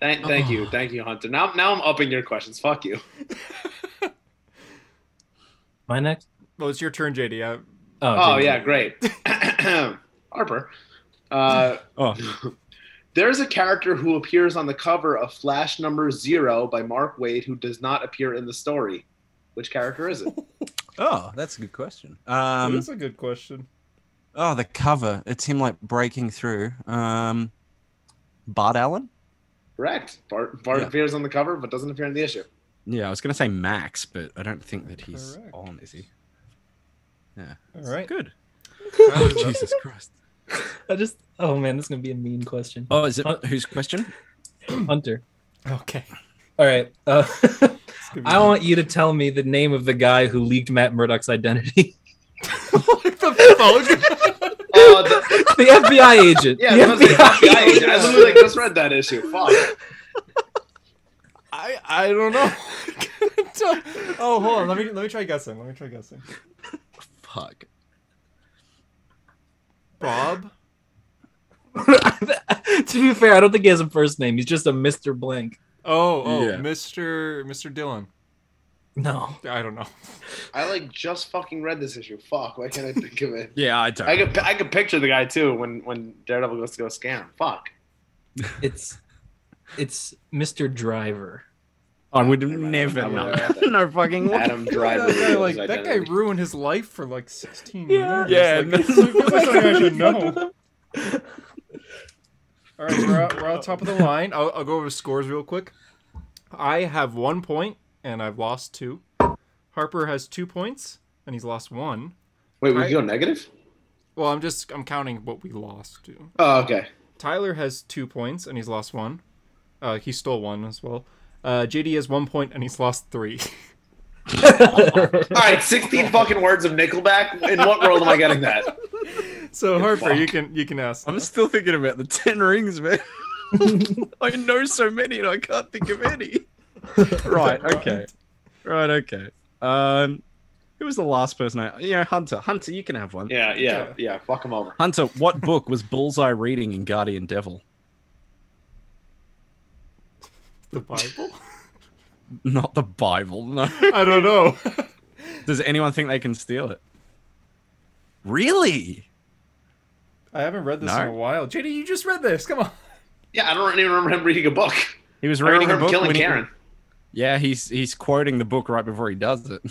Speaker 1: Thank, thank you, thank you, Hunter. Now, now I'm upping your questions. Oh. Fuck you.
Speaker 3: My next.
Speaker 2: Well, it's your turn, JD. I,
Speaker 1: Oh
Speaker 3: dude.
Speaker 1: yeah, great. Harper. Uh,
Speaker 4: Oh,
Speaker 1: there's a character who appears on the cover of Flash Number Zero by Mark Waid who does not appear in the story. Which character is it?
Speaker 4: oh, that's a good question. Um,
Speaker 2: that's a good question.
Speaker 4: oh, the cover. It's him like breaking through. Um, Bart Allen.
Speaker 1: Correct. Bart, Bart
Speaker 4: Yeah.
Speaker 1: appears on the cover but doesn't appear in the issue.
Speaker 4: Yeah, I was gonna say Max, but I don't think that he's
Speaker 2: Correct.
Speaker 4: on, is he? Yeah.
Speaker 2: All right.
Speaker 4: Good. Oh,
Speaker 2: Tyler's up.
Speaker 4: Jesus Christ.
Speaker 3: I just. Oh man, this is gonna be a mean question.
Speaker 4: Oh, is it whose question?
Speaker 3: Hunter.
Speaker 2: okay.
Speaker 3: All right. Uh,
Speaker 2: It's gonna be-
Speaker 3: I want you to tell me the name of the guy who leaked Matt Murdock's identity.
Speaker 2: Like the fog.
Speaker 1: Oh, the,
Speaker 3: the FBI agent.
Speaker 1: yeah,
Speaker 3: the
Speaker 1: the the FBI agent. I
Speaker 3: agent.
Speaker 1: literally like, just read that issue. Fuck.
Speaker 2: I I don't know. oh, hold on. Let me let me try guessing. Let me try guessing.
Speaker 4: Fuck.
Speaker 2: Bob.
Speaker 3: to be fair, I don't think he has a first name. He's just a Mr. Blank.
Speaker 2: Oh, oh,
Speaker 4: Yeah.
Speaker 2: Mr. Mr. Dylan.
Speaker 3: No.
Speaker 2: I don't know.
Speaker 1: I like just fucking read this issue. Fuck. Why can't I think of it?
Speaker 4: Yeah, I don't.
Speaker 1: I could I could picture the guy too when when Daredevil goes to go scan him. Fuck.
Speaker 3: It's it's Mr. Driver.
Speaker 4: I would
Speaker 1: Never mind. I
Speaker 4: never
Speaker 1: would
Speaker 4: know.
Speaker 1: have that.
Speaker 4: no fucking way.
Speaker 1: Adam Driver.
Speaker 2: that guy,
Speaker 1: reveals
Speaker 2: like
Speaker 1: his
Speaker 2: that guy
Speaker 1: identity.
Speaker 2: ruined his life for like 16
Speaker 3: Yeah.
Speaker 2: years.
Speaker 4: Yeah,
Speaker 2: like, it feels like something I should know. All right, we're out, we're out top of the line. I'll, I'll go over scores real quick. I have one point and I've lost two. Harper has two points and he's lost one.
Speaker 1: Wait, we
Speaker 2: I-
Speaker 1: go negative?
Speaker 2: Well, I'm just I'm counting what we lost to.
Speaker 1: Oh, okay.
Speaker 2: Tyler has two points and he's lost one. Uh, he stole one as well. Uh, JD has one point and he's lost three.
Speaker 1: All right, 16 fucking words of Nickelback. In what world am I getting that?
Speaker 2: So Harper,
Speaker 1: fuck.
Speaker 2: you can you can ask.
Speaker 4: I'm still thinking about the ten rings, man. I know so many and I can't think of any. right, okay. Right, okay. Um who was the last person I yeah, Hunter. Hunter, you can have one.
Speaker 1: Yeah, yeah, yeah. Fuck him over.
Speaker 4: Hunter, what book was Bullseye reading in Guardian Devil?
Speaker 2: The Bible?
Speaker 4: Not the Bible, no.
Speaker 2: I don't know.
Speaker 4: Does anyone think they can steal it? Really?
Speaker 2: I haven't read this
Speaker 4: No.
Speaker 2: in a while. JD, you just read this. Come on.
Speaker 1: Yeah, I don't even remember him reading a book.
Speaker 4: He was
Speaker 1: I
Speaker 4: reading
Speaker 1: remember
Speaker 4: a
Speaker 1: him
Speaker 4: book.
Speaker 1: killing
Speaker 4: when he-
Speaker 1: Karen.
Speaker 4: yeah, he's he's quoting the book right before he does it.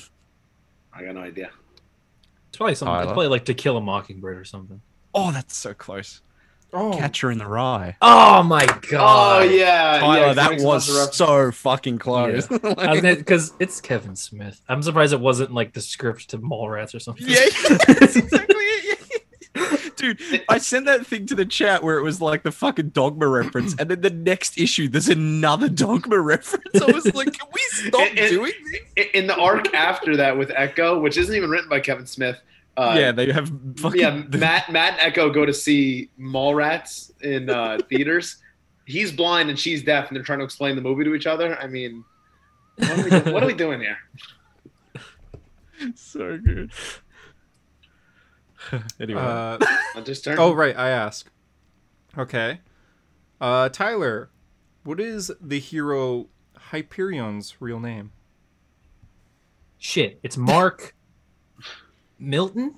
Speaker 1: I got no idea.
Speaker 3: It's probably something. It's
Speaker 4: Tyler.
Speaker 3: probably like To Kill a Mockingbird or something.
Speaker 4: Oh, that's so close.
Speaker 2: Oh,
Speaker 4: Catcher in the Rye.
Speaker 3: Oh my
Speaker 1: Oh,
Speaker 3: god!
Speaker 1: yeah.
Speaker 4: Tyler,
Speaker 1: yeah,
Speaker 4: that was so fucking close. Like-
Speaker 3: Because it's Kevin Smith. I'm surprised it wasn't like the script to Mallrats or something.
Speaker 4: Yeah, that's exactly it. yeah. Dude, I sent that thing to the chat where it was like the fucking dogma reference, and then the next issue, there's another dogma reference. I was like, can we stop
Speaker 1: It- it-
Speaker 4: doing this?
Speaker 1: In the arc after that with Echo, which isn't even written by Kevin Smith. Uh,
Speaker 4: yeah, they have fucking.
Speaker 1: yeah, Matt, Matt and Echo go to see Mallrats in uh, theaters. He's blind and she's deaf, and they're trying to explain the movie to each other. I mean, what are we, do- what are we doing here?
Speaker 4: so good. anyway,
Speaker 2: uh,
Speaker 1: I just turned.
Speaker 2: oh right, I ask. Okay. Uh, Tyler, what is the hero Hyperion's real name?
Speaker 3: Shit, it's Mark Milton.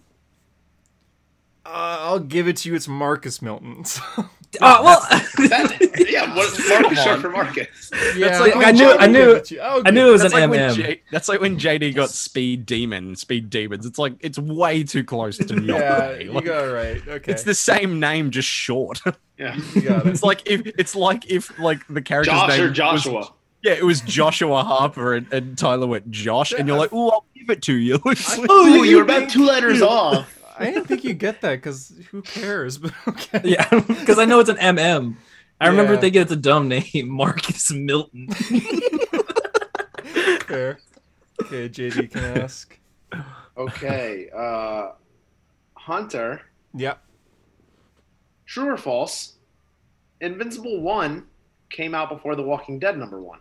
Speaker 2: Uh, I'll give it to you. It's Marcus Milton. So,
Speaker 3: Oh well,
Speaker 1: That- yeah, what, Marcus
Speaker 4: Come
Speaker 1: short
Speaker 4: on.
Speaker 1: for Marcus.
Speaker 2: yeah,
Speaker 4: like
Speaker 2: I'll
Speaker 4: I knew-
Speaker 2: give
Speaker 3: I knew-
Speaker 2: it to you. Oh, I'll
Speaker 3: I
Speaker 2: give
Speaker 3: knew it was
Speaker 4: that's,
Speaker 3: an
Speaker 4: like
Speaker 3: MM.
Speaker 4: when J- that's like when JD got Speed Demon, Speed Demons. It's like it's way too close to not.
Speaker 2: Yeah,
Speaker 4: be.
Speaker 2: you
Speaker 4: Like,
Speaker 2: got it right. Okay,
Speaker 4: It's the same name, just short.
Speaker 1: Yeah.
Speaker 2: you got it.
Speaker 4: it's like if it's like if like the character's
Speaker 1: Josh
Speaker 4: name
Speaker 1: or
Speaker 4: was-
Speaker 1: Joshua.
Speaker 4: Yeah, it was Joshua Harper and, and Tyler went Josh, and you're like, "Oh, I'll give it to you." It's like-
Speaker 1: Ooh,
Speaker 2: Oh, you
Speaker 1: you're about
Speaker 2: made-
Speaker 1: two letters off.
Speaker 2: I didn't think you get that because who cares? But okay.
Speaker 3: yeah, because I know it's an MM. I remember
Speaker 2: Yeah.
Speaker 3: thinking it's a dumb name, Marcus Milton.
Speaker 2: Fair. Okay, JD can ask.
Speaker 1: Okay. Uh, Hunter,
Speaker 2: Yep.
Speaker 1: true or false? Invincible 1 came out before The Walking Dead number 1.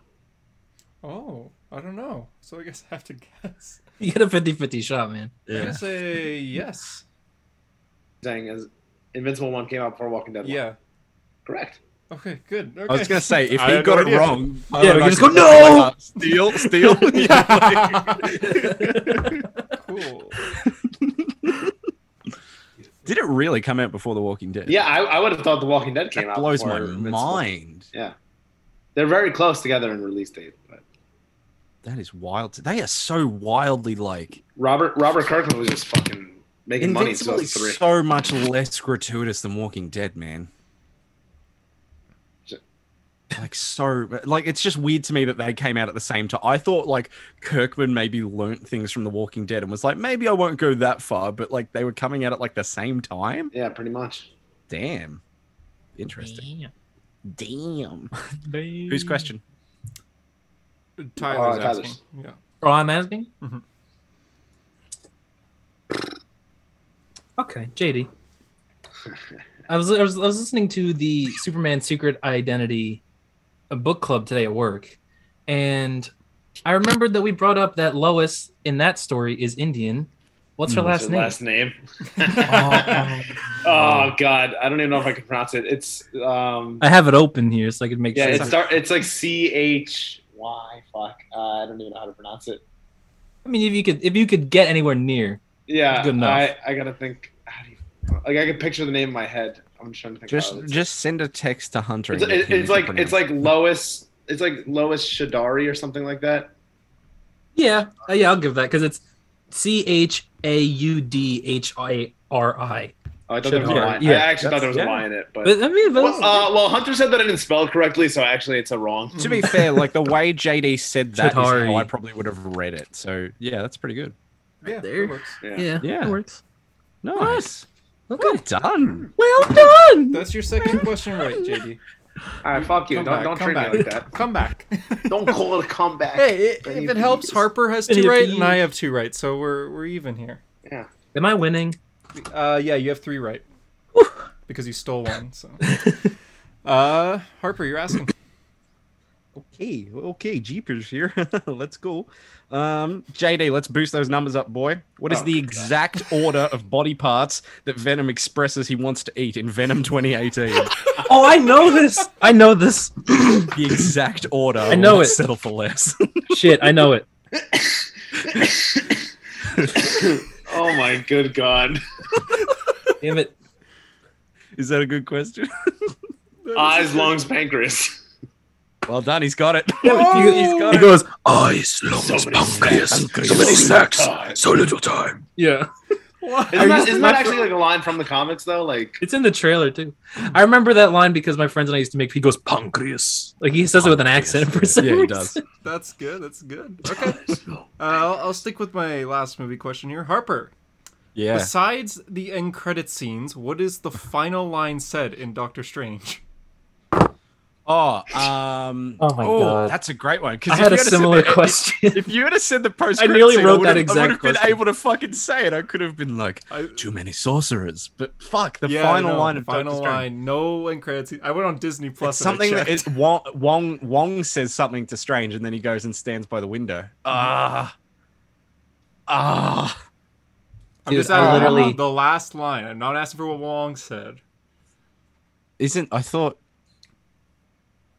Speaker 2: Oh, I don't know. So I guess I have to guess.
Speaker 3: you get a 50-50 shot, man.
Speaker 2: I'm gonna say yes.
Speaker 1: Saying as Invincible 1 came out before Walking Dead 1.
Speaker 2: Yeah.
Speaker 1: Correct.
Speaker 2: Okay. Good. Okay.
Speaker 4: I was gonna say if
Speaker 2: I
Speaker 4: he
Speaker 2: had
Speaker 4: got
Speaker 2: no
Speaker 4: it
Speaker 2: idea.
Speaker 4: wrong,
Speaker 3: Yeah, we can
Speaker 4: I
Speaker 3: just go,
Speaker 4: could-
Speaker 3: "No!"
Speaker 4: uh, steal, steal.
Speaker 2: cool.
Speaker 4: Did it really come out before The Walking Dead?
Speaker 1: Yeah, I, I would have thought The Walking Dead came
Speaker 4: that
Speaker 1: out.
Speaker 4: blows
Speaker 1: before
Speaker 4: my
Speaker 1: Invincible.
Speaker 4: mind.
Speaker 1: They're very close together in release date. But
Speaker 4: That is wild. They are so wildly like
Speaker 1: Robert Robert Kirkman was just fucking making money in
Speaker 4: Invincible is
Speaker 1: 2003.
Speaker 4: so much less gratuitous than Walking Dead, man. Like so, like it's just weird to me that they came out at the same time. I thought like Kirkman maybe learnt things from The Walking Dead and was like, maybe I won't go that far, but like they were coming out at like the same time.
Speaker 1: Yeah, pretty much.
Speaker 4: Damn, interesting. Damn. Whose question?
Speaker 2: Tyler's
Speaker 1: Uh, Tyler's.
Speaker 2: asking. Yeah.
Speaker 3: Oh, I'm asking?
Speaker 2: Mhm.
Speaker 3: Okay, JD. I was, I was I was listening to the Superman Secret Identity uh, book club today at work, and I remembered that we brought up that Lois in that story is Indian. What's her
Speaker 4: Mm,
Speaker 3: last
Speaker 1: Her
Speaker 3: name?
Speaker 1: Last name.
Speaker 3: Oh,
Speaker 1: Oh God, I don't even know if I can pronounce it. It's um,
Speaker 3: I have it open here so I can make
Speaker 1: yeah,
Speaker 3: sure.
Speaker 1: it start. It's like C H Y. Fuck, uh, I don't even know how to pronounce it.
Speaker 3: I mean, if you could if you could get anywhere near,
Speaker 1: Yeah,
Speaker 3: Good enough.
Speaker 1: I, I gotta think. How do you, like I can picture the name in my head. I'm just trying to think.
Speaker 4: Just
Speaker 1: how it's,
Speaker 4: just send a text to Hunter.
Speaker 1: it's,
Speaker 4: and get
Speaker 1: it-
Speaker 4: him
Speaker 1: it's
Speaker 4: to
Speaker 1: like
Speaker 4: pronounce
Speaker 1: it's like Lois. It's like Lois Shadari or something like that.
Speaker 3: yeah, uh, yeah, I'll give that because it's C H A U D H I R I.
Speaker 1: Oh, I thought there was a
Speaker 3: Yeah,
Speaker 1: lie.
Speaker 3: yeah,
Speaker 1: I actually thought there was a
Speaker 3: that's-
Speaker 1: lie in it, but,
Speaker 3: But I mean, but
Speaker 1: well, uh, well, Hunter said that I didn't spell it correctly, so actually, it's a wrong.
Speaker 4: to be fair, like the way JD said that is
Speaker 3: Chitari.
Speaker 4: how I probably would have read it. So yeah, that's pretty good.
Speaker 2: Yeah,
Speaker 3: there.
Speaker 2: that works.
Speaker 1: Yeah.
Speaker 3: yeah,
Speaker 4: Yeah.
Speaker 3: it works.
Speaker 4: Nice.
Speaker 3: Okay,
Speaker 4: Well done.
Speaker 3: well done.
Speaker 2: That's your second question, right, JD?
Speaker 1: All right, fuck you.
Speaker 2: Come
Speaker 1: don't
Speaker 2: back,
Speaker 1: don't
Speaker 2: come
Speaker 1: treat
Speaker 2: back.
Speaker 1: me like that.
Speaker 2: Come back.
Speaker 1: Don't call it a comeback.
Speaker 2: Hey, i-
Speaker 1: Any
Speaker 2: if it
Speaker 1: of
Speaker 2: helps,
Speaker 1: these.
Speaker 2: Harper has
Speaker 3: Any
Speaker 2: two
Speaker 3: of
Speaker 2: right, and I
Speaker 3: these.
Speaker 2: have two right, so we're we're even here.
Speaker 3: Am I winning?
Speaker 2: Uh, yeah, you have three right
Speaker 3: Whew.
Speaker 2: because you stole one. So, uh, Harper, you're asking.
Speaker 4: Okay. Okay. Jeepers here. let's go. Um, JD, let's boost those numbers up, boy. What is
Speaker 1: Oh,
Speaker 4: the
Speaker 1: God.
Speaker 4: exact order of body parts that Venom expresses he wants to eat in Venom 2018?
Speaker 3: Oh, I know this. I know this.
Speaker 4: the exact order. I
Speaker 3: know
Speaker 4: Let's
Speaker 3: it.
Speaker 4: Settle for less.
Speaker 3: Shit, I know it.
Speaker 1: oh my good god.
Speaker 3: Damn it.
Speaker 4: is that a good question?
Speaker 1: Eyes, lungs, pancreas.
Speaker 4: Well done. He's got it.
Speaker 3: Damn it, you-
Speaker 4: he's got
Speaker 3: He
Speaker 4: it.
Speaker 3: goes.
Speaker 5: Eyes,
Speaker 1: So
Speaker 5: lungs,
Speaker 1: many
Speaker 5: pancreas,
Speaker 4: snacks.
Speaker 5: so many snacks,
Speaker 1: time.
Speaker 5: so little time.
Speaker 3: Yeah.
Speaker 1: Isn't
Speaker 3: I
Speaker 1: that,
Speaker 3: just-
Speaker 1: isn't that
Speaker 3: my
Speaker 1: actually like a line from the comics though? Like,
Speaker 3: It's in the trailer too. I remember that line because my friends and I used to make. He goes punk.
Speaker 5: Pancreas.
Speaker 3: Like he says it with an accent for some
Speaker 4: Yeah, he
Speaker 3: reason.
Speaker 4: does.
Speaker 2: That's good. That's good. Okay, uh, I'll, I'll stick with my last movie question here. Harper,
Speaker 4: Yeah.
Speaker 2: besides the end credit scenes, what is the final line said in Doctor Strange?
Speaker 4: Oh, um,
Speaker 3: Oh my God.
Speaker 4: that's a great one.
Speaker 3: I
Speaker 4: Because
Speaker 3: had a similar question.
Speaker 4: If you would have said the post,
Speaker 3: nearly wrote that
Speaker 4: I would have
Speaker 3: exact
Speaker 4: been
Speaker 3: question.
Speaker 4: able to fucking say it. I could have been like,
Speaker 2: I,
Speaker 5: Too
Speaker 4: too many sorcerers. But fuck, the
Speaker 2: yeah, I
Speaker 4: final
Speaker 2: know,
Speaker 4: line
Speaker 2: the
Speaker 4: of
Speaker 2: final
Speaker 4: Doctor Strange.
Speaker 2: line. No end credits. I went on Disney Plus.
Speaker 4: It's
Speaker 2: and I
Speaker 4: something that
Speaker 2: checked.
Speaker 4: it's Wong, Wong Wong says something to Strange, and then he goes and stands by the window. Ah, ah.
Speaker 2: I'm
Speaker 3: Dude,
Speaker 2: just
Speaker 3: I
Speaker 2: asking
Speaker 3: literally-
Speaker 2: the last line. I'm not asking for what Wong said.
Speaker 4: Isn't I thought?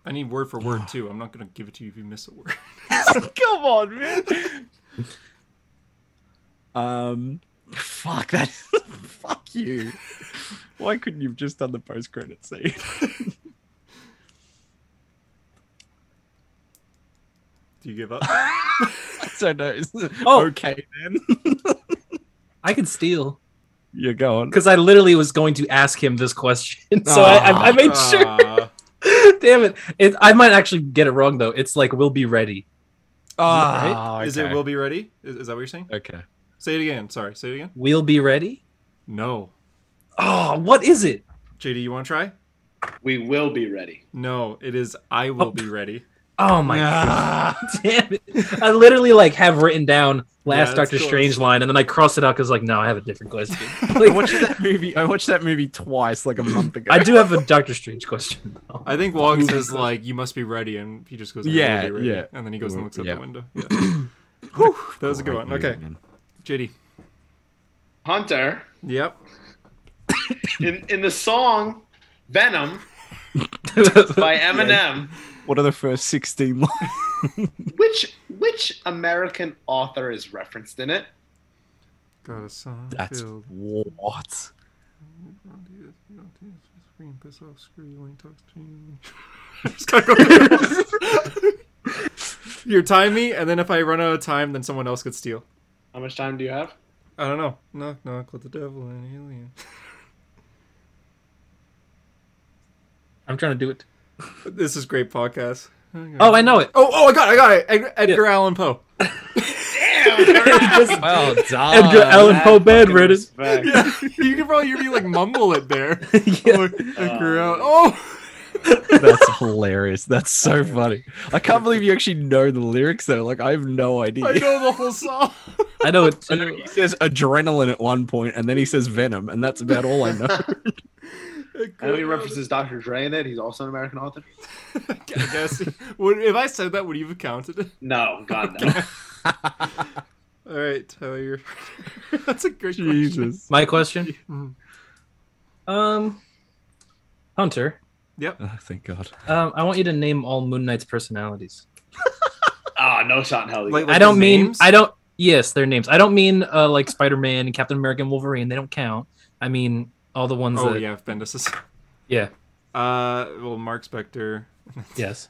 Speaker 2: I need word for word too. I'm not gonna give it to you if you miss a word.
Speaker 4: Come on, man. um, fuck that. fuck you. Why couldn't you have just done the post credit scene?
Speaker 2: Do you give up?
Speaker 4: So no, it's
Speaker 3: Oh.
Speaker 4: okay then.
Speaker 3: I can steal
Speaker 4: You're going.
Speaker 3: because I literally was going to ask him this question, so I, I, I made sure.
Speaker 2: Ah.
Speaker 3: Damn it. it! I might actually get it wrong though. It's like we'll be ready.
Speaker 4: Ah,
Speaker 2: Is it will be ready? Is, is that what you're saying?
Speaker 4: Okay.
Speaker 2: Say it again. Sorry. Say it again.
Speaker 3: We'll be ready.
Speaker 2: No.
Speaker 3: Oh, what is it?
Speaker 2: JD, you want to try?
Speaker 1: we will be ready.
Speaker 2: No. It is I will be ready.
Speaker 3: Oh my
Speaker 4: Ah.
Speaker 3: god! Damn it! I literally like have written down last
Speaker 2: that's
Speaker 3: Doctor
Speaker 2: close.
Speaker 3: Strange line, and then I crossed it out because like no, I have a different question.
Speaker 4: I
Speaker 3: Like,
Speaker 4: watched that movie. I watched that movie twice, like a month ago.
Speaker 3: I do have a Doctor Strange question. Though.
Speaker 2: I think Wong says like you must be ready, and he just goes I will
Speaker 4: Yeah,
Speaker 2: be ready.
Speaker 4: yeah.
Speaker 2: and then he goes and looks out
Speaker 4: Yeah.
Speaker 2: the window. Yeah. that was a good one. Okay, JD.
Speaker 1: Hunter,
Speaker 2: Yep.
Speaker 1: in, in the song Venom by Eminem,
Speaker 4: What are the first sixteen lines?
Speaker 1: which which American author is referenced in it?
Speaker 2: Got a song.
Speaker 4: That's
Speaker 2: filled
Speaker 4: what.
Speaker 2: with- Screen piss off. Screw you when he talks to you. Just gotta go there. Your time me, and then if I run out of time, then someone else could steal.
Speaker 1: How much time do you have?
Speaker 2: I don't know. Knock knock with the devil and alien.
Speaker 3: I'm trying to do it.
Speaker 2: This is great podcast.
Speaker 3: Oh, I know it.
Speaker 2: Oh, oh, I got, it, I got it. Ed- Edgar Allan Poe.
Speaker 3: Just
Speaker 4: Well done.
Speaker 3: Edgar Allan Poe bedridden.
Speaker 2: Yeah, you can probably hear me like mumble it there.
Speaker 3: Yeah.
Speaker 2: Like, Edgar Allan.
Speaker 1: Um,
Speaker 2: Oh,
Speaker 4: That's hilarious. That's so funny. I can't believe you actually know the lyrics though. Like I have no idea.
Speaker 2: Oh, I know the whole song.
Speaker 3: I know it
Speaker 4: I know he
Speaker 3: too.
Speaker 4: says adrenaline at one point, and then he says venom, and that's about all I know.
Speaker 1: I
Speaker 2: Edgar
Speaker 1: know he
Speaker 2: Allan-
Speaker 1: references Dr. Dre in it. He's also an American author.
Speaker 2: I guess. Would, if I said that, would you have counted it?
Speaker 1: No, God no.
Speaker 2: All right, Tyler. You're... That's a great question.
Speaker 4: Jesus.
Speaker 3: My question,
Speaker 2: Mm.
Speaker 3: um, Hunter,
Speaker 2: Yep.
Speaker 4: Oh, thank God.
Speaker 3: um, I want you to name all Moon Knight's personalities.
Speaker 1: Ah, no shot in hell. you
Speaker 2: Like-
Speaker 1: go.
Speaker 3: I don't
Speaker 2: their
Speaker 3: mean
Speaker 2: names?
Speaker 3: I don't yes, their names. I don't mean uh, like Spider Man and Captain America and Wolverine, they don't count. I mean all the ones
Speaker 2: Oh
Speaker 3: that
Speaker 2: yeah, Bendis.
Speaker 3: Yeah,
Speaker 2: Uh, well, Mark Spector.
Speaker 3: yes.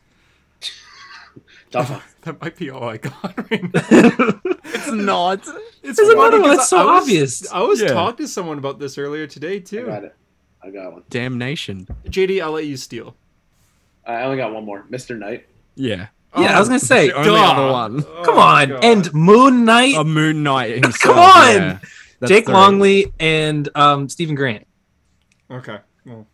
Speaker 1: Duffer.
Speaker 2: That might be all I got right now.
Speaker 4: It's not.
Speaker 2: It's
Speaker 3: Doesn't matter,
Speaker 2: because
Speaker 3: that's so
Speaker 2: I was-
Speaker 3: obvious.
Speaker 2: I was
Speaker 4: Yeah.
Speaker 2: talking to someone about this earlier today
Speaker 1: I got
Speaker 2: too.
Speaker 1: it. I got one.
Speaker 4: Damnation.
Speaker 2: JD, I'll let you steal.
Speaker 1: I only got one more. Mr. Knight.
Speaker 4: Yeah.
Speaker 3: yeah, I was gonna say,
Speaker 4: It's the only
Speaker 2: duh. Oh
Speaker 4: other one.
Speaker 1: Oh
Speaker 3: come on, and Moon Knight,
Speaker 4: A Moon Knight himself.
Speaker 3: Come on!
Speaker 4: yeah. Oh, That's
Speaker 3: Jake
Speaker 4: three.
Speaker 3: Longley, and um, Stephen Grant.
Speaker 2: okay, well,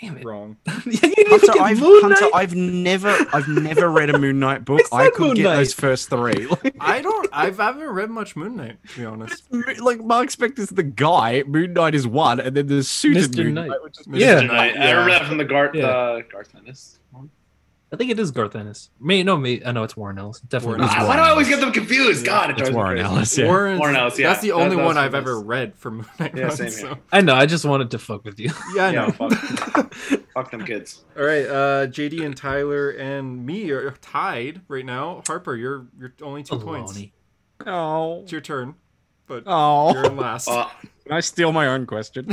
Speaker 3: Damn it!
Speaker 2: wrong.
Speaker 3: you didn't even
Speaker 4: Hunter,
Speaker 3: get
Speaker 4: I've,
Speaker 3: Moon
Speaker 4: Hunter,
Speaker 3: Knight?
Speaker 4: I've never, I've never read a Moon Knight book.
Speaker 3: I
Speaker 4: I,
Speaker 3: said
Speaker 4: could
Speaker 3: Moon
Speaker 4: get
Speaker 3: Knight.
Speaker 4: those first three. Like,
Speaker 2: I don't. I've I haven't read much Moon Knight to be honest.
Speaker 4: like Mark Spector's the guy, Moon Knight is one, and then there's suited
Speaker 3: Mr.
Speaker 4: Moon
Speaker 3: Knight.
Speaker 4: Knight.
Speaker 3: Yeah.
Speaker 1: Mr. Knight. I remember that from the Garth
Speaker 3: Yeah.
Speaker 1: uh, Garth Ennis. one.
Speaker 3: I think it is Garth Ennis. Me, no, me. I know it's Warren Ellis. Definitely.
Speaker 2: Warren
Speaker 3: is
Speaker 1: Ah,
Speaker 2: Ellis.
Speaker 1: why do I always get them confused?
Speaker 2: Yeah,
Speaker 1: God, it
Speaker 4: It's
Speaker 1: drives me
Speaker 4: Warren
Speaker 1: crazy.
Speaker 4: Ellis. Yeah.
Speaker 2: Warren's,
Speaker 1: Warren Ellis, yeah.
Speaker 2: That's the only
Speaker 1: That- that
Speaker 2: one
Speaker 1: was
Speaker 2: I've
Speaker 1: nice.
Speaker 2: ever read for Moon Knight.
Speaker 1: Yeah,
Speaker 2: runs,
Speaker 1: same here.
Speaker 2: so-
Speaker 3: I know. I just wanted to fuck with you.
Speaker 2: Yeah, I
Speaker 1: Yeah,
Speaker 2: know.
Speaker 1: Fuck them kids.
Speaker 2: All right, uh, JD and Tyler and me are tied right now. Harper, you're you're only two points.
Speaker 3: Baloney.
Speaker 4: Oh,
Speaker 2: It's your turn, but you're
Speaker 4: oh.
Speaker 2: in last.
Speaker 1: Uh,
Speaker 4: Can I steal my own question?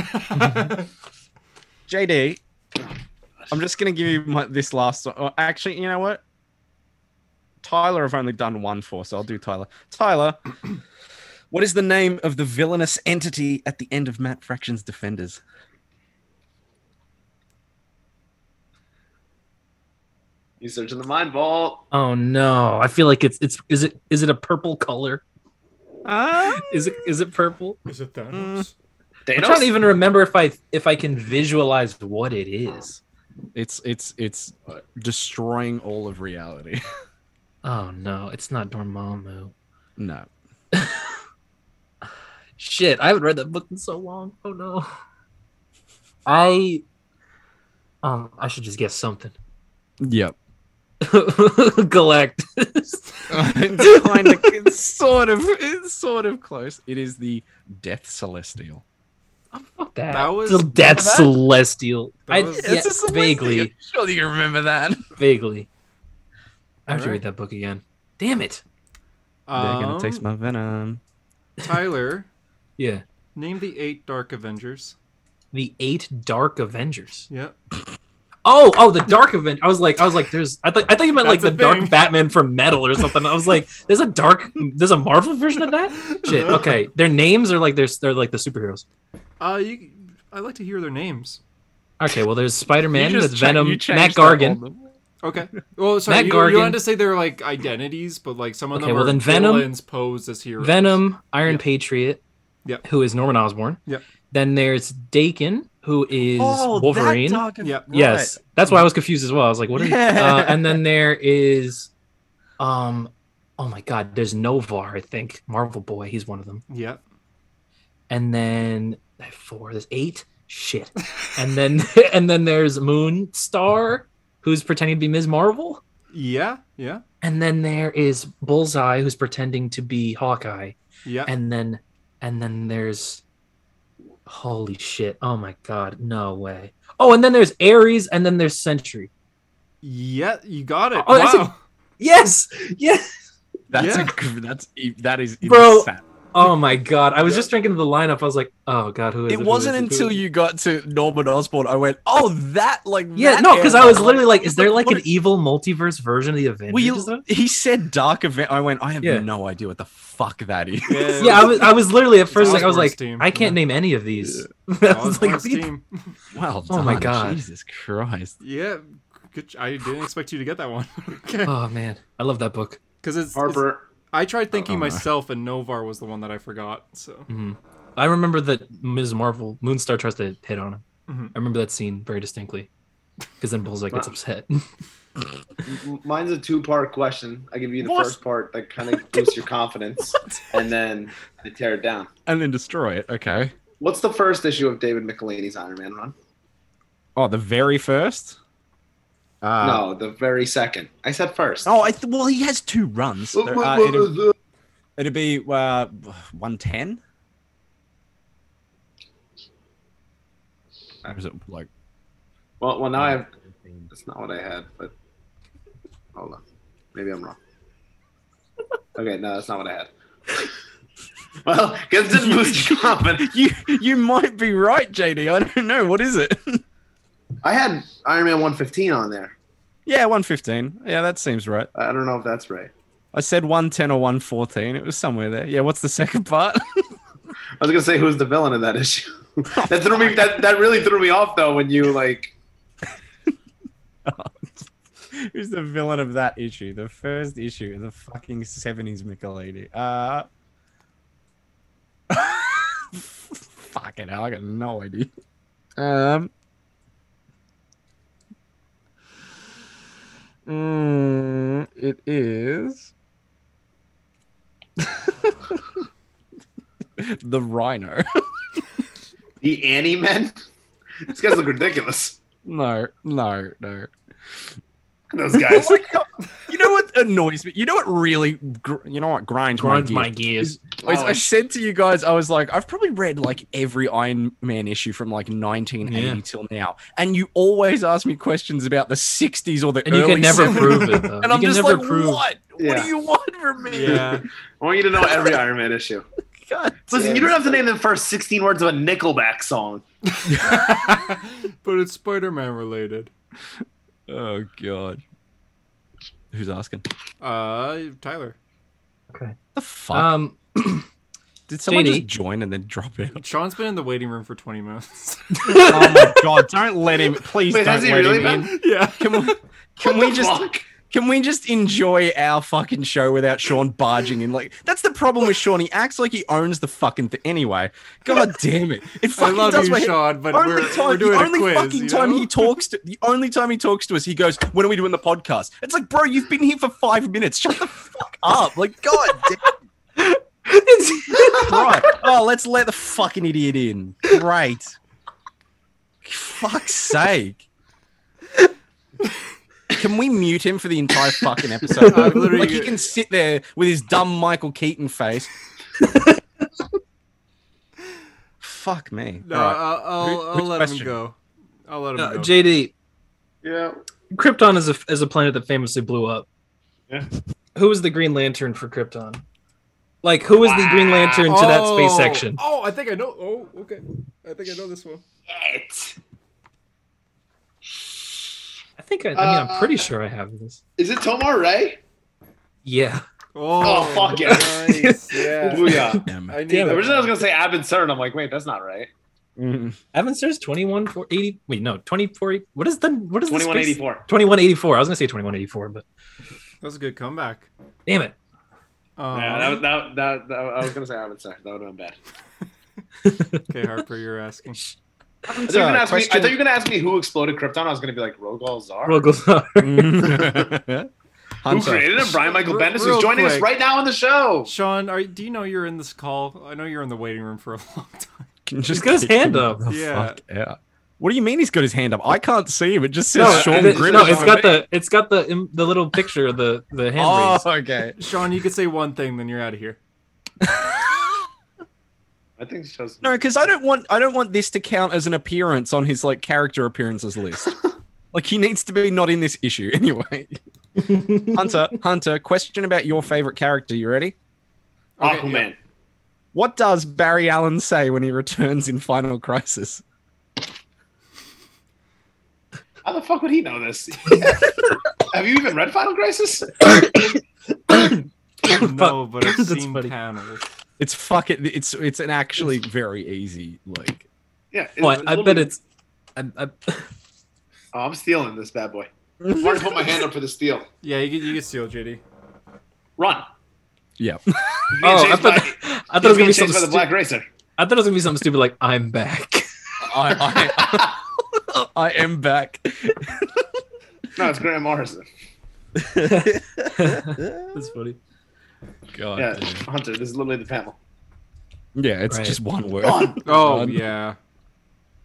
Speaker 4: JD, I'm just gonna give you my, this last one. Oh, Actually, you know what? Tyler, I've only done one for, so I'll do Tyler. Tyler, what is the name of the villainous entity at the end of Matt Fraction's Defenders?
Speaker 1: you searching the mind vault.
Speaker 3: Oh no! I feel like it's it's is it is it a purple color?
Speaker 4: Ah,
Speaker 3: Is it is it purple?
Speaker 2: Is it Thanos?
Speaker 4: Mm.
Speaker 3: I'm
Speaker 1: Thanos.
Speaker 3: trying to even remember if I if I can visualize what it is.
Speaker 4: it's it's it's destroying all of reality.
Speaker 3: Oh no! It's not Dormammu.
Speaker 4: No,
Speaker 3: Shit! I haven't read that book in so long. Oh no! I um I should just guess something.
Speaker 4: yep.
Speaker 3: Galactus.
Speaker 4: kind of, it's sort of, it's sort of close. It is the Death Celestial.
Speaker 3: Oh, fuck that.
Speaker 2: That was-
Speaker 3: Still Death
Speaker 4: that-
Speaker 3: Celestial.
Speaker 2: that
Speaker 3: I,
Speaker 2: was-
Speaker 3: yeah,
Speaker 4: It's a celestial.
Speaker 3: vaguely,
Speaker 4: Surely you remember that.
Speaker 3: vaguely. I have to
Speaker 2: Alright.
Speaker 3: read that book again. Damn it.
Speaker 4: They're gonna
Speaker 2: Um,
Speaker 4: taste my venom.
Speaker 2: Tyler,
Speaker 3: Yeah.
Speaker 2: name the eight Dark Avengers.
Speaker 3: The eight Dark Avengers.
Speaker 2: Yeah.
Speaker 3: Oh, oh, the Dark Avenger. I was like, I was like, there's. I thought, I thought you meant like the
Speaker 2: That's a thing.
Speaker 3: Dark Batman from Metal or something. I was like, there's a dark, there's a Marvel version of that. Shit. Okay, their names are like they're they're like the superheroes.
Speaker 2: Uh, you, I like to hear their names.
Speaker 3: Okay, well, there's Spider Man,
Speaker 4: You
Speaker 3: there's
Speaker 4: just cha-
Speaker 3: Venom,
Speaker 4: you
Speaker 3: Matt
Speaker 4: changed that
Speaker 3: Gargan.
Speaker 4: one.
Speaker 2: Okay. Well, sorry,
Speaker 3: Matt
Speaker 2: you, you
Speaker 3: Gargan.
Speaker 2: wanted to say they're like identities, but like some of
Speaker 3: Okay,
Speaker 2: them
Speaker 3: well,
Speaker 2: are
Speaker 3: then Venom-
Speaker 2: villains posed as heroes.
Speaker 3: Venom, Iron
Speaker 2: Yep.
Speaker 3: Patriot,
Speaker 2: Yep.
Speaker 3: who is Norman Osborn.
Speaker 2: Yep.
Speaker 3: Then there's Dakin, who is
Speaker 4: Oh, that
Speaker 3: Wolverine.
Speaker 4: dog-
Speaker 2: Yep.
Speaker 3: Yes, that's why I was confused as well. I was like, what? Are uh, and then there is, um, oh my God, there's Novar. I think Marvel Boy. He's one of them.
Speaker 2: Yep.
Speaker 3: And then I have four. There's eight. Shit. And then and then there's Moon Star, who's pretending to be Ms. Marvel.
Speaker 2: Yeah. Yeah.
Speaker 3: And then there is Bullseye, who's pretending to be Hawkeye.
Speaker 2: Yeah.
Speaker 3: and then and then there's holy shit oh my god no way oh and then there's aries and then there's century
Speaker 2: yeah. You got it.
Speaker 3: Oh,
Speaker 2: wow.
Speaker 3: that's a- yes yes
Speaker 4: That's
Speaker 2: Yeah.
Speaker 4: a gr- that's e- that is
Speaker 3: Bro,
Speaker 4: insane.
Speaker 3: oh my god i was just thinking of the lineup i was like oh god who is
Speaker 4: It wasn't until you got to Norman Osborn I went, oh, that like
Speaker 3: yeah
Speaker 4: that
Speaker 3: no because i
Speaker 4: era,
Speaker 3: was literally like is
Speaker 4: what-
Speaker 3: there like
Speaker 4: what
Speaker 3: an evil multiverse version of the avengers
Speaker 4: Well,
Speaker 3: or
Speaker 4: you,
Speaker 3: something?
Speaker 4: he said dark event. I went. I have
Speaker 3: Yeah.
Speaker 4: no idea what the fuck that is.
Speaker 2: Yeah.
Speaker 3: yeah i was i was literally at
Speaker 2: It's
Speaker 3: first like i was
Speaker 2: Osborn's
Speaker 3: like
Speaker 2: team.
Speaker 3: i can't
Speaker 2: Yeah.
Speaker 3: name any of these I was
Speaker 2: Osborn's
Speaker 3: like, these-
Speaker 2: team.
Speaker 4: Well,
Speaker 3: Oh my
Speaker 4: done,
Speaker 3: God.
Speaker 4: Jesus Christ!
Speaker 2: Yeah. Good. I didn't expect you to get that one. okay.
Speaker 4: Uh,
Speaker 3: oh man i love that book
Speaker 2: Because it's, it's
Speaker 1: Harper.
Speaker 2: I tried thinking
Speaker 4: Uh-uh.
Speaker 2: myself, and Novar was the one that I forgot. So
Speaker 3: Mhm. i remember that ms marvel moonstar tries to hit on him
Speaker 4: Mm-hmm.
Speaker 2: Mhm.
Speaker 3: i remember that scene very distinctly because then bullseye gets upset
Speaker 1: m- Mine's a two-part question. I give you the
Speaker 4: What?
Speaker 1: first part that kind of boosts your confidence, and then I tear it down.
Speaker 4: And then destroy it. Okay.
Speaker 1: What's the first issue of David McElhaney's Iron Man run?
Speaker 4: Oh, the very first. Uh,
Speaker 1: no, the very second. I said first.
Speaker 4: Oh, I th- well, he has two runs.
Speaker 1: What-
Speaker 4: There-
Speaker 1: what-
Speaker 4: uh,
Speaker 1: what
Speaker 4: it'd,
Speaker 1: was the-
Speaker 4: it'd be uh, one ten. Or is it like
Speaker 1: Well, well, now I have. That's not what I had, but hold on. Maybe I'm wrong. Okay, no, that's not what I had. well, because this boosts your confidence.
Speaker 4: you? You might be right, JD. I don't know. What is it?
Speaker 1: I had Iron Man 115 on there.
Speaker 4: Yeah, 115. Yeah, that seems right.
Speaker 1: I don't know if that's right.
Speaker 4: I said 110 or 114. It was somewhere there. Yeah, what's the second part?
Speaker 1: I was gonna say who's the villain in that issue. that threw me. That that really threw me off though when you like.
Speaker 4: Who's the villain of that issue? The first issue of the fucking 70s Michelady. Uh. fucking hell, I got no idea. Um. mm, it is. the rhino.
Speaker 1: The Annie Men? These guys look ridiculous.
Speaker 4: No, no, no.
Speaker 1: Those guys.
Speaker 4: Oh my God. you know what annoys me? You know what really, gr- you know what grinds,
Speaker 3: Grind
Speaker 4: my
Speaker 3: my
Speaker 4: gears?
Speaker 3: gears.
Speaker 4: I, I said to you guys, I was like, I've probably read like every Iron Man issue from like 1980
Speaker 3: Yeah.
Speaker 4: till now, and you always ask me questions about the 60s or the
Speaker 3: And you
Speaker 4: early
Speaker 3: can never
Speaker 4: 70s.
Speaker 3: prove it, though.
Speaker 4: And
Speaker 3: you
Speaker 4: I'm
Speaker 3: can
Speaker 4: just
Speaker 3: never
Speaker 4: like,
Speaker 3: prove.
Speaker 4: what? What
Speaker 1: Yeah.
Speaker 4: do you want from me?
Speaker 2: Yeah.
Speaker 1: I want you to know every Iron Man issue.
Speaker 4: God
Speaker 1: Listen,
Speaker 4: damn
Speaker 1: you
Speaker 4: it.
Speaker 1: don't have to name the first 16 words of a Nickelback song.
Speaker 2: but it's Spider-Man related.
Speaker 4: Oh god. Who's asking?
Speaker 2: Uh, Tyler.
Speaker 4: The fuck?
Speaker 3: Um,
Speaker 4: Did someone
Speaker 3: JD?
Speaker 4: just join and then drop out?
Speaker 2: Sean's been in the waiting room for 20 minutes.
Speaker 4: oh my god! Don't let him. Please
Speaker 1: Wait,
Speaker 4: don't
Speaker 1: has he
Speaker 4: let
Speaker 1: really
Speaker 4: him in.
Speaker 1: been?
Speaker 2: yeah.
Speaker 4: Can we? Can
Speaker 1: What
Speaker 4: we
Speaker 1: the
Speaker 4: just?
Speaker 1: fuck?
Speaker 4: Can we just enjoy our fucking show without Sean barging in? Like that's the problem with Sean. He acts like he owns the fucking thing. Anyway, god damn it!
Speaker 2: I
Speaker 4: It fucking
Speaker 2: love
Speaker 4: does
Speaker 2: you,
Speaker 4: my head-
Speaker 2: Sean, but
Speaker 4: Only
Speaker 2: we're,
Speaker 4: time,
Speaker 2: we're doing
Speaker 4: the only
Speaker 2: a quiz.
Speaker 4: fucking
Speaker 2: you
Speaker 4: time
Speaker 2: know?
Speaker 4: he talks to the only time he talks to us, he goes, "When are we doing the podcast?" It's like, bro, you've been here for five minutes. Shut the fuck up! Like, god damn. It's- right. Oh, let's let the fucking idiot in. Great. Fuck's sake. Can we mute him for the entire fucking episode?
Speaker 2: I've literally-
Speaker 4: like he can sit there with his dumb Michael Keaton face. Fuck me.
Speaker 2: No, uh,
Speaker 4: All right.
Speaker 2: I'll,
Speaker 4: Who-
Speaker 2: I'll, I'll
Speaker 4: which
Speaker 2: let him
Speaker 4: question?
Speaker 2: go. I'll let him
Speaker 3: uh,
Speaker 2: go.
Speaker 3: JD,
Speaker 1: Yeah.
Speaker 3: Krypton is a is a planet that famously blew up.
Speaker 1: Yeah.
Speaker 3: Who was the Green Lantern for Krypton? Like, who was the Green Lantern to that space section?
Speaker 2: Oh, I think I know. Oh, okay. I think I know this one.
Speaker 1: It.
Speaker 3: I think I, I mean I'm pretty
Speaker 1: Uh,
Speaker 3: sure I have this.
Speaker 1: Is it Tomar Ray?
Speaker 3: Yeah.
Speaker 2: Oh,
Speaker 1: fuck yeah.
Speaker 2: Nice. Yeah.
Speaker 3: uh,
Speaker 1: Booyah.
Speaker 4: Damn
Speaker 2: I
Speaker 4: it.
Speaker 2: need
Speaker 1: Originally, I
Speaker 3: Damn it.
Speaker 2: that.
Speaker 1: was going to say Abin Cern. I'm like, wait, that's not right.
Speaker 4: Mm.
Speaker 3: Evan says 21 for 80 wait no 24 what is the what is the space
Speaker 1: 2184.
Speaker 3: 2184 I was going to say 2184 but
Speaker 2: That was a good comeback.
Speaker 3: damn it
Speaker 2: Um,
Speaker 1: Yeah, that, that, that, that, I was going to say Abin Cern. That would have been bad.
Speaker 2: okay, Harper, you're asking.
Speaker 1: I thought you were gonna ask me- I
Speaker 4: question-
Speaker 1: thought you were going to ask me who exploded Krypton. I was going to be like, Rogal Zar.
Speaker 3: Rogal
Speaker 4: Mm.
Speaker 1: who
Speaker 4: Hunter.
Speaker 1: created him? Brian Michael
Speaker 2: Real-
Speaker 1: Bendis,
Speaker 2: real
Speaker 1: who's joining us
Speaker 2: quick.
Speaker 1: right now on the show.
Speaker 2: Sean, are, do you know you're in this call? I know you're in the waiting room for a long time.
Speaker 4: Can
Speaker 3: He's got his
Speaker 4: kick
Speaker 3: hand
Speaker 4: him
Speaker 3: up.
Speaker 4: the
Speaker 2: Yeah.
Speaker 4: fuck out. What do you mean he's got his hand up? I can't see him. It just says
Speaker 3: no,
Speaker 4: Sean
Speaker 3: it-
Speaker 4: Grimm.
Speaker 3: no
Speaker 4: is
Speaker 3: it's
Speaker 4: on
Speaker 3: got
Speaker 4: it.
Speaker 3: the it's got the im- the little picture of the the hand
Speaker 4: Oh,
Speaker 3: raised.
Speaker 4: okay.
Speaker 2: Sean, you could say one thing, then you're out of here.
Speaker 4: Oh,
Speaker 1: I think it's just.
Speaker 4: No, because I don't want I don't want this to count as an appearance on his like character appearances list. like he needs to be not in this issue anyway. Hunter, Hunter, question about your favorite character. You ready?
Speaker 2: Okay,
Speaker 1: Aquaman.
Speaker 2: yeah.
Speaker 4: What does Barry Allen say when he returns in Final Crisis?
Speaker 1: How the fuck would he know this? Have you even read Final Crisis?
Speaker 2: No, but I've
Speaker 3: That's
Speaker 2: seen
Speaker 3: funny.
Speaker 2: panels.
Speaker 4: It's fuck it. It's it's an actually very easy like.
Speaker 1: Yeah. it's
Speaker 3: But I
Speaker 1: literally-
Speaker 3: bet it's I, I,
Speaker 1: Oh, I'm stealing this bad boy. I'm already put my hand up for the steal.
Speaker 2: Yeah, you get you get steal, JD.
Speaker 1: Run.
Speaker 4: Yeah.
Speaker 1: Being
Speaker 3: Oh, I
Speaker 1: chased
Speaker 3: thought,
Speaker 1: by-
Speaker 3: I thought it
Speaker 1: being
Speaker 3: was gonna be
Speaker 1: chased
Speaker 3: something.
Speaker 1: by the
Speaker 3: stu-
Speaker 1: Black Racer.
Speaker 3: I thought it was gonna be something stupid like "I'm back."
Speaker 4: I, I, I am back.
Speaker 1: No, it's Grant Morrison.
Speaker 3: That's funny.
Speaker 4: God.
Speaker 1: Yeah,
Speaker 4: Yeah,
Speaker 1: Hunter. This is literally the panel.
Speaker 4: yeah it's
Speaker 3: Right.
Speaker 4: just one word.
Speaker 1: Run.
Speaker 2: Oh
Speaker 4: God.
Speaker 2: yeah.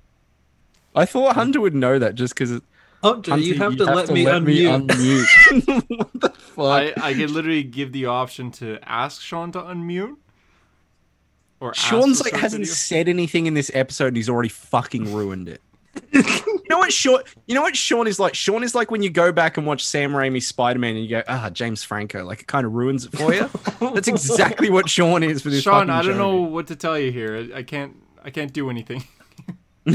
Speaker 4: I thought Hunter would know that just because
Speaker 3: Hunter, you have to let me unmute.
Speaker 4: unmute. what the fuck?
Speaker 2: I, I could literally give the option to ask Sean to unmute. Or ask
Speaker 4: Sean's
Speaker 2: to
Speaker 4: like
Speaker 2: start
Speaker 4: hasn't
Speaker 2: video.
Speaker 4: said anything in this episode and he's already fucking ruined it. you know what Sean you know what Sean is like? Sean is like when you go back and watch Sam Raimi's Spider-Man and you go, ah, James Franco, like it kind of ruins it for you. That's exactly what Sean is for this.
Speaker 2: Sean,
Speaker 4: fucking
Speaker 2: I don't
Speaker 4: show.
Speaker 2: know what to tell you here. I, I can't I can't do anything.
Speaker 1: He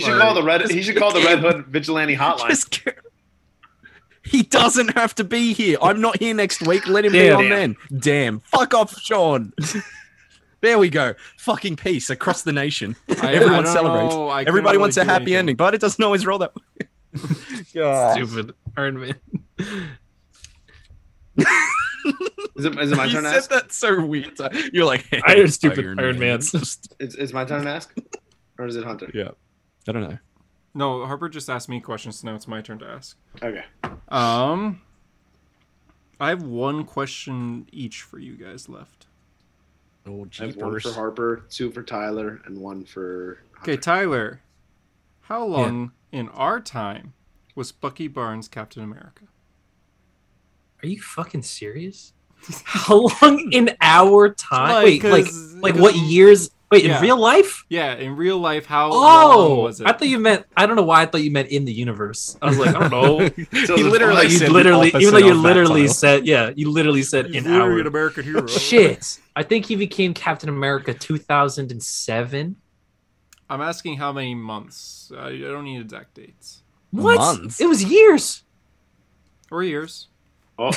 Speaker 1: should
Speaker 2: Like-
Speaker 1: call the red. He should call the Red Hood Vigilante Hotline.
Speaker 4: Just, He doesn't have to be here. I'm not here next week. Let him be
Speaker 3: Damn.
Speaker 4: on then. Damn. Fuck off, Sean. there we go. Fucking peace across the nation.
Speaker 2: I- I
Speaker 4: Everyone
Speaker 2: don't
Speaker 4: celebrates.
Speaker 2: know. I couldn't
Speaker 4: Everybody
Speaker 2: really
Speaker 4: wants a
Speaker 2: do
Speaker 4: happy
Speaker 2: anything.
Speaker 4: ending, but it doesn't always roll that way. God.
Speaker 3: Stupid Iron Man.
Speaker 1: Is it, is it my
Speaker 4: you
Speaker 1: turn to
Speaker 4: said
Speaker 1: ask?
Speaker 4: that so weird. You're like
Speaker 3: Iron stupid Iron Mans.
Speaker 1: Is, is my turn to ask? Or is it Hunter?
Speaker 4: I don't know.
Speaker 2: No, Harper just asked me questions, so now it's my turn to ask.
Speaker 1: Okay.
Speaker 2: Um, I have one question each for you guys left.
Speaker 4: Oh,
Speaker 1: I have one for Harper, two for Tyler, and one for.
Speaker 2: Okay, Tyler, how long in our time was Bucky Barnes Captain America?
Speaker 3: Are you fucking serious? How long in our time? wait, like
Speaker 2: 'cause-
Speaker 3: like
Speaker 2: because-
Speaker 3: what years? Wait,
Speaker 2: Yeah.
Speaker 3: in real life?
Speaker 2: Yeah, in real life, how long
Speaker 3: Oh,
Speaker 2: was it?
Speaker 3: I thought you meant. I don't know why I thought you meant in the universe. I was like, I don't know.
Speaker 1: So
Speaker 4: he
Speaker 1: the-
Speaker 4: literally,
Speaker 3: you
Speaker 4: said the
Speaker 3: literally, even
Speaker 4: opposite
Speaker 3: though you
Speaker 4: of that
Speaker 3: literally
Speaker 4: title.
Speaker 3: said, yeah, you literally said
Speaker 2: He's
Speaker 3: in
Speaker 2: literally an
Speaker 3: our
Speaker 2: American hero.
Speaker 3: shit. I think he became Captain America 2007.
Speaker 2: I'm asking how many months. I, I don't need exact dates
Speaker 3: What?
Speaker 4: Months.
Speaker 3: It was years.
Speaker 2: or years.
Speaker 1: Uh-oh.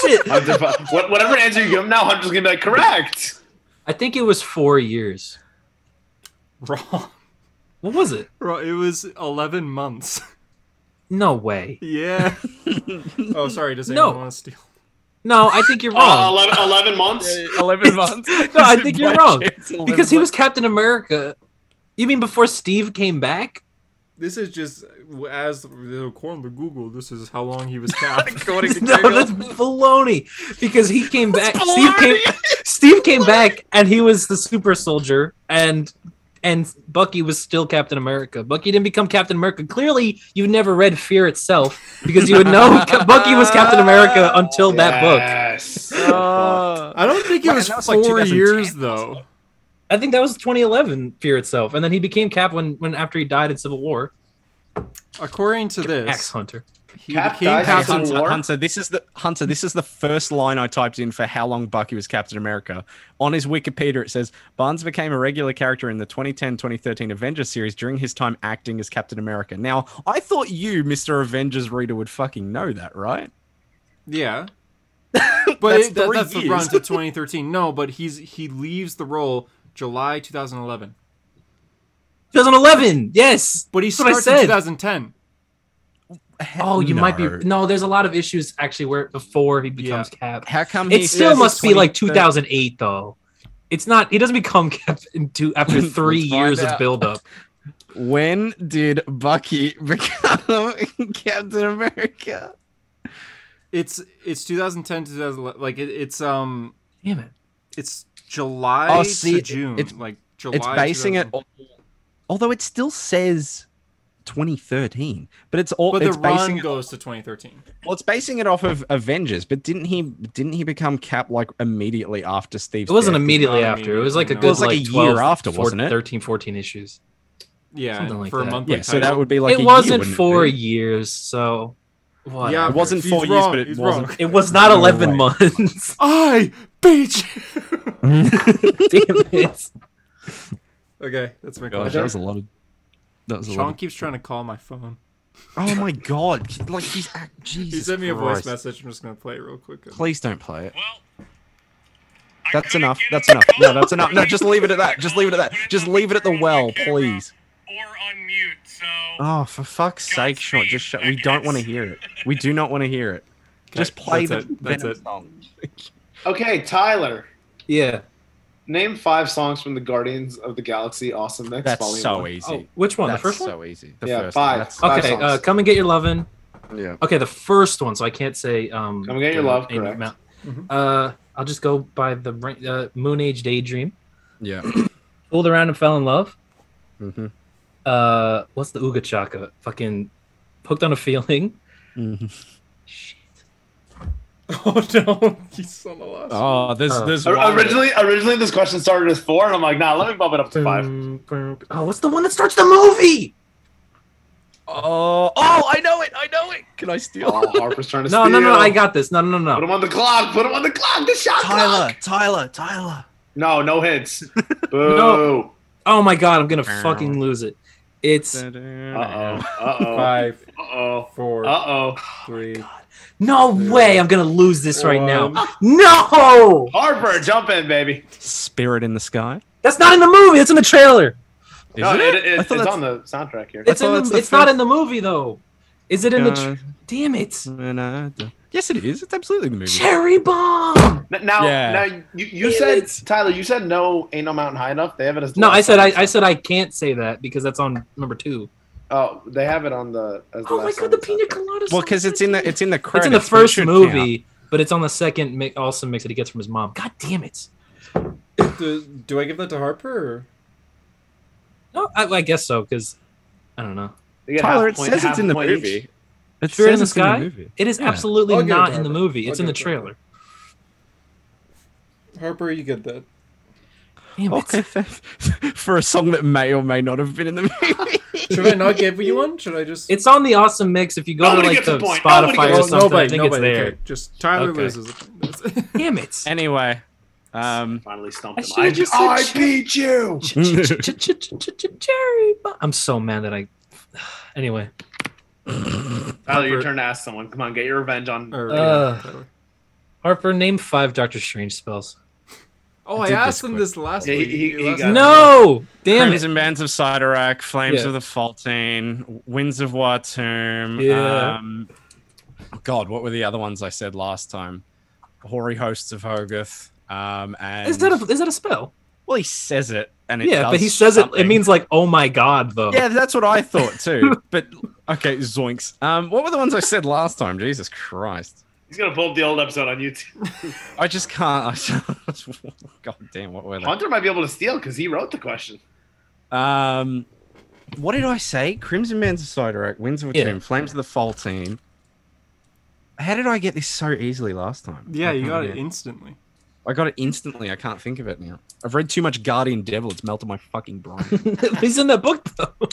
Speaker 3: Shit.
Speaker 1: I'm defi- what, whatever answer you give him now, Hunter's gonna be like, correct.
Speaker 3: I think it was four years.
Speaker 2: Wrong.
Speaker 3: What was it?
Speaker 2: Wrong. It was 11 months.
Speaker 3: No way.
Speaker 2: Yeah. oh, sorry. Does
Speaker 3: No.
Speaker 2: anyone want to steal?
Speaker 3: No, I think you're
Speaker 4: Oh,
Speaker 1: Uh,
Speaker 3: wrong.
Speaker 1: 11, 11 months?
Speaker 4: 11 months.
Speaker 3: No, I think you're wrong. Because he was
Speaker 4: was.
Speaker 3: Captain America. You mean before Steve came back?
Speaker 2: This is just as according to Google. This is how long he was capped.
Speaker 4: According to
Speaker 3: No,
Speaker 4: Google.
Speaker 3: that's baloney. Because he came back.
Speaker 4: That's
Speaker 3: Steve came. Steve came back, and he was the super soldier, and and Bucky was still Captain America. Bucky didn't become Captain America. Clearly, you never read Fear itself because you would know Bucky was Captain America until that book. Uh,
Speaker 1: Yes.
Speaker 2: I don't think it
Speaker 4: Right,
Speaker 2: was
Speaker 4: that was like
Speaker 2: four
Speaker 4: 2010
Speaker 2: years
Speaker 4: or
Speaker 2: though.
Speaker 3: I think that was 2011 Fear itself, and then he became Cap when when after he died in Civil War.
Speaker 2: According to
Speaker 3: Axe
Speaker 2: this,
Speaker 3: Hunter.
Speaker 2: he
Speaker 1: Cap
Speaker 2: became
Speaker 1: dies
Speaker 4: Hey,
Speaker 1: Captain
Speaker 2: Captain.
Speaker 4: Hunter,
Speaker 1: War?
Speaker 4: Hunter, this is the Hunter. This is the first line I typed in for how long Bucky was Captain America. On his Wikipedia, it says Barnes became a regular character in the 2010-2013 Avengers series during his time acting as Captain America. Now, I thought you, Mister Avengers reader, would fucking know that, right?
Speaker 2: Yeah, but
Speaker 4: That's
Speaker 2: it, that,
Speaker 4: three
Speaker 2: that's the
Speaker 4: years.
Speaker 2: run to 2013. No, but he's he leaves the role July 2011.
Speaker 3: 2011. Yes.
Speaker 2: But he
Speaker 3: That's what I
Speaker 2: starts
Speaker 3: said.
Speaker 2: in 2010.
Speaker 3: Oh, you might be.
Speaker 4: No.
Speaker 3: No, there's a lot of issues actually where before he becomes Cap.
Speaker 4: How come he
Speaker 3: It still
Speaker 4: says
Speaker 3: must be like
Speaker 4: 2013?
Speaker 3: 2008 though. It's not. He doesn't become Cap into after
Speaker 4: Let's
Speaker 3: three
Speaker 4: find
Speaker 3: years
Speaker 4: out.
Speaker 3: of buildup.
Speaker 4: When did Bucky become Captain America?
Speaker 2: It's it's 2010 2011. Like it, it's um
Speaker 3: Damn it.
Speaker 2: it's July
Speaker 4: Oh, see,
Speaker 2: to June.
Speaker 4: it's-
Speaker 2: like July.
Speaker 4: it's basing it
Speaker 2: 2000.
Speaker 4: on, although it still says 2013 but it's all
Speaker 2: But
Speaker 4: it's
Speaker 2: the run
Speaker 4: basing
Speaker 2: goes to 2013.
Speaker 4: well it's basing it off of avengers but didn't he didn't he become cap like immediately after steve's
Speaker 3: It wasn't
Speaker 4: death?
Speaker 3: immediately
Speaker 2: Not
Speaker 3: after. It was like a
Speaker 2: immediately, no.
Speaker 3: good
Speaker 2: It was
Speaker 4: like a year
Speaker 3: 12,
Speaker 4: after,
Speaker 3: 14,
Speaker 4: wasn't it?
Speaker 3: 13, 14 issues.
Speaker 2: Yeah,
Speaker 3: Something
Speaker 2: and
Speaker 3: like
Speaker 2: for a
Speaker 3: that.
Speaker 2: monthly
Speaker 4: yeah so that
Speaker 2: title.
Speaker 4: would be like a
Speaker 3: it
Speaker 4: year,
Speaker 3: wasn't
Speaker 4: wouldn't it
Speaker 3: four
Speaker 4: be?
Speaker 3: years, so what?
Speaker 2: Yeah,
Speaker 4: it wasn't
Speaker 2: He's
Speaker 4: four years
Speaker 2: wrong,
Speaker 4: but it
Speaker 2: he's
Speaker 4: wasn't
Speaker 2: wrong.
Speaker 3: It was not
Speaker 4: No
Speaker 3: 11
Speaker 4: way.
Speaker 3: months.
Speaker 2: I beat you.
Speaker 3: Damn it.
Speaker 2: okay, that's my
Speaker 4: Gosh,
Speaker 2: question.
Speaker 4: that was a lot of that was a
Speaker 2: Sean
Speaker 4: lot
Speaker 2: keeps trying to call my phone.
Speaker 4: of, oh my god like he's act
Speaker 2: He
Speaker 4: jesus
Speaker 2: sent me a voice
Speaker 4: Christ.
Speaker 2: message. I'm just gonna play it real quick.
Speaker 4: please don't play it
Speaker 5: Well,
Speaker 4: that's enough that's enough no that's enough no just leave it at that just leave it at that just leave it at the well please
Speaker 5: Or on mute, so
Speaker 4: Oh, for fuck's sake, Sean! Just shut. We don't want to hear it. We do not want to hear it. Just play
Speaker 2: that's
Speaker 4: the
Speaker 2: it, that's
Speaker 4: Venom
Speaker 2: it.
Speaker 4: song.
Speaker 1: Okay, Tyler.
Speaker 3: Yeah.
Speaker 1: Name five songs from the Guardians of the Galaxy Awesome Mix.
Speaker 4: That's
Speaker 1: Volume
Speaker 4: so
Speaker 1: one.
Speaker 4: easy.
Speaker 3: Oh, which one?
Speaker 4: that's
Speaker 3: the first one?
Speaker 4: so easy. The
Speaker 1: Yeah,
Speaker 4: first
Speaker 1: five.
Speaker 4: One.
Speaker 1: Five
Speaker 3: okay,
Speaker 1: songs.
Speaker 3: uh, come and get your lovin'.
Speaker 4: That's, yeah.
Speaker 3: Okay, the first one, so I can't say. Um,
Speaker 1: Come Get Your
Speaker 3: the
Speaker 1: Love,
Speaker 3: name of
Speaker 1: correct.
Speaker 3: Mount-
Speaker 2: Mhm.
Speaker 3: Uh, I'll just go by the ra- uh, Moon Age Daydream.
Speaker 4: Yeah.
Speaker 3: Fooled around and fell in love.
Speaker 4: hmm
Speaker 3: Uh, what's the Ooga Chaka? Fucking hooked on a feeling.
Speaker 2: Oh no, he's on the last.
Speaker 4: Oh, there's
Speaker 3: Uh,
Speaker 4: there's
Speaker 1: Or-
Speaker 4: one.
Speaker 1: Originally, originally this question started as four, and I'm like, nah, let me bump it up to five.
Speaker 3: Oh, what's the one that starts the movie?
Speaker 4: Oh, oh, I know it. I know it. Can I steal?
Speaker 1: Oh, Harper's trying to
Speaker 3: No, no,
Speaker 1: steal.
Speaker 3: no, I got this. No, no, no,
Speaker 1: Put
Speaker 3: no.
Speaker 1: him on the clock. Put him on the clock. The shot clock.
Speaker 4: Tyler, Tyler.
Speaker 1: No, no hints. Boo.
Speaker 3: No. Oh my god, I'm gonna fucking lose it. It's
Speaker 1: Uh
Speaker 4: Uh-oh.
Speaker 1: oh. Uh oh.
Speaker 2: Five,
Speaker 1: Uh oh.
Speaker 2: four,
Speaker 1: Uh oh.
Speaker 2: three.
Speaker 3: no way I'm gonna lose this right now.
Speaker 2: one.
Speaker 3: No,
Speaker 1: Harper, jump in, baby.
Speaker 4: Spirit in the Sky.
Speaker 3: that's not in the movie. It's in the trailer.
Speaker 1: No, it, it,
Speaker 4: I
Speaker 1: it's
Speaker 4: thought that's-
Speaker 1: on the soundtrack here.
Speaker 3: It's
Speaker 4: thought
Speaker 3: in the,
Speaker 4: that's the
Speaker 3: It's not
Speaker 4: first-
Speaker 3: in the movie though. Is it in the?
Speaker 4: Uh,
Speaker 3: Tr- Damn it!
Speaker 4: and I- Yes, it is. It's absolutely the movie.
Speaker 3: Cherry bomb.
Speaker 1: N- Now,
Speaker 4: Yeah.
Speaker 1: now you, you
Speaker 3: Damn
Speaker 1: said
Speaker 3: it.
Speaker 1: Tyler, you said no, ain't no mountain high enough. They have it as the
Speaker 3: No,
Speaker 1: last
Speaker 3: I said I,
Speaker 1: song.
Speaker 3: I said I can't say that because that's on number two.
Speaker 1: Oh, they have it on the. As the
Speaker 3: Oh my
Speaker 1: last
Speaker 3: god,
Speaker 1: song
Speaker 3: the
Speaker 1: on
Speaker 3: pina
Speaker 1: soundtrack.
Speaker 3: colada.
Speaker 4: Well, because it's in the it's in the
Speaker 3: it's
Speaker 4: credits.
Speaker 3: in the
Speaker 4: but it
Speaker 3: first
Speaker 4: should count.
Speaker 3: movie, but it's on the second mi- awesome mix that he gets from his mom. God damn it!
Speaker 2: Do, do I give that to Harper?
Speaker 3: No, I, I guess so because I don't know.
Speaker 1: They get
Speaker 4: Tyler,
Speaker 1: half
Speaker 4: it
Speaker 1: point-
Speaker 4: says
Speaker 1: half
Speaker 4: it's in the
Speaker 1: point each.
Speaker 4: movie. It
Speaker 3: Spirit in
Speaker 4: says
Speaker 3: the
Speaker 4: it's
Speaker 3: Sky?
Speaker 4: movie.
Speaker 3: It is
Speaker 4: Yeah.
Speaker 3: absolutely
Speaker 2: I'll give it
Speaker 3: not
Speaker 2: to
Speaker 3: in the
Speaker 2: Harper.
Speaker 3: movie.
Speaker 2: I'll
Speaker 3: It's in the
Speaker 2: give it to Harper.
Speaker 3: trailer.
Speaker 2: or Harper? You get that.
Speaker 3: Damn it!
Speaker 4: Okay, fair- for a song that may or may not have been in the movie.
Speaker 2: Should I not give you one? Should I just?
Speaker 3: It's on the awesome mix. If you go
Speaker 1: Nobody
Speaker 3: to like
Speaker 1: gets a
Speaker 3: the
Speaker 1: point. Nobody
Speaker 3: Spotify
Speaker 1: gets a
Speaker 3: or
Speaker 2: Oh,
Speaker 3: something, I think it's there.
Speaker 2: Okay, Just Tyler
Speaker 4: Okay.
Speaker 2: loses. it.
Speaker 3: Damn it!
Speaker 4: anyway, um,
Speaker 1: Finally stumped him.
Speaker 3: should've
Speaker 1: I,
Speaker 3: just said
Speaker 1: I
Speaker 3: shit.
Speaker 1: beat you.
Speaker 3: Ch- ch- ch- ch- ch- ch- ch- Cherry bomb. I'm so mad that I. Anyway,
Speaker 1: Tyler, your turn to ask someone. Come on, get your revenge on.
Speaker 2: Or,
Speaker 3: Uh,
Speaker 2: yeah, Tyler.
Speaker 3: Harper, name five Doctor Strange spells.
Speaker 2: oh,
Speaker 4: I
Speaker 2: I
Speaker 4: did this
Speaker 2: asked him
Speaker 4: quick.
Speaker 2: this last
Speaker 1: Yeah, he-
Speaker 2: week.
Speaker 1: he- he
Speaker 2: last
Speaker 1: got
Speaker 2: week.
Speaker 1: it.
Speaker 3: No! Damn it!
Speaker 4: Crimson Bands of Sidorak, Flames
Speaker 3: Yeah.
Speaker 4: of the Faultine, Winds of Wartum.
Speaker 3: Yeah.
Speaker 4: Um, God, what were the other ones I said last time? Hoary Hosts of Hogarth. Um, and
Speaker 3: Is that a is that a spell?
Speaker 4: well, he says it, and it
Speaker 3: Yeah, but
Speaker 4: does
Speaker 3: he says it. It
Speaker 4: something.
Speaker 3: means like, oh my god, though.
Speaker 4: Yeah, that's what I thought too. but okay, zoinks. Um, what were the ones I said last time? Jesus Christ.
Speaker 1: He's gonna pull up the old episode on YouTube.
Speaker 4: I just can't. I just, God damn, what were they?
Speaker 1: Hunter might be able to steal because he wrote the question.
Speaker 4: Um, what did I say? Crimson Man's of Sidorak, Winds of a
Speaker 3: Yeah.
Speaker 4: Tomb, Flames of the Faultine. How did I get this so easily last time?
Speaker 2: Yeah,
Speaker 4: I
Speaker 2: you
Speaker 4: can't
Speaker 2: got it
Speaker 4: remember.
Speaker 2: instantly.
Speaker 4: I got it instantly. I can't think of it now. I've read too much Guardian Devil. It's melted my fucking brain.
Speaker 3: He's in that book though.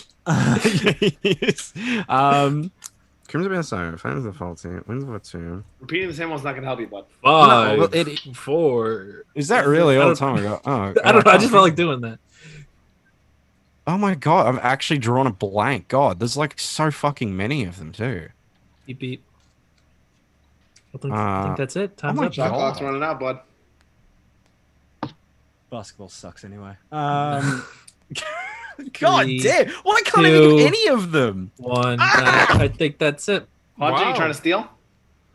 Speaker 4: yes. um, Crimson Man's of Sidorak, Flames of the Faultine, Winds of a Tomb.
Speaker 1: Repeating the same one's not gonna help you, bud.
Speaker 4: Five,
Speaker 3: Five, four.
Speaker 4: Is that really
Speaker 3: I
Speaker 4: all the
Speaker 3: don't-
Speaker 4: time ago? Oh,
Speaker 3: I don't know. I just
Speaker 4: can't
Speaker 3: felt like doing that.
Speaker 4: Oh my god, I've actually drawn a blank. God, there's like so fucking many of them too.
Speaker 3: Beep beep. I think, I
Speaker 4: Uh,
Speaker 3: think that's it. Time's
Speaker 4: my
Speaker 3: up.
Speaker 1: Shot
Speaker 4: God.
Speaker 1: clock's running out, bud.
Speaker 4: Basketball sucks anyway. Um, God
Speaker 3: Three,
Speaker 4: damn! Why can't I think
Speaker 3: two.
Speaker 4: of any of them?
Speaker 3: One. uh,
Speaker 4: Ah!
Speaker 3: I think that's it.
Speaker 1: Hunter, you
Speaker 2: Wow.
Speaker 1: trying to steal?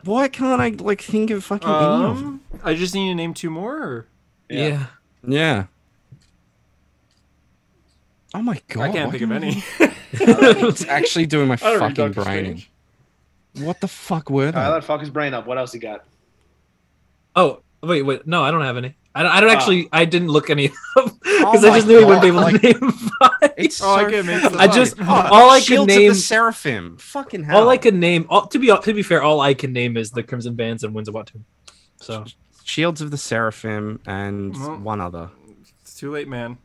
Speaker 4: Why can't I like think of fucking any of them?
Speaker 2: Um, I just need to name two more. Or...
Speaker 1: Yeah.
Speaker 3: Yeah.
Speaker 4: Yeah. Oh my god!
Speaker 2: I can't
Speaker 4: why
Speaker 2: think of
Speaker 4: can't I-
Speaker 2: any.
Speaker 4: It's actually doing my
Speaker 2: I don't read
Speaker 4: fucking
Speaker 2: Doctor
Speaker 4: brain.
Speaker 2: Strange.
Speaker 4: in. What the fuck were they?
Speaker 1: Tyler, fuck his brain up. What else he got?
Speaker 3: oh wait, wait. No, I don't have any. I don't, I don't
Speaker 1: Ah.
Speaker 3: actually. I didn't look any because
Speaker 4: my
Speaker 3: I just knew he wouldn't be able
Speaker 4: God,
Speaker 3: to name five.
Speaker 4: It's
Speaker 2: Oh, I
Speaker 4: so
Speaker 2: can't make
Speaker 4: fucking-
Speaker 2: this
Speaker 3: I just
Speaker 2: Oh,
Speaker 3: all I could
Speaker 4: Shields
Speaker 3: name
Speaker 4: of the Seraphim. Fucking hell!
Speaker 3: all I could name all, to be to be fair, all I can name is the Crimson Bands and Winds of Wattum. So
Speaker 4: Shields of the Seraphim and
Speaker 2: Well-
Speaker 4: one other.
Speaker 2: It's too late, man.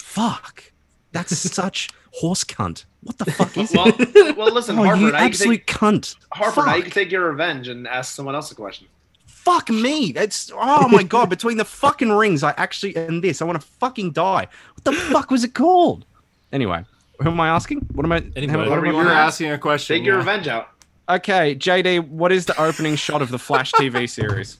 Speaker 4: Fuck. That's such horse cunt. What the fuck is
Speaker 1: Well,
Speaker 4: it?
Speaker 1: well listen,
Speaker 4: Oh,
Speaker 1: Harper, now
Speaker 4: you
Speaker 1: you, can take,
Speaker 4: absolute cunt.
Speaker 1: Harper now you can
Speaker 4: fuck.
Speaker 1: take your revenge and ask someone else a question.
Speaker 4: fuck me. It's oh my god, between the fucking rings I actually and this, I want to fucking die. What the fuck was it called? Anyway, who am I asking? What am I
Speaker 3: Anybody.
Speaker 4: what
Speaker 1: Whatever
Speaker 4: am I-
Speaker 1: you
Speaker 2: You're
Speaker 1: wanna ask.
Speaker 2: asking a question.
Speaker 1: Take your
Speaker 2: yeah.
Speaker 1: revenge out.
Speaker 4: Okay, JD, what is the opening shot of the Flash TV series?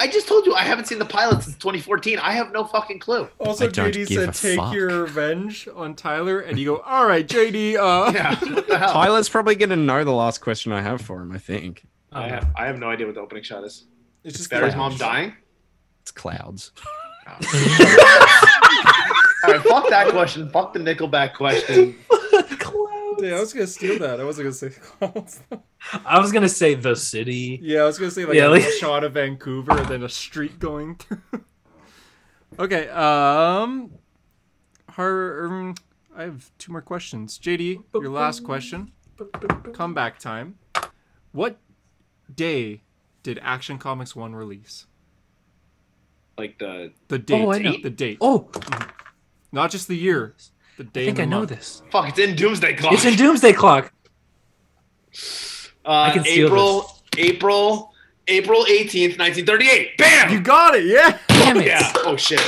Speaker 1: I just told you I haven't seen the pilot since 2014. I have no fucking clue.
Speaker 2: Also,
Speaker 4: I don't
Speaker 2: JD
Speaker 4: give a
Speaker 2: said, "Take
Speaker 4: fuck."
Speaker 2: your revenge on Tyler," and you go, "All right, JD." Uh,
Speaker 1: Yeah, what the hell?
Speaker 4: Tyler's probably gonna know the last question I have for him, I think.
Speaker 1: I have, I have no idea what the opening shot is.
Speaker 2: it's just
Speaker 1: Barry's
Speaker 2: clowns.
Speaker 1: mom dying.
Speaker 4: It's clouds.
Speaker 1: All right, fuck that question. Fuck the Nickelback question.
Speaker 3: Clouds.
Speaker 2: Yeah, I was gonna steal that. I wasn't gonna say clowns.
Speaker 3: I was gonna say the city.
Speaker 2: yeah, I was gonna say like
Speaker 3: Yeah,
Speaker 2: a
Speaker 3: like-
Speaker 2: shot of Vancouver and then a street going through. okay. Um, Har- um, I have two more questions. JD, your last question. Comeback time. What day did Action Comics One release?
Speaker 1: Like the
Speaker 2: The date.
Speaker 3: I know.
Speaker 2: The date.
Speaker 3: Oh,
Speaker 2: Not just the year. The day.
Speaker 3: I
Speaker 2: and
Speaker 3: think
Speaker 2: the
Speaker 3: I know
Speaker 2: month.
Speaker 3: this.
Speaker 1: fuck, it's in Doomsday Clock.
Speaker 3: It's in Doomsday Clock.
Speaker 1: uh,
Speaker 3: I can steal
Speaker 1: April, April, April 18th, 1938. Bam. Oh,
Speaker 2: You got it. Yeah.
Speaker 3: Damn it!
Speaker 1: yeah. Oh shit.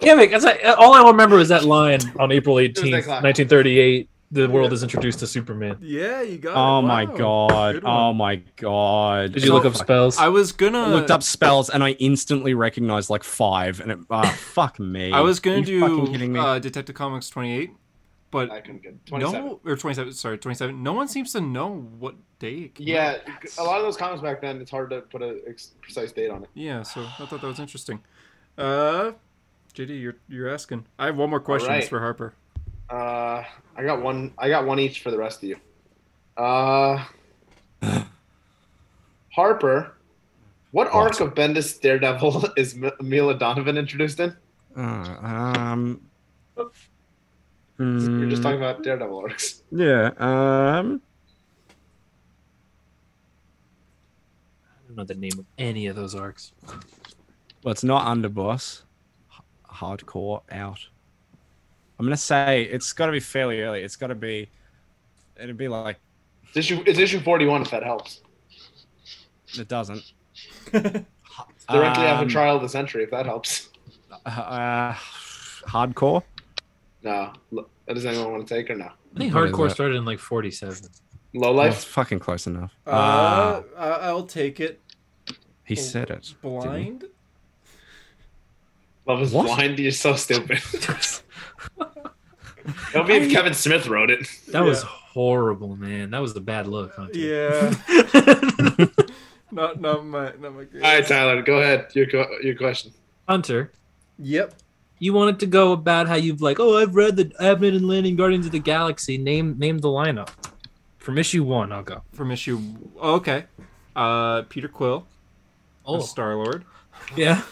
Speaker 3: Yeah, like, that's like- all I remember is that line on April 18th,
Speaker 1: clock.
Speaker 3: 1938. The world is introduced to Superman.
Speaker 2: Yeah, you got.
Speaker 4: Oh
Speaker 2: it.
Speaker 4: my
Speaker 2: Wow.
Speaker 4: god.
Speaker 2: Good one.
Speaker 4: Oh my god.
Speaker 3: Did you look up spells?
Speaker 2: I was gonna
Speaker 4: I looked up spells and I instantly recognized like five, and it ah fuck me.
Speaker 2: I was gonna
Speaker 4: Are you fucking kidding
Speaker 2: do
Speaker 4: me.
Speaker 2: uh, Detective Comics twenty eight, but
Speaker 1: I couldn't get 27.
Speaker 2: no or twenty seven. Sorry, twenty seven. No one seems to know what day. It came
Speaker 1: Yeah,
Speaker 2: out.
Speaker 1: a lot of those comics back then, it's hard to put a ex- precise date on it.
Speaker 2: Yeah, so I thought that was interesting. Uh, JD, you're you're asking. I have one more question
Speaker 1: right.
Speaker 2: it's for Harper.
Speaker 1: Uh, I got one. I got one each for the rest of you. Uh, Harper, what, arc of Bendis Daredevil is M- Mila Donovan introduced in?
Speaker 4: Uh, um.
Speaker 1: You're just
Speaker 4: mm,
Speaker 1: talking about Daredevil arcs.
Speaker 4: Yeah. Um.
Speaker 3: don't know the name of any of those arcs.
Speaker 4: Well, it's not underboss. H- Hardcore out. I'm gonna say it's got to be fairly early. It's got to be. It'd be like
Speaker 1: It's issue, it's issue 41, if that helps.
Speaker 4: it doesn't.
Speaker 1: It's Directly
Speaker 4: Um,
Speaker 1: after Trial of the Century, if that helps.
Speaker 4: Uh, hardcore.
Speaker 1: No. Lo- Does anyone want to take or no?
Speaker 3: I think
Speaker 4: What is
Speaker 3: hardcore
Speaker 4: that?
Speaker 3: started in like 47.
Speaker 1: Low
Speaker 4: Well, it's
Speaker 1: life.
Speaker 4: fucking close enough. Uh,
Speaker 2: I'll take it.
Speaker 4: he said it. didn't he?
Speaker 2: Blind.
Speaker 1: Love is
Speaker 4: What?
Speaker 1: blind. You're so stupid. It'll be if Kevin Smith wrote it.
Speaker 3: That was horrible, man. That was a bad look. Hunter.
Speaker 2: Yeah. not not my not my.
Speaker 1: All right, Tyler, go ahead. Your co- your question.
Speaker 3: Hunter,
Speaker 2: Yep.
Speaker 3: you wanted to go about how you've like, oh, I've read the Abnett and Landing Guardians of the Galaxy. Name name the lineup from issue one. I'll go.
Speaker 2: From issue. Oh, okay. Uh, Peter Quill.
Speaker 3: Oh,
Speaker 2: Star Lord.
Speaker 3: yeah.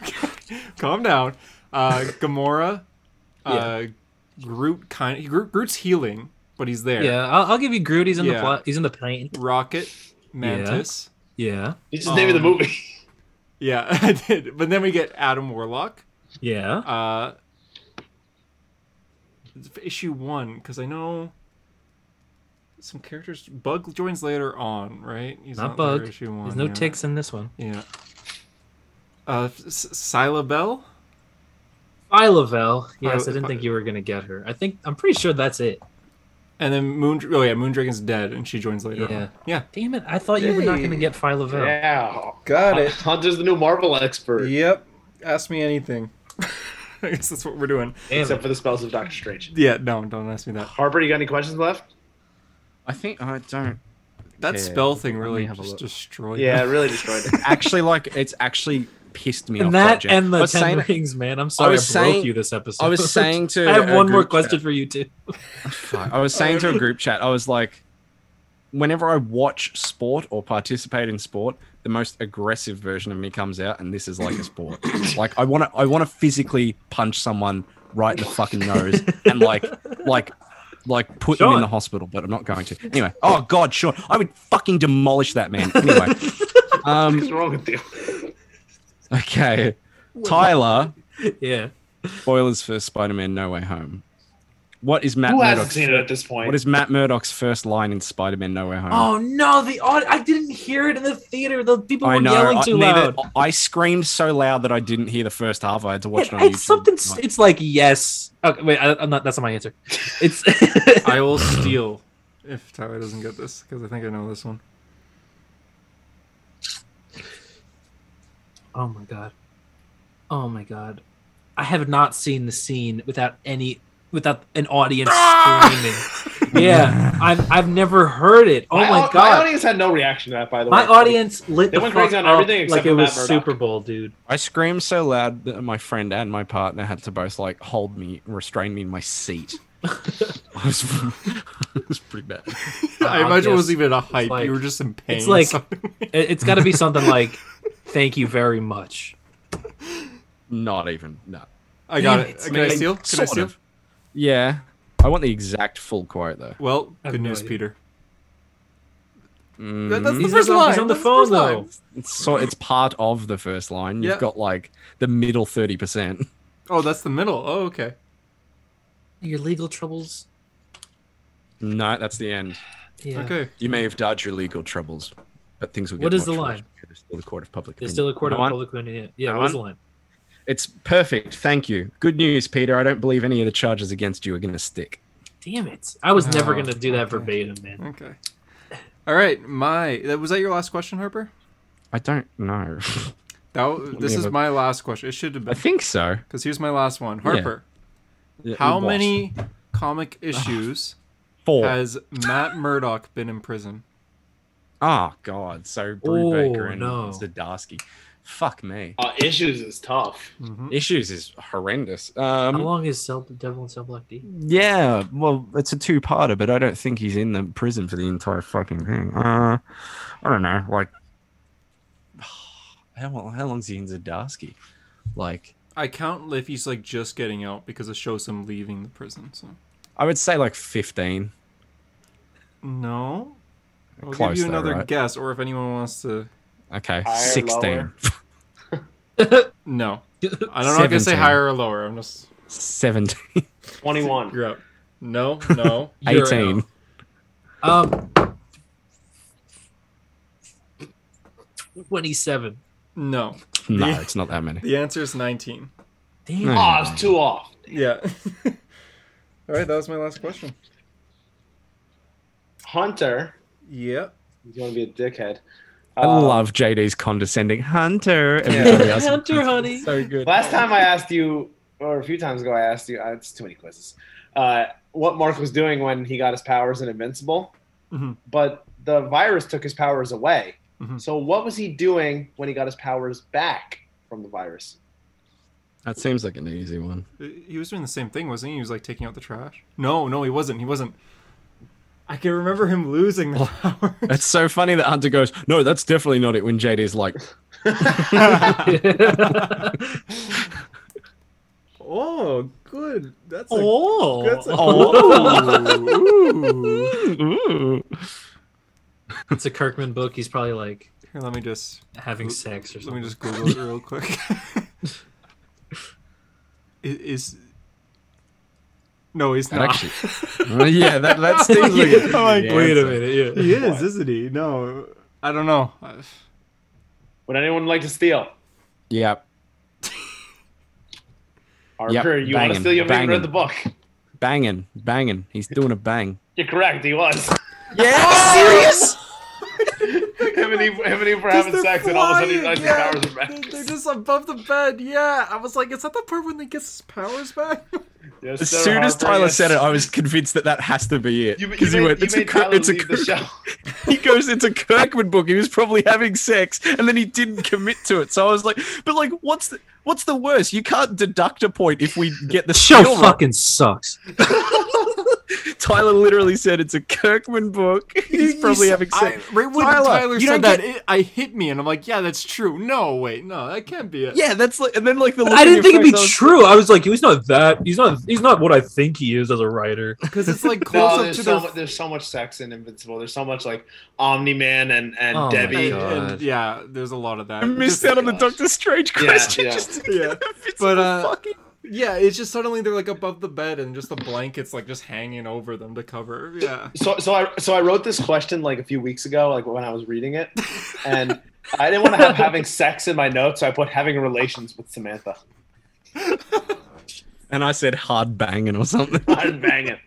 Speaker 2: Calm down. Uh, Gamora, uh, Groot kind Groot, Groot's healing, but he's there.
Speaker 3: Yeah, I'll, I'll give you Groot. He's in
Speaker 2: Yeah.
Speaker 3: the plot. He's in the plane.
Speaker 2: Rocket, Mantis.
Speaker 3: Yeah,
Speaker 1: You just named the
Speaker 2: Um,
Speaker 1: movie.
Speaker 2: Yeah. I did. But then we get Adam Warlock.
Speaker 3: yeah.
Speaker 2: Uh, issue one, because I know some characters. Bug joins later on, right? He's
Speaker 3: Not
Speaker 2: there
Speaker 3: Bug.
Speaker 2: Issue one.
Speaker 3: There's no
Speaker 2: yeah.
Speaker 3: ticks in this one.
Speaker 2: Yeah. Uh, S- Scylla Bell.
Speaker 3: Philovel. Yes,
Speaker 2: Phi-
Speaker 3: I didn't
Speaker 2: Phi-
Speaker 3: think you were gonna get her. I think I'm pretty sure that's it.
Speaker 2: And then Moon. Oh yeah, Moondragon's dead, and she joins later.
Speaker 3: Yeah.
Speaker 2: on. yeah.
Speaker 3: Damn it! I thought you were not
Speaker 2: Hey.
Speaker 3: gonna get Philovel.
Speaker 1: Yeah.
Speaker 2: Got
Speaker 1: Hunter's the new Marvel expert,
Speaker 2: Yep. Ask me anything. Uh, I guess that's what we're doing.
Speaker 3: Damn
Speaker 1: except
Speaker 3: it.
Speaker 1: for the spells of Doctor Strange.
Speaker 2: Yeah, no, don't ask me that.
Speaker 1: Harper, you got any questions left?
Speaker 4: I think I don't.
Speaker 2: That
Speaker 4: Okay,
Speaker 2: spell thing
Speaker 4: let me
Speaker 2: really
Speaker 4: have a
Speaker 2: just
Speaker 4: look.
Speaker 2: destroyed.
Speaker 1: Yeah,
Speaker 2: me.
Speaker 1: it really destroyed it.
Speaker 4: Actually, like it's actually pissed me off.
Speaker 3: And that
Speaker 4: Jay.
Speaker 3: and
Speaker 4: I
Speaker 3: the
Speaker 4: was
Speaker 3: Ten
Speaker 4: saying,
Speaker 3: Rings, man. I'm sorry, I,
Speaker 4: was
Speaker 3: broke
Speaker 4: saying-
Speaker 3: you this episode.
Speaker 4: I was saying to.
Speaker 3: I have
Speaker 4: a
Speaker 3: one more
Speaker 4: group chat-
Speaker 3: question for you too.
Speaker 4: I was saying
Speaker 1: Oh,
Speaker 4: to a group chat, I was like, whenever I watch sport or participate in sport, the most aggressive version of me comes out, and this is like a sport. like I want to, I want to physically punch someone right in the fucking nose, and like, like. Like put them in
Speaker 3: Sean.
Speaker 4: the hospital, but I'm not going to. Anyway, oh god, sure, I would fucking demolish that man. Anyway, um,
Speaker 1: What's wrong with you?
Speaker 4: okay, Tyler,
Speaker 3: yeah.
Speaker 4: spoilers for Spider-Man: No Way Home. What is Matt
Speaker 1: Who hasn't
Speaker 4: Murdock's?
Speaker 1: seen it at this point?
Speaker 4: What is Matt Murdock's first line in Spider-Man: No Way Home?
Speaker 3: Oh no! The aud- I didn't hear it in the theater. The people
Speaker 4: I
Speaker 3: were
Speaker 4: know.
Speaker 3: yelling
Speaker 4: I,
Speaker 3: too
Speaker 4: neither-
Speaker 3: loud.
Speaker 4: I screamed so loud that I didn't hear the first half. I had to watch
Speaker 3: It-
Speaker 4: it, on
Speaker 3: it's
Speaker 4: YouTube.
Speaker 3: something. s- It's like yes. Okay, wait. I, I'm not. That's not my answer. It's.
Speaker 2: I will steal if Tyler doesn't get this because I think I know this one.
Speaker 3: oh my god. Oh my god. I have not seen the scene without any without an audience screaming. Yeah, I've I've never heard it. Oh my,
Speaker 1: au-
Speaker 3: god.
Speaker 1: Ah! My audience had no reaction to that, by the
Speaker 3: My
Speaker 1: way.
Speaker 3: audience lit
Speaker 1: They
Speaker 3: the
Speaker 1: went
Speaker 3: fuck
Speaker 1: crazy on
Speaker 3: up
Speaker 1: everything except
Speaker 3: like it
Speaker 1: for Matt
Speaker 3: was
Speaker 1: Murdock.
Speaker 3: Super Bowl, dude.
Speaker 4: I screamed so loud that my friend and my partner had to both like hold me, restrain me in my seat. I was, it was pretty bad.
Speaker 2: I imagine it
Speaker 3: guess
Speaker 2: wasn't even a hype.
Speaker 3: like-
Speaker 2: you were just in pain.
Speaker 3: it's like-
Speaker 2: so-
Speaker 3: It, it's got to be something like "Thank you very much."
Speaker 4: Not even. No.
Speaker 2: I got
Speaker 3: Damn
Speaker 2: it.
Speaker 3: it,
Speaker 2: Can I
Speaker 3: man.
Speaker 2: steal? Can I
Speaker 4: Sort
Speaker 2: steal?
Speaker 4: of. Yeah. I want the exact full quote though.
Speaker 2: Well,
Speaker 3: I have
Speaker 2: good
Speaker 3: no
Speaker 2: news,
Speaker 3: idea.
Speaker 2: Peter.
Speaker 4: Mm.
Speaker 2: That- that's the
Speaker 3: Mm-hmm. He's
Speaker 2: first
Speaker 3: on-
Speaker 2: line.
Speaker 3: he's on the
Speaker 2: That's
Speaker 3: phone,
Speaker 2: first line.
Speaker 3: though.
Speaker 4: it's so it's part of the first line. You've
Speaker 2: Yeah.
Speaker 4: got like the middle thirty percent.
Speaker 2: Oh, that's the middle. Oh, okay.
Speaker 3: Your legal troubles.
Speaker 4: No, that's the end.
Speaker 3: Yeah.
Speaker 2: Okay.
Speaker 4: You may have dodged your legal troubles, but things will get
Speaker 3: What is
Speaker 4: much
Speaker 3: the
Speaker 4: worse.
Speaker 3: line?
Speaker 4: There's still the court of public
Speaker 3: There's
Speaker 4: opinion.
Speaker 3: still a court
Speaker 4: No
Speaker 3: of
Speaker 4: one-
Speaker 3: public opinion. Yeah,
Speaker 4: That
Speaker 3: what's the
Speaker 4: one?
Speaker 3: line?
Speaker 4: It's perfect. Thank you. Good news, Peter. I don't believe any of the charges against you are going to stick.
Speaker 3: Damn it! I was never
Speaker 2: Oh,
Speaker 3: gonna do that
Speaker 2: okay.
Speaker 3: verbatim, man.
Speaker 2: Okay. All right, my that was that your last question, Harper?
Speaker 4: I don't know.
Speaker 2: That w- this
Speaker 4: me
Speaker 2: is
Speaker 4: have a-
Speaker 2: my last question. It should have
Speaker 4: I
Speaker 2: been
Speaker 4: think so.
Speaker 2: because here's my last one, Harper.
Speaker 4: Yeah,
Speaker 2: How
Speaker 4: what?
Speaker 2: many comic issues
Speaker 4: Four.
Speaker 2: has Matt Murdock been in prison?
Speaker 4: oh God. So Brew
Speaker 3: Oh,
Speaker 4: Baker and
Speaker 3: no.
Speaker 4: Zdarsky. Fuck me.
Speaker 1: Uh, issues is tough.
Speaker 2: Mhm.
Speaker 4: Issues is horrendous.
Speaker 3: How
Speaker 4: Um,
Speaker 3: long is Cell, Devil and Cell Block D?
Speaker 4: yeah. Well, it's a two-parter, but I don't think he's in the prison for the entire fucking thing. Uh, I don't know. Like, how how long's he in Zdarsky? Like,
Speaker 2: I count if he's like just getting out because it shows him leaving the prison. So
Speaker 4: I would say like fifteen.
Speaker 2: no, I'll
Speaker 4: Close
Speaker 2: give you
Speaker 4: though,
Speaker 2: another
Speaker 4: right?
Speaker 2: guess, or if anyone wants to.
Speaker 4: Okay,
Speaker 1: Higher,
Speaker 4: sixteen.
Speaker 1: lower?
Speaker 2: No, I don't know. if I can say
Speaker 4: Seventeen.
Speaker 2: higher or lower. I'm just
Speaker 4: 17,
Speaker 1: 21.
Speaker 2: you're up. No, no, you're
Speaker 4: 18.
Speaker 2: out.
Speaker 3: Um, twenty-seven.
Speaker 2: No,
Speaker 4: No, it's not that many.
Speaker 2: the answer is 19.
Speaker 3: Damn.
Speaker 1: Oh,
Speaker 4: No.
Speaker 1: I was two off.
Speaker 2: Yeah. All right, that was my last question.
Speaker 1: Hunter,
Speaker 2: Yep.
Speaker 1: he's going to be a dickhead.
Speaker 4: I
Speaker 1: Uh,
Speaker 4: love JD's condescending Hunter. Everybody else-
Speaker 3: Hunter, honey.
Speaker 4: so good.
Speaker 1: Last time I asked you, or a few times ago, I asked you, uh, it's too many quizzes, uh, what Mark was doing when he got his powers in Invincible.
Speaker 4: Mm-hmm.
Speaker 2: Mhm.
Speaker 1: But the virus took his powers away.
Speaker 2: Mhm.
Speaker 1: So, what was he doing when he got his powers back from the virus?
Speaker 4: That seems like an easy one.
Speaker 2: He was doing the same thing, wasn't he? He was like taking out the trash. No, no, he wasn't. He wasn't. I can remember him losing the power.
Speaker 4: It's so funny that Hunter goes, No, that's definitely not it. When JD's like,
Speaker 2: oh, good. That's a,
Speaker 3: oh,
Speaker 2: that's a-
Speaker 4: Oh. Ooh.
Speaker 3: it's a Kirkman book. He's probably like
Speaker 2: Here, let me just
Speaker 3: having sex or
Speaker 2: let me
Speaker 3: something.
Speaker 2: just Google it real quick. I- is no, he's
Speaker 4: That
Speaker 2: not.
Speaker 4: actually- Uh, yeah, that, that seems like it.
Speaker 2: I'm like,
Speaker 3: Wait a minute. Yeah.
Speaker 2: he is, isn't he? No, I don't know.
Speaker 1: Would anyone like to steal?
Speaker 4: Yep.
Speaker 1: Arthur, you want to
Speaker 4: banging,
Speaker 1: steal? You haven't even
Speaker 4: banging.
Speaker 1: read the book.
Speaker 4: Banging, banging. He's doing a bang.
Speaker 1: You're correct. He was.
Speaker 4: Yeah, serious?
Speaker 1: him and he, him and he were having sex, and all of a sudden, he realized his powers are back.
Speaker 2: They're just above the bed. Yeah, I was like, is that the part when they get his powers back?
Speaker 1: Yes,
Speaker 4: As
Speaker 1: sir,
Speaker 4: soon as
Speaker 1: Harper,
Speaker 4: Tyler
Speaker 1: yes.
Speaker 4: said it, I was convinced that that has to be it.
Speaker 1: You, you,
Speaker 4: 'Cause he
Speaker 1: made,
Speaker 4: went,
Speaker 1: you
Speaker 4: it's a,
Speaker 1: made
Speaker 4: Kir-
Speaker 1: Tyler
Speaker 4: it's a
Speaker 1: leave the
Speaker 4: Kir-
Speaker 1: show.
Speaker 4: he goes into Kirkwood book. He was probably having sex, and then he didn't commit to it. So I was like, but like, what's the what's the worst? You can't deduct a point if we get the
Speaker 3: The show
Speaker 4: steal right.
Speaker 3: fucking sucks.
Speaker 4: Tyler literally said it's a Kirkman book. He's probably having
Speaker 2: I,
Speaker 4: sex.
Speaker 2: right when Tyler,
Speaker 4: Tyler, you
Speaker 2: said
Speaker 4: don't
Speaker 2: that,
Speaker 4: get-
Speaker 2: it, I hit me, and I'm like, yeah, that's true. No, wait, no, that can't be it.
Speaker 4: yeah, that's like, and then like the.
Speaker 3: I didn't
Speaker 4: look in
Speaker 3: think
Speaker 4: your
Speaker 3: it'd be
Speaker 4: face, I was-
Speaker 3: true. I was like, he's not that. He's not. He's not what I think he is as a writer.
Speaker 2: because it's like close
Speaker 1: No,
Speaker 2: up
Speaker 1: there's
Speaker 2: to
Speaker 1: so,
Speaker 2: their
Speaker 1: mu- there's so much sex in Invincible. There's so much like Omni Man and and
Speaker 3: Oh my
Speaker 1: Debbie.
Speaker 2: and- and
Speaker 4: God.
Speaker 2: yeah, there's a lot of that.
Speaker 4: I missed
Speaker 2: Just-
Speaker 4: out on the Doctor Strange
Speaker 1: Yeah,
Speaker 4: question.
Speaker 1: yeah.
Speaker 4: Just
Speaker 2: Yeah.
Speaker 4: yeah,
Speaker 2: But, uh,
Speaker 4: fucking
Speaker 2: Yeah, it's just suddenly they're like above the bed, and just the blankets like just hanging over them to cover. Yeah.
Speaker 1: So so I so I wrote this question like a few weeks ago, like when I was reading it, and I didn't want to have having sex in my notes, so I put having relations with Samantha.
Speaker 4: and I said hard banging or something.
Speaker 1: I'm banging.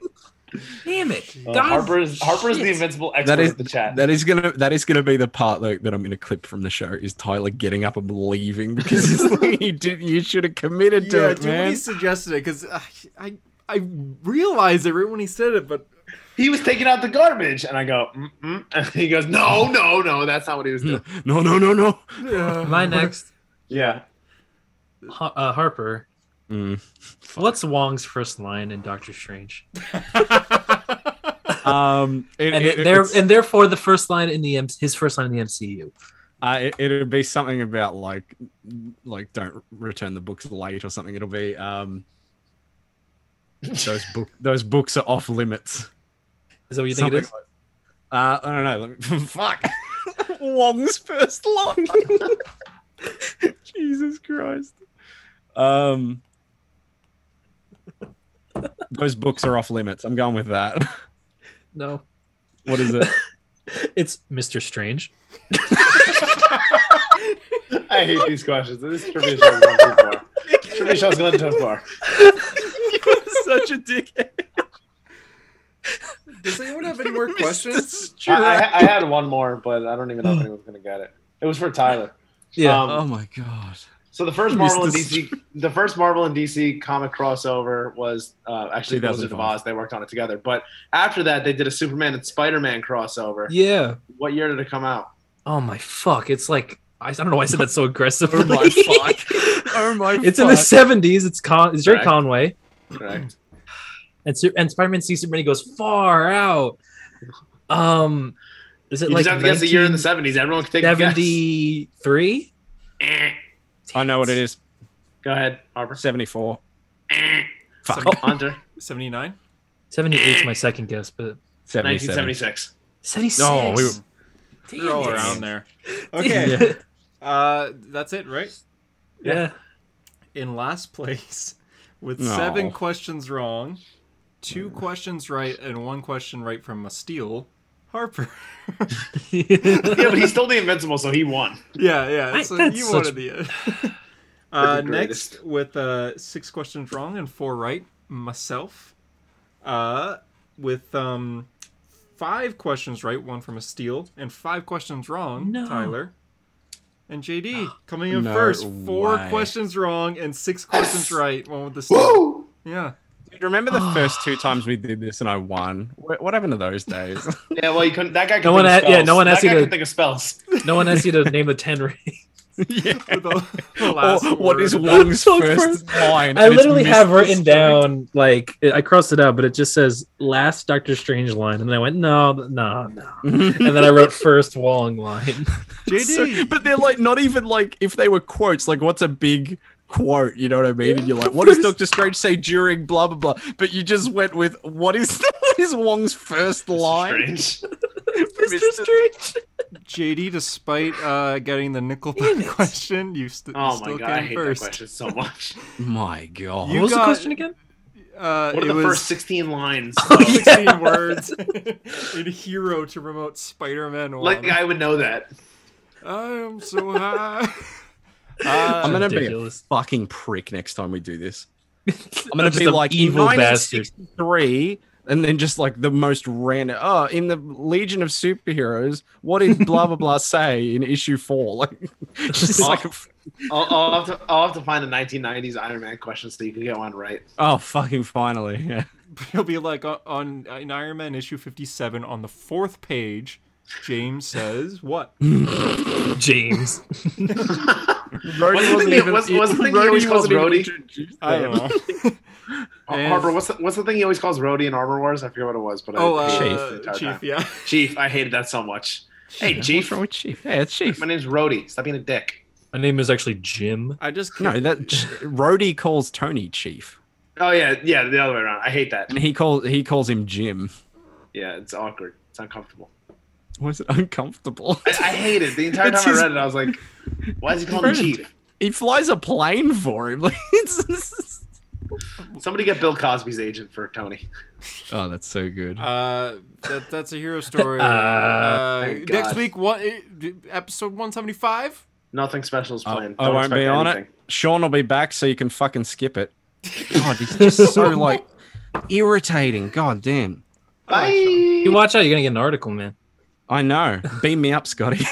Speaker 3: Damn it,
Speaker 1: Uh,
Speaker 3: God
Speaker 1: Harper's Harper's the
Speaker 3: shit.
Speaker 1: Invincible expert
Speaker 4: That is
Speaker 1: of the chat.
Speaker 4: That is gonna that is gonna be the part Luke, that I'm gonna clip from the show is Tyler getting up and leaving because he's like, you did you should have committed to
Speaker 2: yeah,
Speaker 4: it,
Speaker 2: dude, when he
Speaker 4: man.
Speaker 2: suggested it, because I, I I realized it right when he said it, but
Speaker 1: he was taking out the garbage, and I go, Mm-mm. and he goes, no, no, no, that's not what he was doing.
Speaker 4: No, no, no, no.
Speaker 2: uh,
Speaker 3: My next
Speaker 1: Yeah,
Speaker 3: Ha- uh, Harper.
Speaker 4: Mm.
Speaker 3: What's Wong's first line in Doctor Strange?
Speaker 4: Um, it,
Speaker 3: And
Speaker 4: it,
Speaker 3: there,
Speaker 4: it's-
Speaker 3: and therefore the first line in the M- his first line in the MCU.
Speaker 4: uh, it, it'd be something about like like don't return the books late or something. It'll be um those book those books are off limits.
Speaker 3: Is that what you think it
Speaker 4: Something
Speaker 3: is?
Speaker 4: like- uh, I don't know. Let me, fuck. Wong's first line. Jesus Christ. Um, those books are off limits. I'm going with that.
Speaker 3: No,
Speaker 4: What is it?
Speaker 3: it's Mister Strange.
Speaker 1: I hate these questions. This trivia show is on too far. Trivia show's going too far.
Speaker 4: you are such a dickhead.
Speaker 2: Does anyone have any more
Speaker 4: Mr.
Speaker 2: questions?
Speaker 1: I,
Speaker 4: Stewart.
Speaker 1: I, I had one more, but I don't even know if anyone's gonna get it. It was for Tyler.
Speaker 3: Hmm. Yeah.
Speaker 1: Um,
Speaker 4: oh my god.
Speaker 1: So the first Marvel and
Speaker 4: Mr.
Speaker 1: DC, the first Marvel and DC comic crossover was uh, actually the Wizard of
Speaker 4: 2005.
Speaker 1: Oz. They worked on it together. But after that, they did a Superman and Spider-Man crossover.
Speaker 3: yeah.
Speaker 1: What year did it come out?
Speaker 3: Oh my fuck! It's like I, I don't know why I said that so aggressively.
Speaker 4: Oh my fuck. Oh my
Speaker 3: it's in
Speaker 4: fuck.
Speaker 3: the seventies. It's Con. It's Jerry
Speaker 1: Right.
Speaker 3: Conway,
Speaker 1: Correct.
Speaker 3: and Su- and Spider Man sees Superman. He goes far out. Um, is it
Speaker 1: You
Speaker 3: like
Speaker 1: just have to guess the year in the seventies. Everyone can take a
Speaker 3: seventy three?
Speaker 1: guess. Eh.
Speaker 4: I know what it is.
Speaker 1: Go ahead, Harper.
Speaker 3: Oh.
Speaker 4: 74. Fuck.
Speaker 2: Oh.
Speaker 1: Hunter,
Speaker 2: 79?
Speaker 3: Seventy eight is my second guess, but
Speaker 4: 77.
Speaker 1: 1976.
Speaker 3: seventy six.
Speaker 4: No, we were-
Speaker 2: They're all around there.
Speaker 3: Yeah.
Speaker 2: Okay. Uh, that's it, right?
Speaker 3: yeah.
Speaker 2: in last place with
Speaker 4: No.
Speaker 2: seven questions wrong, two questions right, and one question right from a steal. Harper.
Speaker 1: Yeah, but he's still the Invincible, so he won.
Speaker 2: yeah, yeah.
Speaker 3: I-
Speaker 2: So
Speaker 3: that's
Speaker 2: you
Speaker 3: such-
Speaker 2: wanted the end. uh,
Speaker 1: the greatest.
Speaker 2: next, with uh, six questions wrong and four right, myself. Uh, with um, five questions right, one from a steal, and five questions wrong,
Speaker 3: No.
Speaker 2: Tyler. And JD coming in
Speaker 4: No
Speaker 2: first, four
Speaker 4: way.
Speaker 2: questions wrong and six questions right, one with the steal.
Speaker 1: Woo!
Speaker 2: Yeah.
Speaker 4: Dude, remember the first two times we did this and I won? Wh- What happened to those days?
Speaker 1: Yeah, well, you couldn't. That guy. Could
Speaker 3: No one
Speaker 1: think of
Speaker 3: had- yeah,
Speaker 1: spells.
Speaker 3: no one asked
Speaker 1: That
Speaker 3: you
Speaker 1: guy
Speaker 3: to-
Speaker 1: could think of spells.
Speaker 3: No one asked you to name the ten rings.
Speaker 4: yeah.
Speaker 2: with the, the
Speaker 4: Or
Speaker 2: last
Speaker 1: Oh,
Speaker 4: what is
Speaker 2: word.
Speaker 4: Wong's
Speaker 3: So
Speaker 4: first line?
Speaker 3: I
Speaker 4: And it's
Speaker 3: literally have
Speaker 4: Mr.
Speaker 3: written
Speaker 4: Stewart.
Speaker 3: down like I crossed it out, but it just says last Doctor Strange line, and then I went no, no, no, and then I wrote first Wong line.
Speaker 2: JD.
Speaker 4: So- but they're like not even like if they were quotes, like what's a big quote, you know what I mean? And you're like, what does Doctor Strange say during blah blah blah? But you just went with what is what is Wong's first line?
Speaker 1: Strange.
Speaker 4: Mr. Strange.
Speaker 2: JD, despite uh, getting the Nickelback question, you st-
Speaker 1: Oh my
Speaker 2: still
Speaker 1: god, I
Speaker 2: came
Speaker 1: hate
Speaker 2: first.
Speaker 1: that question so much.
Speaker 4: My God.
Speaker 2: You
Speaker 3: what was
Speaker 2: got-
Speaker 3: the question again?
Speaker 2: Uh,
Speaker 1: What are
Speaker 2: it
Speaker 1: the
Speaker 2: was
Speaker 1: first 16 lines?
Speaker 2: Oh,
Speaker 3: yeah.
Speaker 2: 16 words in hero to promote Spider-Man 1.
Speaker 1: Like I would know that.
Speaker 2: I am so high. Uh,
Speaker 4: I'm gonna
Speaker 3: Ridiculous.
Speaker 4: be a fucking prick next time we do this. I'm gonna
Speaker 3: Just
Speaker 4: be
Speaker 3: an
Speaker 4: like
Speaker 3: evil
Speaker 4: evil
Speaker 3: bastard.
Speaker 4: bastard three, and then just like the most random. Oh, in the Legion of Superheroes, what did blah blah blah say in issue four? Like, just
Speaker 1: Oh.
Speaker 4: like, a f-
Speaker 1: I'll, I'll, have to, I'll have to find a 1990s Iron Man question so you can get one right.
Speaker 4: oh fucking finally, yeah.
Speaker 2: He'll be like on, on in Iron Man issue 57 on the fourth page. James says what?
Speaker 3: James.
Speaker 4: Rhodey
Speaker 1: Wasn't the- was- wasn't the thing he always calls Rhodey?
Speaker 4: introduced
Speaker 2: I
Speaker 4: there.
Speaker 2: don't know.
Speaker 1: Uh,
Speaker 2: And-
Speaker 1: Harper, what's the, what's the thing he always calls Rhodey in Armor Wars? I forget what it was, but
Speaker 2: Oh,
Speaker 1: I hated it
Speaker 2: uh,
Speaker 1: the entire
Speaker 2: Chief,
Speaker 1: time.
Speaker 2: yeah.
Speaker 1: Chief, I hated that so much. Hey,
Speaker 4: Yeah,
Speaker 1: Chief.
Speaker 4: What's wrong with Chief? Yeah, it's Chief.
Speaker 1: My name's Rhodey. Stop being a dick.
Speaker 3: My name is actually Jim.
Speaker 2: I just
Speaker 4: No, that Rhodey calls Tony Chief,
Speaker 1: Oh yeah, yeah, the other way around. I hate that.
Speaker 4: and he calls he calls him Jim.
Speaker 1: Yeah, it's awkward. It's uncomfortable.
Speaker 4: Was it uncomfortable?
Speaker 1: I, I hate it. The entire
Speaker 4: It's
Speaker 1: time
Speaker 4: his-
Speaker 1: I read it, I was like, why is he calling me
Speaker 4: Friend.
Speaker 1: Chief?
Speaker 4: he flies a plane for him. Like, it's,
Speaker 1: Somebody get Bill Cosby's agent for Tony.
Speaker 4: Oh, that's so good.
Speaker 2: Uh, that, that's a hero story.
Speaker 3: Uh,
Speaker 2: uh,
Speaker 1: thank
Speaker 2: next
Speaker 1: God.
Speaker 2: week, what eh, episode one seventy five?
Speaker 1: Nothing special is
Speaker 4: I-
Speaker 1: planned.
Speaker 4: I
Speaker 1: Don't
Speaker 4: won't be
Speaker 1: expect
Speaker 4: on it.
Speaker 1: anything.
Speaker 4: Sean will be back, so you can fucking skip it. God, he's just so like irritating. God damn.
Speaker 1: Bye.
Speaker 3: You watch out, you're gonna get an article, man.
Speaker 4: I know. Beam me up, Scotty.